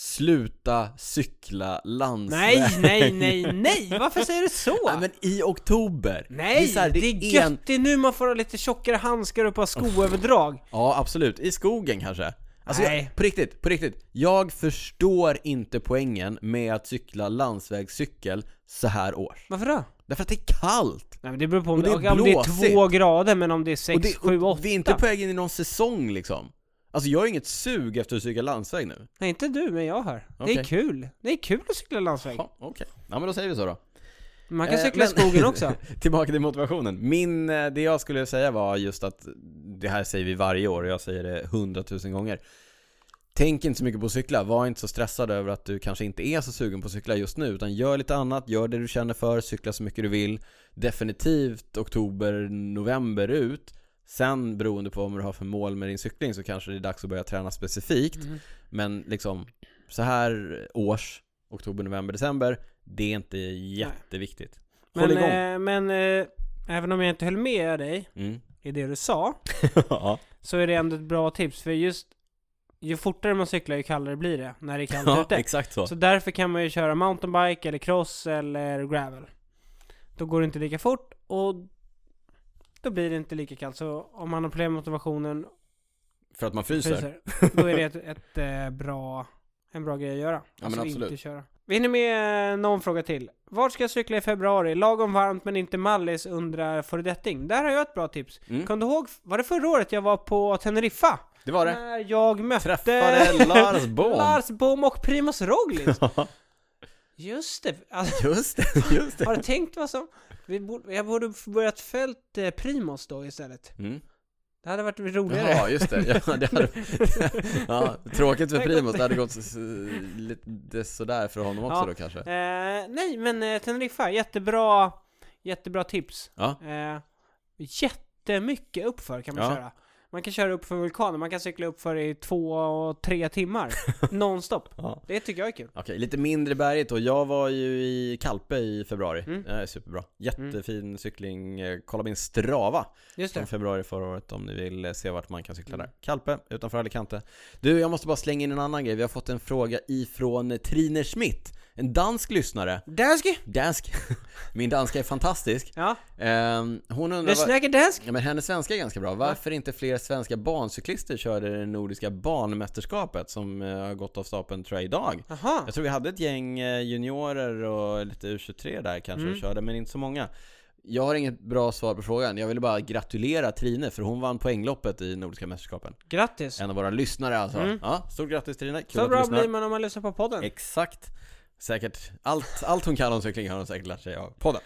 S1: Sluta cykla landsväg.
S2: Nej, nej, nej, nej! Varför säger du så?
S1: Nej, men i oktober!
S2: Nej,
S1: så här,
S2: det är
S1: en-
S2: gött! Det är nu man får ha lite tjockare handskar och ett par skoöverdrag.
S1: Ja, absolut. I skogen kanske. Alltså,
S2: Nej.
S1: Jag, på riktigt, på riktigt. Jag förstår inte poängen med att cykla landsvägscykel så här års.
S2: Varför då?
S1: Därför att det är kallt!
S2: Nej men det beror på om
S1: Och
S2: det,
S1: det är
S2: om det är
S1: blåsigt.
S2: två grader, men om det är sex,
S1: det,
S2: sju, åtta.
S1: vi är inte på väg in i någon säsong liksom. Alltså jag har inget sug efter att cykla landsväg nu.
S2: Nej, inte du, men jag har. Det
S1: Okej.
S2: är kul. Det är kul att cykla landsväg.
S1: Ja, okej. Ja men då säger vi så då.
S2: Man kan
S1: Eh,
S2: cykla i
S1: men-
S2: skogen också.
S1: Tillbaka till motivationen. Min, eh, det jag skulle säga var just att det här säger vi varje år och jag säger det hundratusen gånger. Tänk inte så mycket på att cykla, var inte så stressad över att du kanske inte är så sugen på att cykla just nu utan gör lite annat, gör det du känner för, cykla så mycket du vill. Definitivt oktober, november ut. Sen beroende på vad du har för mål med din cykling så kanske det är dags att börja träna specifikt.
S2: Mm.
S1: Men liksom så här års, oktober, november, december, det är inte jätteviktigt. Håll
S2: Men,
S1: igång.
S2: eh, men eh, även om jag inte höll med dig
S1: Mm.
S2: i det du sa,
S1: ja.
S2: så är det ändå ett bra tips. För just, ju fortare man cyklar ju kallare blir det när det är kallt
S1: ja,
S2: ute.
S1: exakt så.
S2: Så därför kan man ju köra mountainbike eller cross eller gravel. Då går det inte lika fort och då blir det inte lika kallt. Så om man har problem med motivationen
S1: För att man fryser.
S2: fryser, då är det ett, ett eh, bra, en bra grej att göra.
S1: men
S2: alltså inte
S1: absolut.
S2: köra. Vi hinner med eh, någon fråga till. Vart ska jag cykla i februari? Lagom varmt men inte mallis undrar föredetting. Där har jag ett bra tips.
S1: Mm.
S2: Kom du ihåg, var det förra året jag var på Teneriffa?
S1: Det var det.
S2: När jag mötte
S1: Träffade Lars Bohm.
S2: Lars Bohm och Primoz Roglic. Just det. Alltså,
S1: just det, just
S2: har du
S1: det.
S2: tänkt vad som... Vi borde, jag borde börjat följt eh, Primoz då istället.
S1: Mm.
S2: Det hade varit roligare.
S1: Ja, just det. Ja, det hade... ja, tråkigt för Primus, det hade gått s- lite sådär för honom också
S2: Ja.
S1: då kanske.
S2: Eh, nej, men eh, Teneriffa, jättebra, jättebra tips.
S1: Ja.
S2: Eh, jättemycket uppför kan man
S1: Ja.
S2: köra. Man kan köra uppför vulkaner, man kan cykla uppför i två och tre timmar. nonstop.
S1: Ja.
S2: Det tycker jag är kul.
S1: Okej, lite mindre berget då. Jag var ju i Kalpe i februari.
S2: Mm.
S1: Det här är superbra. Jättefin cykling. Eh, Kolla min Strava
S2: Just
S1: från
S2: det.
S1: februari förra året om ni vill eh, se vart man kan cykla
S2: Mm.
S1: där. Kalpe utanför Alicante. Du, jag måste bara slänga in en annan grej. Vi har fått en fråga ifrån eh, Trine Schmidt, en dansk lyssnare.
S2: Danski!
S1: Dansk. Min danska är fantastisk.
S2: Ja,
S1: Ehm, Hon undrar...
S2: du
S1: vad-
S2: snackar dansk?
S1: Ja, men hennes svenska är ganska bra. Varför inte fler svenska bancyklister körde det nordiska banmästerskapet som eh, har gått av stapeln tror jag idag?
S2: Jaha.
S1: Jag tror vi hade ett gäng eh, juniorer och lite U23 där kanske och
S2: Mm.
S1: körde, men inte så många. Jag har inget bra svar på frågan. Jag ville bara gratulera Trine för hon vann poängloppet i Nordiska mästerskapen.
S2: Grattis.
S1: En av våra lyssnare alltså.
S2: Mm.
S1: Ja, stort grattis Trine. Kul
S2: Så
S1: att
S2: bra
S1: du lyssnar.
S2: blir man om man lyssnar på podden.
S1: Exakt. Säkert. Allt, allt hon kan om cykling har hon säkert lärt sig av podden.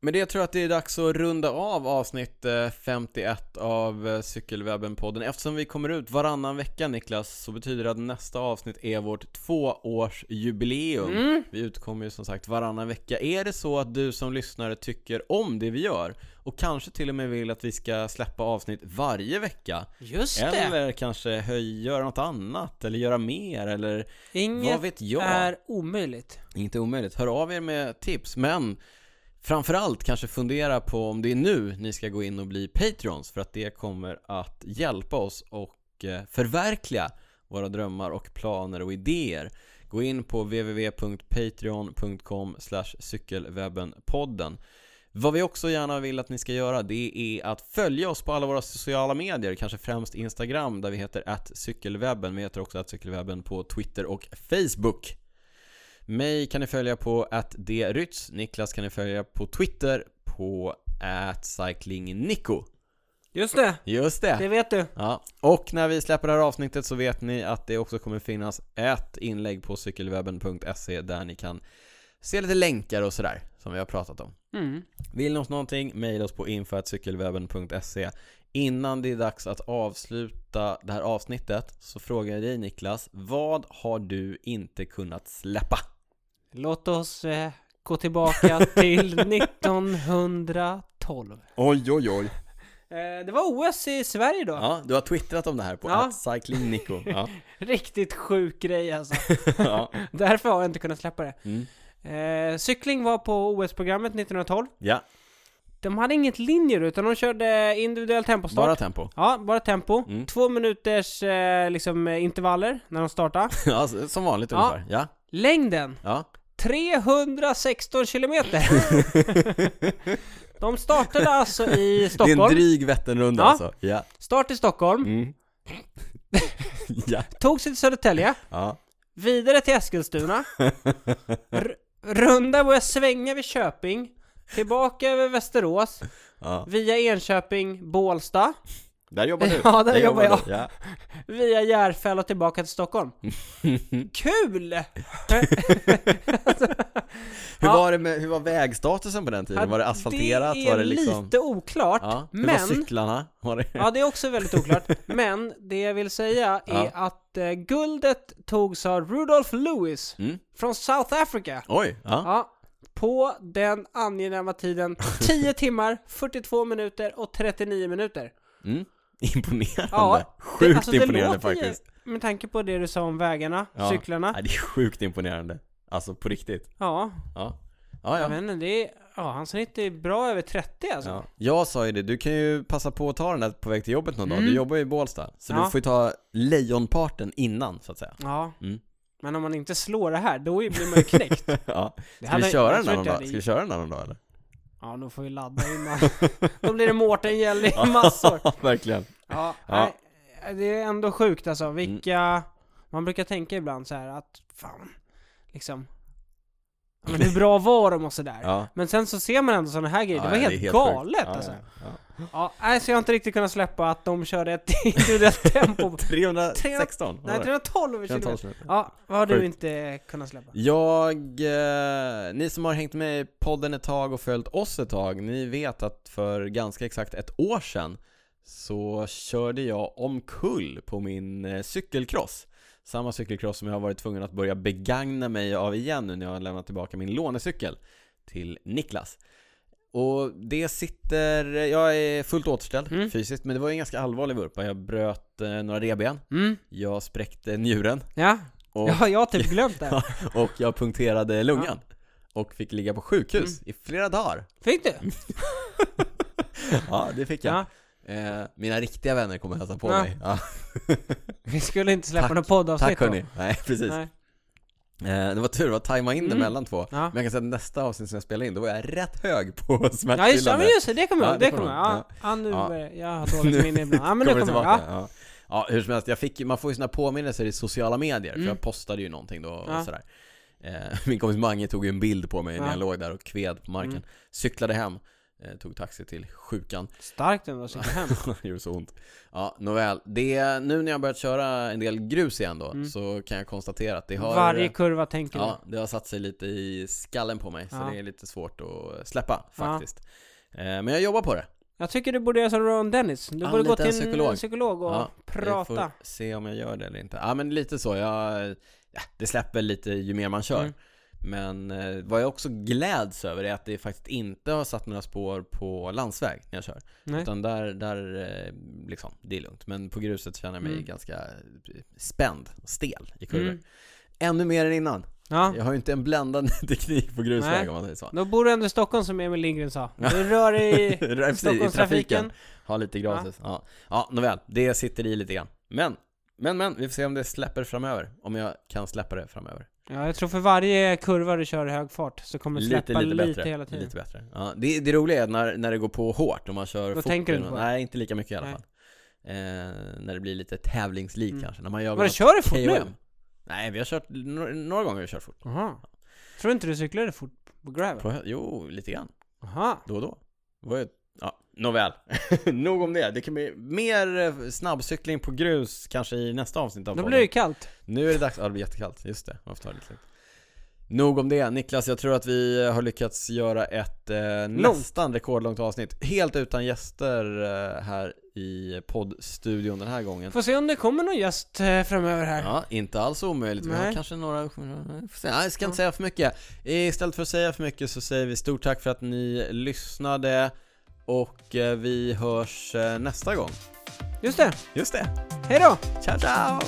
S1: Men det jag tror att det är dags att runda av avsnitt eh, 51 av eh, Cykelwebben-podden. Eftersom vi kommer ut varannan vecka Niklas, så betyder det att nästa avsnitt är vårt tvåårsjubileum.
S2: Mm.
S1: Vi utkommer ju som sagt varannan vecka. Är det så att du som lyssnare tycker om det vi gör och kanske till och med vill att vi ska släppa avsnitt varje vecka?
S2: Just det.
S1: Eller kanske höj, göra något annat eller göra mer eller vad
S2: Inget
S1: vet jag?
S2: är omöjligt.
S1: Inte omöjligt. Hör av er med tips, men framförallt kanske fundera på om det är nu ni ska gå in och bli Patreons för att det kommer att hjälpa oss och eh, förverkliga våra drömmar och planer och idéer. Gå in på www.patreon.com cykelwebbenpodden. Vad vi också gärna vill att ni ska göra det är att följa oss på alla våra sociala medier, kanske främst Instagram där vi heter att cykelwebben. Vi heter också att cykelwebben på Twitter och Facebook. Mig kan ni följa på att Niklas kan ni följa på Twitter på att cyclingnico.
S2: Just det.
S1: Just det!
S2: Det vet du.
S1: Ja. Och när vi släpper det här avsnittet så vet ni att det också kommer finnas ett inlägg på cykelwebben.se där ni kan se lite länkar och sådär som vi har pratat om.
S2: Mm.
S1: Vill ni oss någonting, mejla oss på info.cykelwebben.se Innan det är dags att avsluta det här avsnittet så frågar jag dig Niklas, vad har du inte kunnat släppa?
S2: Låt oss eh, gå tillbaka till 1912.
S1: Oj, oj, oj.
S2: Eh, det var OS i Sverige då.
S1: Ja, du har twittrat om det här på ja.
S2: Ja.
S1: @cyclingnico. Ja.
S2: Riktigt sjuk grej alltså.
S1: ja.
S2: Därför har jag inte kunnat släppa det.
S1: Mm.
S2: Eh, cykling var på OS-programmet 1912.
S1: ja,
S2: De hade inget linjer utan de körde individuell tempostart.
S1: bara tempo.
S2: Ja, bara tempo.
S1: Mm.
S2: Två minuters eh, liksom, eh, intervaller när de startade.
S1: Ja, s- som vanligt
S2: Ja.
S1: ungefär. Ja,
S2: Längden,
S1: ja.
S2: 316 kilometer. de startade alltså i
S1: Det är en
S2: Stockholm.
S1: dryg Vätternrunda
S2: Ja.
S1: alltså. Ja.
S2: Start i Stockholm.
S1: Mm. ja.
S2: Tog sig till Södertälje.
S1: ja.
S2: Vidare till Eskilstuna. R- runda börjar svänga vid Köping. Tillbaka över Västerås.
S1: Ja.
S2: Via Enköping, Bålsta.
S1: Där jobbar du.
S2: Ja, där jobbar jag.
S1: du. Ja.
S2: Via Järfälla och tillbaka till Stockholm. Kul!
S1: Hur,
S2: Ja.
S1: var det med, hur var vägstatusen på den tiden? Var det asfalterat?
S2: Det är
S1: var det liksom...
S2: lite oklart.
S1: Ja. Hur var
S2: men...
S1: cyklarna? Var det...
S2: Ja, det är också väldigt oklart. Men det jag vill säga är
S1: Ja.
S2: att eh, guldet togs av Rudolph Lewis
S1: Mm.
S2: från South Africa.
S1: Oj, ja.
S2: Ja, på den angenäma tiden 10 timmar, 42 minuter och 39 minuter.
S1: Mm. Imponerande.
S2: Ja,
S1: sjukt
S2: alltså,
S1: imponerande
S2: låter ju-
S1: faktiskt.
S2: Med tanke på det du sa om vägarna,
S1: Ja.
S2: cyklarna.
S1: Nej, det är sjukt imponerande. Alltså på riktigt.
S2: Ja,
S1: Ja. Ja,
S2: Jag
S1: ja.
S2: vet inte, det är, ja, hans snitt är bra över 30 alltså.
S1: ja. Jag sa ju det, du kan ju passa på att ta den där på väg till jobbet någon dag.
S2: Mm.
S1: Du jobbar ju i Bålsta. Så
S2: Ja.
S1: du får ju ta lejonparten innan, så att säga.
S2: Ja.
S1: Mm.
S2: Men om man inte slår det här, då blir man ju knäckt.
S1: ja.
S2: Det
S1: Ska
S2: hade-
S1: vi köra
S2: jag
S1: den
S2: tror
S1: där någon
S2: inte
S1: dag?
S2: det-
S1: Ska vi köra den där någon dag eller?
S2: Ja, då får vi ladda innan. då blir det Mårten Gäll i massor.
S1: Ja, verkligen.
S2: Ja,
S1: Ja. Mm.
S2: Nej, det är ändå sjukt alltså. Vilka... Man brukar tänka ibland så här att, fan, liksom. ja, Men hur bra var de och sådär?
S1: Ja.
S2: Men sen så ser man ändå sådana här grejer.
S1: Ja,
S2: det var
S1: ja,
S2: helt,
S1: är
S2: galet
S1: sjukt. Ja,
S2: alltså. Ja,
S1: ja,
S2: nej, så jag har inte riktigt kunnat släppa att de körde ett individuellt tempo.
S1: ja. 316
S2: Nej, 312 kilometer.
S1: 312
S2: Ja, vad har du
S1: Sjukt.
S2: inte kunnat släppa?
S1: Jag, eh, ni som har hängt med i podden ett tag och följt oss ett tag, ni vet att för ganska exakt ett år sedan så körde jag omkull på min eh, cykelkross. Samma cykelkross som jag har varit tvungen att börja begagna mig av igen nu när jag har lämnat tillbaka min lånecykel till Niklas. Och det sitter, jag är fullt återställd
S2: Mm.
S1: fysiskt, men det var ju en ganska allvarlig vurpa. Jag bröt eh, några revben,
S2: Mm,
S1: jag spräckte njuren
S2: ja.
S1: och
S2: ja, jag har typ glömt det. här.
S1: och jag punkterade lungan. Och fick ligga på sjukhus
S2: Mm.
S1: i flera dagar.
S2: Fick du?
S1: Ja, det fick jag.
S2: Ja.
S1: Eh, mina riktiga vänner kommer hälsa på
S2: Ja.
S1: mig. Ja,
S2: Vi skulle inte släppa
S1: Tack.
S2: något poddavsnitt
S1: tack hörni. Nej, precis.
S2: då. Nej.
S1: Eh, det var tur, det var tajma in det
S2: Mm.
S1: mellan två.
S2: Ja.
S1: Men jag kan säga att nästa avsnitt som jag spelade in, då var jag rätt hög på smärtstillande.
S2: Ja just, det, ja, men just det, det kommer jag
S1: Ja,
S2: ihåg,
S1: det
S2: det kommer jag ihåg. Ja, ja. nu,
S1: Ja.
S2: eh, jag har dåligt minne ibland. Ja men nu
S1: det
S2: kommer jag
S1: tillbaka.
S2: ja.
S1: Ja. ja, hur som helst, jag fick, ju- man får ju sina påminnelser i sociala medier,
S2: Mm.
S1: för jag postade ju någonting då och
S2: Ja.
S1: sådär. Eh, min kompis Mange tog ju en bild på mig när
S2: Ja.
S1: jag låg där och kved på marken.
S2: Mm.
S1: Cyklade hem, eh, tog taxi till sjukan.
S2: Starkt ändå att cykla hem.
S1: det gjorde så ont. Ja, nåväl. Det, nu när jag har börjat köra en del grus igen då,
S2: Mm.
S1: så kan jag konstatera att det har... eh,
S2: Varje kurva tänker
S1: Ja, det har satt sig lite i skallen på mig, så
S2: Ja.
S1: det är lite svårt att släppa
S2: Ja.
S1: faktiskt. Eh, Men jag jobbar på det.
S2: du. Jag tycker du borde göra som Ron Dennis. Du
S1: Anlita
S2: borde gå till en
S1: en psykolog.
S2: psykolog, och
S1: Ja, Vi
S2: prata.
S1: får se om jag gör det eller inte. Ja, men lite så. Jag, ja, det släpper lite ju mer man kör.
S2: Mm.
S1: Men eh, vad jag också gläds över är att det faktiskt inte har satt några spår på landsväg när jag kör.
S2: Nej.
S1: Utan där, där eh, liksom, det är lugnt. Men på gruset känner jag mig
S2: Mm.
S1: ganska eh, spänd, stel i kurvor.
S2: Mm.
S1: Ännu mer än innan.
S2: Ja.
S1: Jag har ju inte en bländande teknik på grusväg
S2: Nej.
S1: om man säger så.
S2: Då bor du ändå i Stockholm som Emil Lindgren sa. Du rör dig i
S1: Precis, i
S2: Stockholmstrafiken.
S1: Ha lite gratis. Ja. Ja. nåväl. Det sitter i lite grann. Men, men, men. Vi får se om det släpper framöver. Om jag kan släppa det framöver.
S2: Ja, jag tror för varje kurva du kör i hög fart så kommer det
S1: Lite,
S2: släppa
S1: lite
S2: lite,
S1: bättre.
S2: hela tiden.
S1: Lite bättre. Ja, det, det roliga är när, när det går på hårt och man kör
S2: Då
S1: fort.
S2: tänker du
S1: eller
S2: inte på
S1: något.
S2: det.
S1: Nej, inte lika mycket i alla
S2: Nej.
S1: fall. Eh, när det blir lite tävlingslikt
S2: Mm.
S1: kanske. När man gör
S2: Vadå,
S1: något
S2: kör du fort nu?
S1: KOM. Nej, vi har kört, några, några gånger har vi kört fort.
S2: Aha. Tror inte du cyklade fort på Gravel?
S1: På, hö- jo, lite grann.
S2: Aha.
S1: Då och då. Det Var ju, ja, nåväl. Nog om det. Det kan bli mer eh, snabbcykling på grus kanske i nästa avsnitt av
S2: Då
S1: podden.
S2: blir det ju kallt.
S1: Nu är det dags, ja det blir jättekallt, just det, man får ta det lite lugnt. Nog om det, Niklas jag tror att vi har lyckats göra ett eh, nästan rekordlångt avsnitt Helt utan gäster eh, här i poddstudion den här gången
S2: Får se om det kommer någon gäst eh, framöver här.
S1: Ja, inte alls omöjligt, vi har
S2: Nej.
S1: kanske några, får se. Nej, jag ska inte säga för mycket Istället för att säga för mycket så säger vi stort tack för att ni lyssnade och eh, vi hörs eh, nästa gång
S2: Just det.
S1: Just det,
S2: Hej då!
S1: ciao ciao!